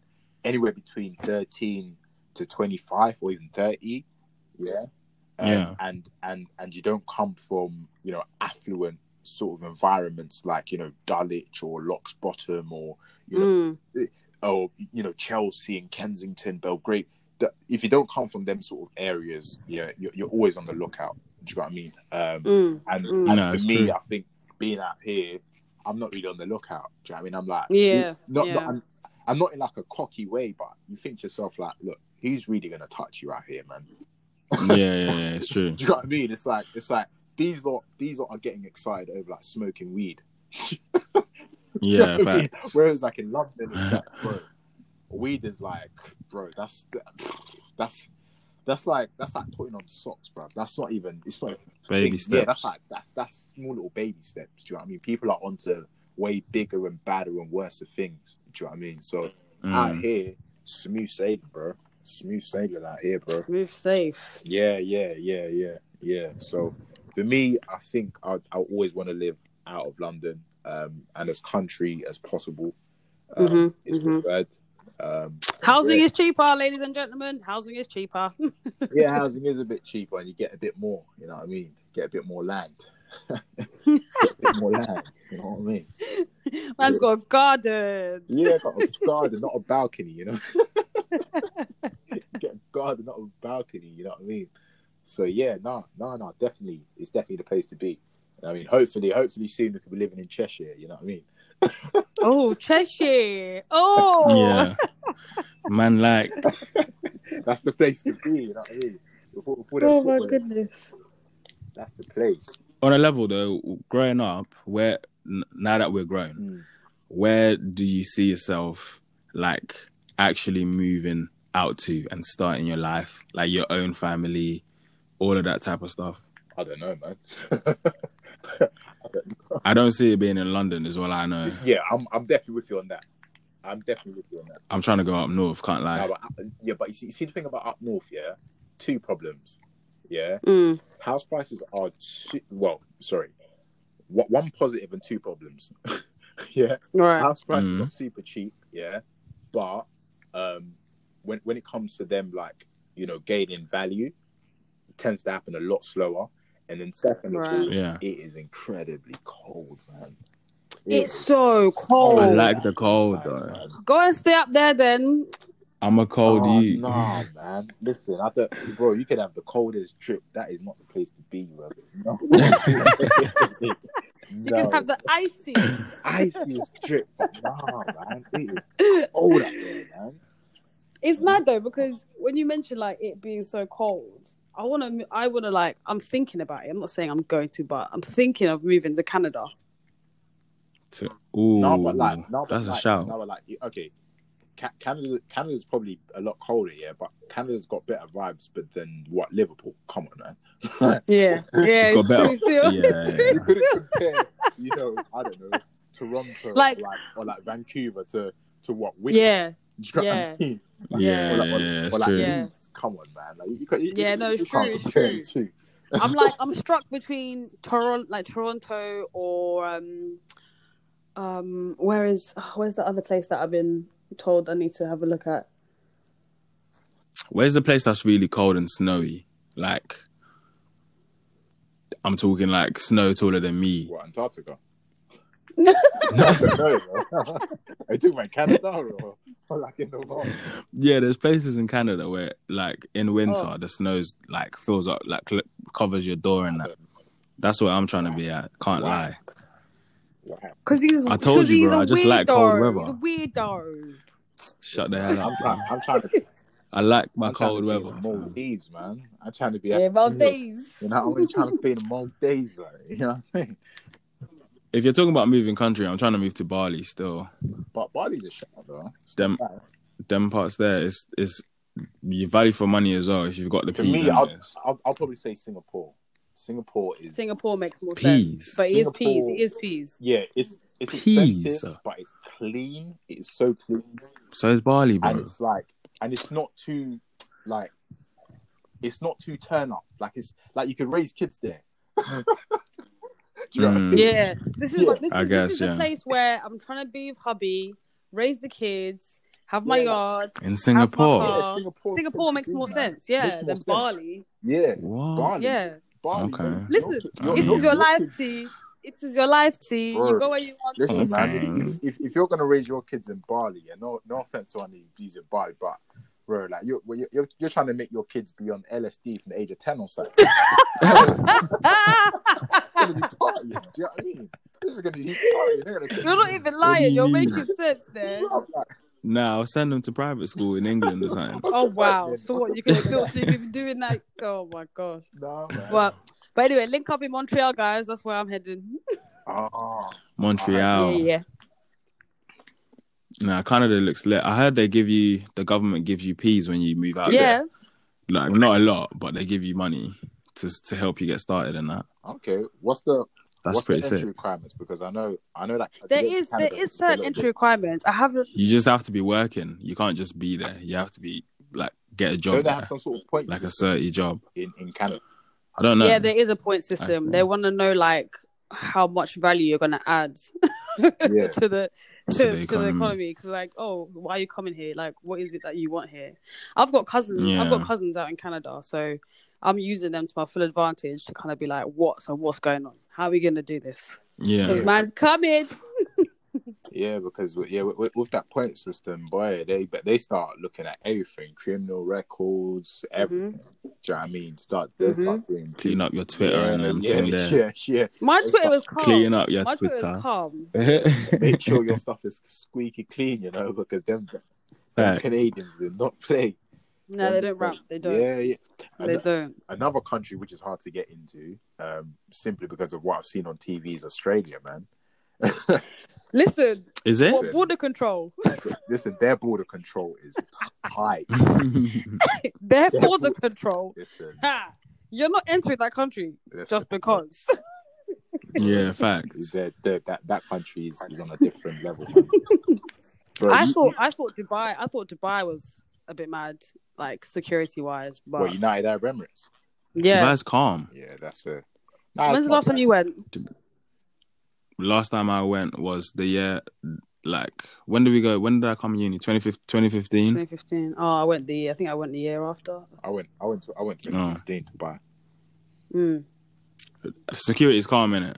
Speaker 3: anywhere between thirteen to twenty five or even thirty, yeah, um,
Speaker 2: Yeah.
Speaker 3: and and and you don't come from you know affluent sort of environments like you know Dulwich or Lock's Bottom or you know
Speaker 1: Mm.
Speaker 3: or you know Chelsea and Kensington, Belgrade. That if you don't come from them sort of areas, yeah, you're, you're always on the lookout. Do you know what I mean? Um,
Speaker 1: Mm.
Speaker 3: and
Speaker 1: Mm.
Speaker 3: and
Speaker 2: No,
Speaker 3: for
Speaker 2: it's
Speaker 3: me,
Speaker 2: true.
Speaker 3: I think being out here, I'm not really on the lookout. Do you know what I mean? I'm like,
Speaker 1: Yeah,
Speaker 3: not,
Speaker 1: yeah.
Speaker 3: not I'm, I'm not in like a cocky way, but you think to yourself like, look, who's really gonna touch you out here, man?
Speaker 2: yeah, yeah, yeah, it's true.
Speaker 3: Do you know what I mean? It's like it's like these lot these lot are getting excited over like smoking weed.
Speaker 2: Yeah,
Speaker 3: You know what I mean?
Speaker 2: facts.
Speaker 3: Whereas like in London, it's like, bro, weed is like, bro, that's that's that's like that's like putting on socks, bro. That's not even it's not even a
Speaker 2: Baby
Speaker 3: thing. Yeah, that's
Speaker 2: steps.
Speaker 3: like that's that's small little baby steps. Do you know what I mean? People are onto way bigger and badder and worse of things. Do you know what I mean? So out
Speaker 2: Mm.
Speaker 3: here, smooth sailing, bro. Smooth sailing out here, bro.
Speaker 1: Move safe.
Speaker 3: Yeah, yeah, yeah, yeah, yeah. So for me, I think I I always want to live out of London um, and as country as possible. Um,
Speaker 1: Mhm,
Speaker 3: It's
Speaker 1: mhm.
Speaker 3: preferred. Um,
Speaker 1: Housing
Speaker 3: yeah,
Speaker 1: is cheaper, ladies and gentlemen. Housing is cheaper.
Speaker 3: yeah, housing is a bit cheaper, and you get a bit more. You know what I mean? Get a bit more land. bit more land. You know what I mean?
Speaker 1: Man's got a garden.
Speaker 3: Yeah, got a garden, not a balcony, you know. Get a garden, not a balcony, you know what I mean? So yeah, no, no, no, definitely it's definitely the place to be. You know what I mean, hopefully, hopefully soon we could be living in Cheshire, you know what I mean?
Speaker 1: Oh, Cheshire. Oh,
Speaker 2: Yeah. Man, like,
Speaker 3: That's the place to be, you know what I mean? Before- before them
Speaker 1: oh my
Speaker 3: footballers,
Speaker 1: goodness.
Speaker 3: That's the place.
Speaker 2: on a level though, growing up, where n- now that we're grown,
Speaker 3: Mm.
Speaker 2: where do you see yourself like actually moving out to and starting your life, like your own family, all of that type of stuff?
Speaker 3: I don't know, man.
Speaker 2: I don't see it being in London, is what I know.
Speaker 3: yeah, I'm, I'm definitely with you on that. I'm definitely with you on that.
Speaker 2: I'm trying to go up north, can't
Speaker 3: No,
Speaker 2: lie.
Speaker 3: but, up- yeah, but you see, you see the thing about up north, yeah, two problems. Yeah,
Speaker 1: Mm.
Speaker 3: house prices are su- well, sorry, what one positive and two problems. yeah,
Speaker 1: Right.
Speaker 3: house prices
Speaker 2: Mhm.
Speaker 3: are super cheap. Yeah, but um, when when it comes to them, like you know, gaining value, it tends to happen a lot slower. And then second of all,
Speaker 1: Right.
Speaker 2: Yeah.
Speaker 3: it is incredibly cold, man. It
Speaker 1: It's
Speaker 3: is
Speaker 1: so cold.
Speaker 2: I like the cold,
Speaker 3: outside,
Speaker 2: though.
Speaker 3: man.
Speaker 1: Go and stay up there then.
Speaker 2: I'm a cold
Speaker 3: Oh,
Speaker 2: youth.
Speaker 3: Nah, man. Listen, I thought, bro, you could have the coldest trip. That is not the place to be, bro. No. you
Speaker 1: You can have the icy.
Speaker 3: iciest trip, but nah, man. It is cold out there, man.
Speaker 1: It's mad though because when you mention like it being so cold, I want to. I want to like. I'm thinking about it. I'm not saying I'm going to, but I'm thinking of moving to Canada.
Speaker 2: To, ooh,
Speaker 3: No, but like, no, but
Speaker 2: that's
Speaker 3: like,
Speaker 2: a shout.
Speaker 3: No, but like, okay, Ca- Canada, Canada's probably a lot colder, yeah, but Canada's got better vibes, but than what Liverpool? Come on, man.
Speaker 1: Yeah, yeah, it's,
Speaker 2: It's got better.
Speaker 1: true still.
Speaker 2: yeah,
Speaker 3: you couldn't compare, you know, I don't know, Toronto,
Speaker 1: Like-
Speaker 3: like or like Vancouver to to what? Winnipeg.
Speaker 1: Yeah,
Speaker 3: Do you know what
Speaker 1: Yeah.
Speaker 2: yeah,
Speaker 3: I mean?
Speaker 1: Yeah.
Speaker 2: yeah,
Speaker 3: Or like- or-
Speaker 2: yeah, it's
Speaker 3: or like
Speaker 2: true.
Speaker 1: Yeah.
Speaker 3: Leeds. Come on, man. Like, you, can't- you,
Speaker 1: Yeah,
Speaker 3: you-
Speaker 1: no, it's
Speaker 3: you can't
Speaker 1: true, it's
Speaker 3: compare
Speaker 1: true.
Speaker 3: the two.
Speaker 1: I'm like I'm struck between Toronto, like Toronto, or um, um, where is oh, where's the other place that I've been told I need to have a look at?
Speaker 2: Where's the place that's really cold and snowy? Like, I'm talking like snow taller than me.
Speaker 3: What, Antarctica?
Speaker 1: No.
Speaker 3: I don't know, bro. I took my Canada or, or like in the north.
Speaker 2: Yeah, there's places in Canada where, like, in winter,
Speaker 1: Oh.
Speaker 2: the snow's like fills up, like cl- covers your door, and that.
Speaker 3: Okay.
Speaker 2: That's what I'm trying to be at. Can't
Speaker 3: Wow.
Speaker 2: lie.
Speaker 3: Wow.
Speaker 1: Because he's
Speaker 2: I told
Speaker 1: 'cause
Speaker 2: you,
Speaker 1: he's
Speaker 2: bro,
Speaker 1: a
Speaker 2: I just
Speaker 1: weirdo.
Speaker 2: like cold weather.
Speaker 1: He's a weirdo.
Speaker 2: Shut the hell
Speaker 3: I'm
Speaker 2: up.
Speaker 3: trying, I'm trying to,
Speaker 2: I like my
Speaker 3: I'm
Speaker 2: cold
Speaker 3: trying to be in
Speaker 2: weather.
Speaker 3: the Maldives, man. I'm trying to be
Speaker 1: Yeah,
Speaker 3: at
Speaker 1: Maldives.
Speaker 3: You know, I'm trying to be in the Maldives, like, you know what I mean?
Speaker 2: If you're talking about moving country, I'm trying to move to Bali still.
Speaker 3: But Bali's a shot, though. It's
Speaker 2: Them-
Speaker 3: not bad.
Speaker 2: Them parts there is is you value for money as well if you've got the
Speaker 3: For
Speaker 2: peas
Speaker 3: me,
Speaker 2: and
Speaker 3: I'll,
Speaker 2: this.
Speaker 3: I'll, I'll probably say Singapore. Singapore is
Speaker 1: Singapore makes more sense,
Speaker 2: peas.
Speaker 1: but it is peas.
Speaker 3: Singapore-
Speaker 1: It is peas.
Speaker 3: Yeah, it's it's
Speaker 2: Peas.
Speaker 3: expensive, but it's clean. It's so clean,
Speaker 2: So is Bali,
Speaker 3: and
Speaker 2: bro.
Speaker 3: it's like, and it's not too, like, it's not too turn up. Like it's like you could raise kids there. Do you know what I
Speaker 2: Mm.
Speaker 3: mean?
Speaker 1: Yeah, this is what this is.
Speaker 2: I
Speaker 1: this
Speaker 2: guess,
Speaker 1: is the
Speaker 2: yeah.
Speaker 1: place where I'm trying to be with hubby, raise the kids, have my
Speaker 3: Yeah.
Speaker 1: yard.
Speaker 2: In
Speaker 1: Have
Speaker 2: Singapore.
Speaker 1: my car.
Speaker 3: Singapore,
Speaker 1: Singapore makes more
Speaker 3: man.
Speaker 1: sense, yeah,
Speaker 3: Makes more
Speaker 1: than
Speaker 3: sense.
Speaker 1: Bali.
Speaker 3: Yeah,
Speaker 2: What?
Speaker 3: Bali.
Speaker 1: Yeah,
Speaker 3: Bali.
Speaker 2: Okay.
Speaker 3: you're-
Speaker 1: Listen,
Speaker 3: you're-
Speaker 1: this
Speaker 2: no,
Speaker 1: is your
Speaker 2: no.
Speaker 1: life, T. It is your life, T.
Speaker 3: Bro.
Speaker 1: You go where you want to.
Speaker 3: Listen,
Speaker 2: Okay.
Speaker 3: man. If, if, if you're gonna raise your kids in Bali, and no no offense to any these in Bali, but bro, like you're, you're you're you're trying to make your kids be on LSD from the age of ten or something. gonna be partying. Do you know what I mean? This is gonna be partying. They're gonna
Speaker 1: You're not even
Speaker 2: What do
Speaker 1: lying.
Speaker 2: you
Speaker 1: You're
Speaker 2: mean?
Speaker 1: making sense there.
Speaker 2: Nah, I'll send them to private school in England or something.
Speaker 1: Oh wow! So what you can still see him doing that? Oh my gosh!
Speaker 3: No, man.
Speaker 1: Well, but anyway, link up in Montreal, guys. That's where I'm heading.
Speaker 3: Ah,
Speaker 2: Montreal.
Speaker 1: Yeah, yeah.
Speaker 2: Nah, Canada looks lit. I heard they give you the government gives you peas when you move out
Speaker 1: yeah.
Speaker 2: there. Like not a lot, but they give you money to to help you get started and that.
Speaker 3: okay. What's the
Speaker 2: That's
Speaker 3: what's
Speaker 2: pretty
Speaker 3: the entry
Speaker 2: sick.
Speaker 3: requirements? Because I know I know that
Speaker 1: There is there is certain entry requirements. I have
Speaker 2: You just have to be working. You can't just be there. You have to be like get a
Speaker 3: Don't
Speaker 2: job,
Speaker 3: they
Speaker 2: there,
Speaker 3: have some sort of point
Speaker 2: like a
Speaker 3: system
Speaker 2: certain job.
Speaker 3: in in Canada?
Speaker 2: I don't know.
Speaker 1: Yeah, there is a point system.
Speaker 2: Okay.
Speaker 1: They want to know like how much value you're going to add
Speaker 3: Yeah.
Speaker 1: to the to,
Speaker 2: To
Speaker 1: to
Speaker 2: the
Speaker 1: the
Speaker 2: economy.
Speaker 1: economy because like oh why are you coming here like what is it that you want here i've got cousins i've got
Speaker 2: Yeah.
Speaker 1: cousins out in canada so i'm using them to my full advantage to kind of be like what's and what's going on how are we going to do this
Speaker 2: yeah.
Speaker 1: because
Speaker 3: Yeah.
Speaker 1: man's coming
Speaker 3: Yeah, because with- yeah, with, with that point system, boy, they but they start looking at everything, criminal records,
Speaker 1: Mm-hmm.
Speaker 3: everything. Do you know what I mean? Start, they start doing
Speaker 2: Clean up your Twitter
Speaker 3: yeah,
Speaker 2: and
Speaker 3: yeah,
Speaker 2: everything there.
Speaker 3: yeah, yeah.
Speaker 1: my twitter was calm
Speaker 2: Clean up your
Speaker 1: my twitter was
Speaker 2: Twitter.
Speaker 1: calm
Speaker 3: Make sure your stuff is squeaky clean, you know, because them, them
Speaker 2: Facts.
Speaker 3: Canadians do not play.
Speaker 1: no they don't rap they don't
Speaker 3: Yeah, yeah.
Speaker 1: they don't
Speaker 3: Another country which is hard to get into, um, simply because of what I've seen on TV is Australia, man.
Speaker 1: listen
Speaker 2: Is it?
Speaker 1: what border control
Speaker 3: Listen, their border control is tight.
Speaker 1: they're
Speaker 3: Yeah.
Speaker 1: border control
Speaker 3: Listen,
Speaker 1: ha. you're not entering that country
Speaker 3: listen.
Speaker 1: just because
Speaker 2: yeah, facts.
Speaker 3: they're, they're, that that country is, is on a different level. man. Bro,
Speaker 1: I
Speaker 3: you-
Speaker 1: thought I thought Dubai I thought Dubai was a bit mad, like security wise. But
Speaker 3: well, United Arab Emirates.
Speaker 1: yeah.
Speaker 2: Dubai's calm.
Speaker 3: Yeah, that's it.
Speaker 1: When's the last time you went?
Speaker 2: Last time I went was the year, like, when did we go? When did I come uni? 2015? 2015?
Speaker 1: 2015. Oh, I went the I think I went the year after.
Speaker 3: I went. I went. To, I went 2016 to buy.
Speaker 1: Mm.
Speaker 2: Security's calm, innit?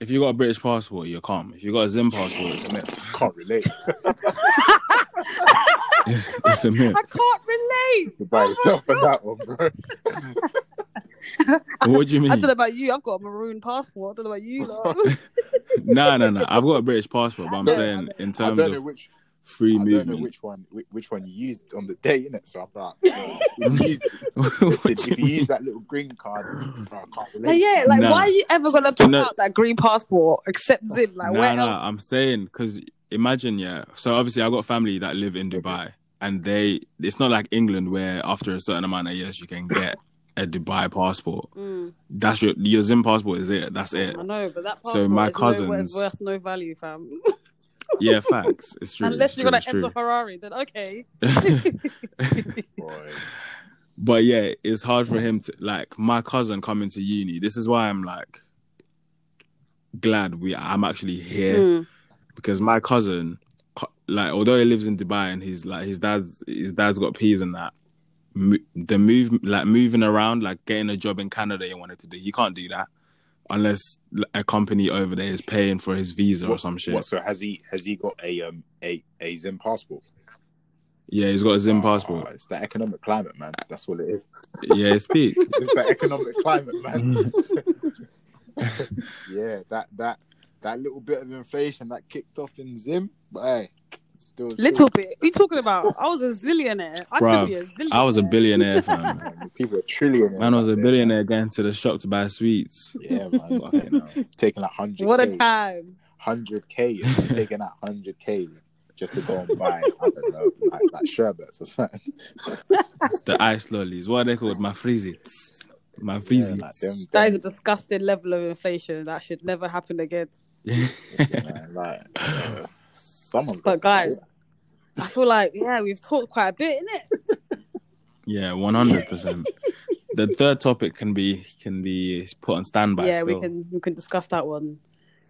Speaker 2: If you got a British passport, you're calm. If you got a Zim passport, it's a myth.
Speaker 3: Can't relate.
Speaker 2: It's, it's a myth.
Speaker 1: I can't relate.
Speaker 3: to buy yourself for that one, bro.
Speaker 2: What do you mean?
Speaker 1: I don't know about you. I've got a maroon passport. I don't know about you. lot.
Speaker 2: No, no, no. I've got a British passport, but I'm
Speaker 1: Yeah.
Speaker 2: saying in
Speaker 3: I
Speaker 2: terms
Speaker 3: don't know
Speaker 2: of
Speaker 3: which. I
Speaker 2: free
Speaker 3: don't know
Speaker 2: movement.
Speaker 3: which one. Which, which one you used on the day, innit? So I'm like, if you use,
Speaker 2: What do
Speaker 3: listen, if you
Speaker 2: you mean?
Speaker 3: use that little green card, bro, I can't relate.
Speaker 1: like, yeah, like
Speaker 2: Nah.
Speaker 1: why are you ever gonna
Speaker 2: Do you
Speaker 1: pull
Speaker 2: know-
Speaker 1: out that green passport except Zim? Like
Speaker 2: no,
Speaker 1: where
Speaker 2: no,
Speaker 1: else?
Speaker 2: I'm saying because imagine, yeah. So obviously, I got family that live in Dubai, and they it's not like England where after a certain amount of years you can get a Dubai passport.
Speaker 1: Mm,
Speaker 2: That's your your Zim passport is it? That's it.
Speaker 1: I know, but that passport
Speaker 2: So my
Speaker 1: is cousins...
Speaker 2: cousins-
Speaker 1: worth no value, fam.
Speaker 2: Yeah, facts. It's true.
Speaker 1: Unless
Speaker 2: it's
Speaker 1: you're
Speaker 2: true,
Speaker 1: gonna
Speaker 2: it's
Speaker 1: enter
Speaker 2: true.
Speaker 1: Ferrari, then okay.
Speaker 3: Boy.
Speaker 2: but yeah, it's hard for him to like my cousin coming to uni. This is why I'm like glad we I'm actually here.
Speaker 1: Mm,
Speaker 2: because my cousin, cu- like, although he lives in Dubai and he's like his dad's his dad's got peas and that, mo- the move like moving around, like getting a job in Canada, he wanted to do. He can't do that unless like, a company over there is paying for his visa or
Speaker 3: What-
Speaker 2: some shit.
Speaker 3: What, so has he has he got a um a a Zim passport?
Speaker 2: Yeah, he's got a Zim
Speaker 3: Ah,
Speaker 2: passport.
Speaker 3: it's the economic climate, man. That's what it is.
Speaker 2: yeah, it's peak.
Speaker 3: It's the economic climate, man. yeah, that that that little bit of inflation that kicked off in Zim, but hey, still, still
Speaker 1: little bit. What are you talking about? I was a zillionaire. I could be a
Speaker 2: Bruv,
Speaker 1: zillionaire.
Speaker 2: I was a billionaire, fam.
Speaker 3: man, people are trillionaires.
Speaker 2: Man I was
Speaker 3: out
Speaker 2: a
Speaker 3: there.
Speaker 2: billionaire going to the shop to buy sweets.
Speaker 3: Yeah, man.
Speaker 2: Fucking hell.
Speaker 3: taking like hundred.
Speaker 1: What a time.
Speaker 3: Hundred k. Taking out hundred k just to go and buy. I don't know, like, like sherbets or something.
Speaker 2: The ice lollies. What are they called? My freezits. My
Speaker 3: Yeah,
Speaker 2: freezits.
Speaker 3: like them-
Speaker 1: That is a disgusting level of inflation. That should never happen again.
Speaker 3: man, like uh, someone's
Speaker 1: But
Speaker 3: got to
Speaker 1: guys, I feel like, yeah, we've talked quite a bit, innit?
Speaker 2: Yeah, one hundred percent. The third topic can be can be put on standby.
Speaker 1: yeah, we
Speaker 2: still.
Speaker 1: can we can discuss that one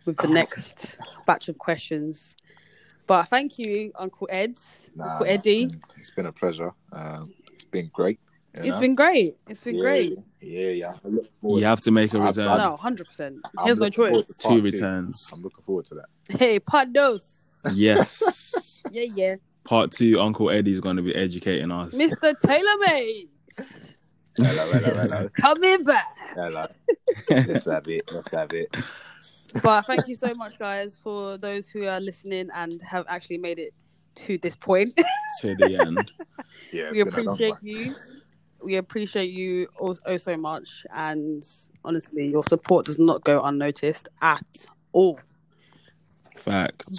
Speaker 1: with the next batch of questions. But thank you, Uncle Ed,
Speaker 3: Nah,
Speaker 1: Uncle Eddie.
Speaker 3: It's been a pleasure. Um, it's been great. you
Speaker 1: It's
Speaker 3: know?
Speaker 1: been great. It's been
Speaker 3: yeah,
Speaker 1: great.
Speaker 3: Yeah, yeah. I look forward
Speaker 2: You have to make a return.
Speaker 3: I'm-
Speaker 1: No, hundred percent.
Speaker 3: I'm
Speaker 1: Here's no
Speaker 3: looking forward
Speaker 1: choice.
Speaker 3: to part
Speaker 2: Two
Speaker 3: two.
Speaker 2: returns.
Speaker 3: I'm looking forward to that.
Speaker 1: Hey, Pados.
Speaker 2: Yes.
Speaker 1: Yeah, yeah.
Speaker 2: Part two. Uncle Eddie's going to be educating us.
Speaker 1: Mr. Taylor May
Speaker 3: Hello, hello, hello,
Speaker 1: coming back.
Speaker 3: hello. Let's have it. Let's have it.
Speaker 1: but thank you so much guys for those who are listening and have actually made it to this point
Speaker 2: to the end.
Speaker 3: Yeah,
Speaker 1: we
Speaker 3: it's been a long
Speaker 1: appreciate
Speaker 3: one.
Speaker 1: you we appreciate you oh, oh so much and honestly your support does not go unnoticed at all
Speaker 2: Facts.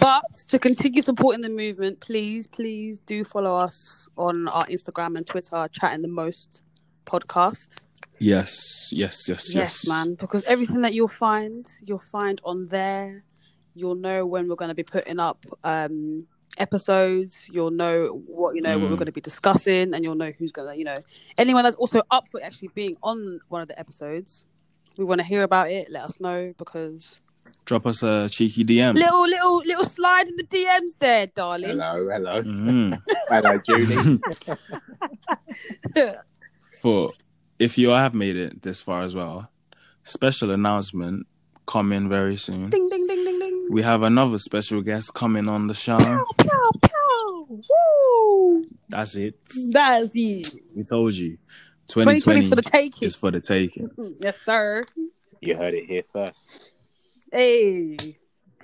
Speaker 1: but to continue supporting the movement please please do follow us on our instagram and twitter chatting the most podcast
Speaker 2: yes. Yes. Yes. Yes.
Speaker 1: Yes, man. Because everything that you'll find, you'll find on there. You'll know when we're going to be putting up um, episodes. You'll know what you know what we're
Speaker 2: Mm.
Speaker 1: going to be discussing, and you'll know who's going to you know anyone that's also up for actually being on one of the episodes. We want to hear about it. Let us know because
Speaker 2: Drop us a cheeky DM.
Speaker 1: little little little slide in the DMs there, darling.
Speaker 3: Hello, hello,
Speaker 2: Mhm.
Speaker 3: hello, Julie.
Speaker 2: For if you have made it this far as well, special announcement coming very soon.
Speaker 1: ding ding ding ding ding.
Speaker 2: We have another special guest coming on the show.
Speaker 1: Pow pow. Woo.
Speaker 2: That's it.
Speaker 1: That's it.
Speaker 2: We told you.
Speaker 1: 2020 is for the
Speaker 2: 2020
Speaker 1: taking. Mm,
Speaker 2: is for the taking.
Speaker 1: Yes, sir.
Speaker 3: you heard it here first.
Speaker 1: Hey,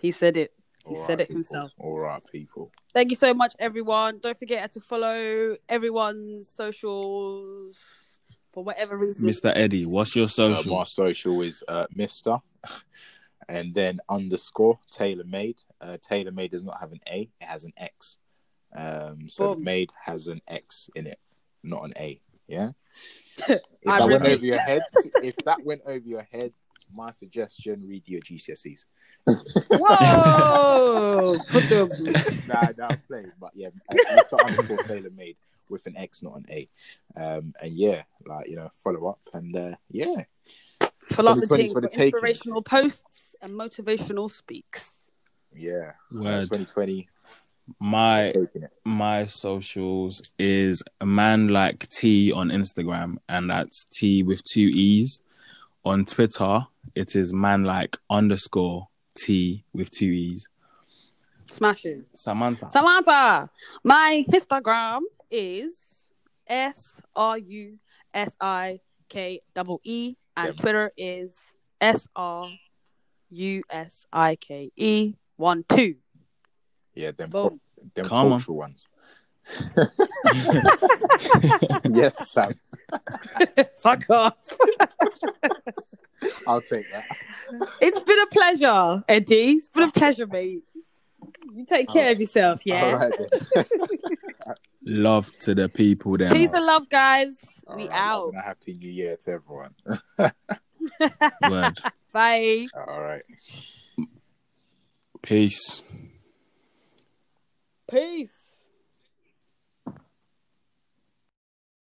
Speaker 1: he said it. He
Speaker 3: All
Speaker 1: said it
Speaker 3: people.
Speaker 1: himself.
Speaker 3: All right, people.
Speaker 1: Thank you so much, everyone. Don't forget to follow everyone's socials for whatever reason.
Speaker 2: Mr. Eddie, what's your
Speaker 3: Uh,
Speaker 2: social?
Speaker 3: my social is uh, Mister, and then underscore Tailor Made. Uh, Tailor Made does not have an A; it has an X. Um, so
Speaker 1: Boom.
Speaker 3: made has an X in it, not an A. Yeah. If
Speaker 1: I
Speaker 3: that went
Speaker 1: repeat.
Speaker 3: over your head, if that went over your head, my suggestion: read your GCSEs.
Speaker 1: Whoa! Put the-
Speaker 3: nah, nah, I'm playing. But yeah, let's start underscore Tailor Made with an X, not an A. Um, and yeah, like you know, follow up and uh, yeah.
Speaker 1: Follow up the
Speaker 3: 2020
Speaker 1: team
Speaker 3: for
Speaker 1: for
Speaker 3: the taking.
Speaker 1: inspirational posts and motivational speaks.
Speaker 3: Yeah,
Speaker 2: Word. Eh.
Speaker 3: 2020.
Speaker 2: My
Speaker 3: taking it.
Speaker 2: my socials is a man like T on Instagram, and that's T with two E's. On Twitter, it is man like underscore T with two E's.
Speaker 1: Smashing.
Speaker 2: Samantha.
Speaker 1: Samantha, my Instagram is S R U S I K double E, and
Speaker 3: Yeah.
Speaker 1: Twitter is S R U S I K E one two.
Speaker 3: Yeah, them,
Speaker 1: Boom.
Speaker 3: them
Speaker 2: Come on.
Speaker 3: cultural ones. yes, Sam.
Speaker 1: Fuck off.
Speaker 3: I'll take that.
Speaker 1: It's been a pleasure, Eddie. It's been a pleasure, mate. You take care of yourself,
Speaker 3: All
Speaker 1: yeah.
Speaker 3: right, then.
Speaker 2: Love to the people then.
Speaker 1: Peace and love, guys.
Speaker 3: All
Speaker 1: we
Speaker 3: right,
Speaker 1: out.
Speaker 3: and a happy new year to everyone.
Speaker 2: Word.
Speaker 1: Bye.
Speaker 3: All right.
Speaker 2: Peace.
Speaker 1: Peace.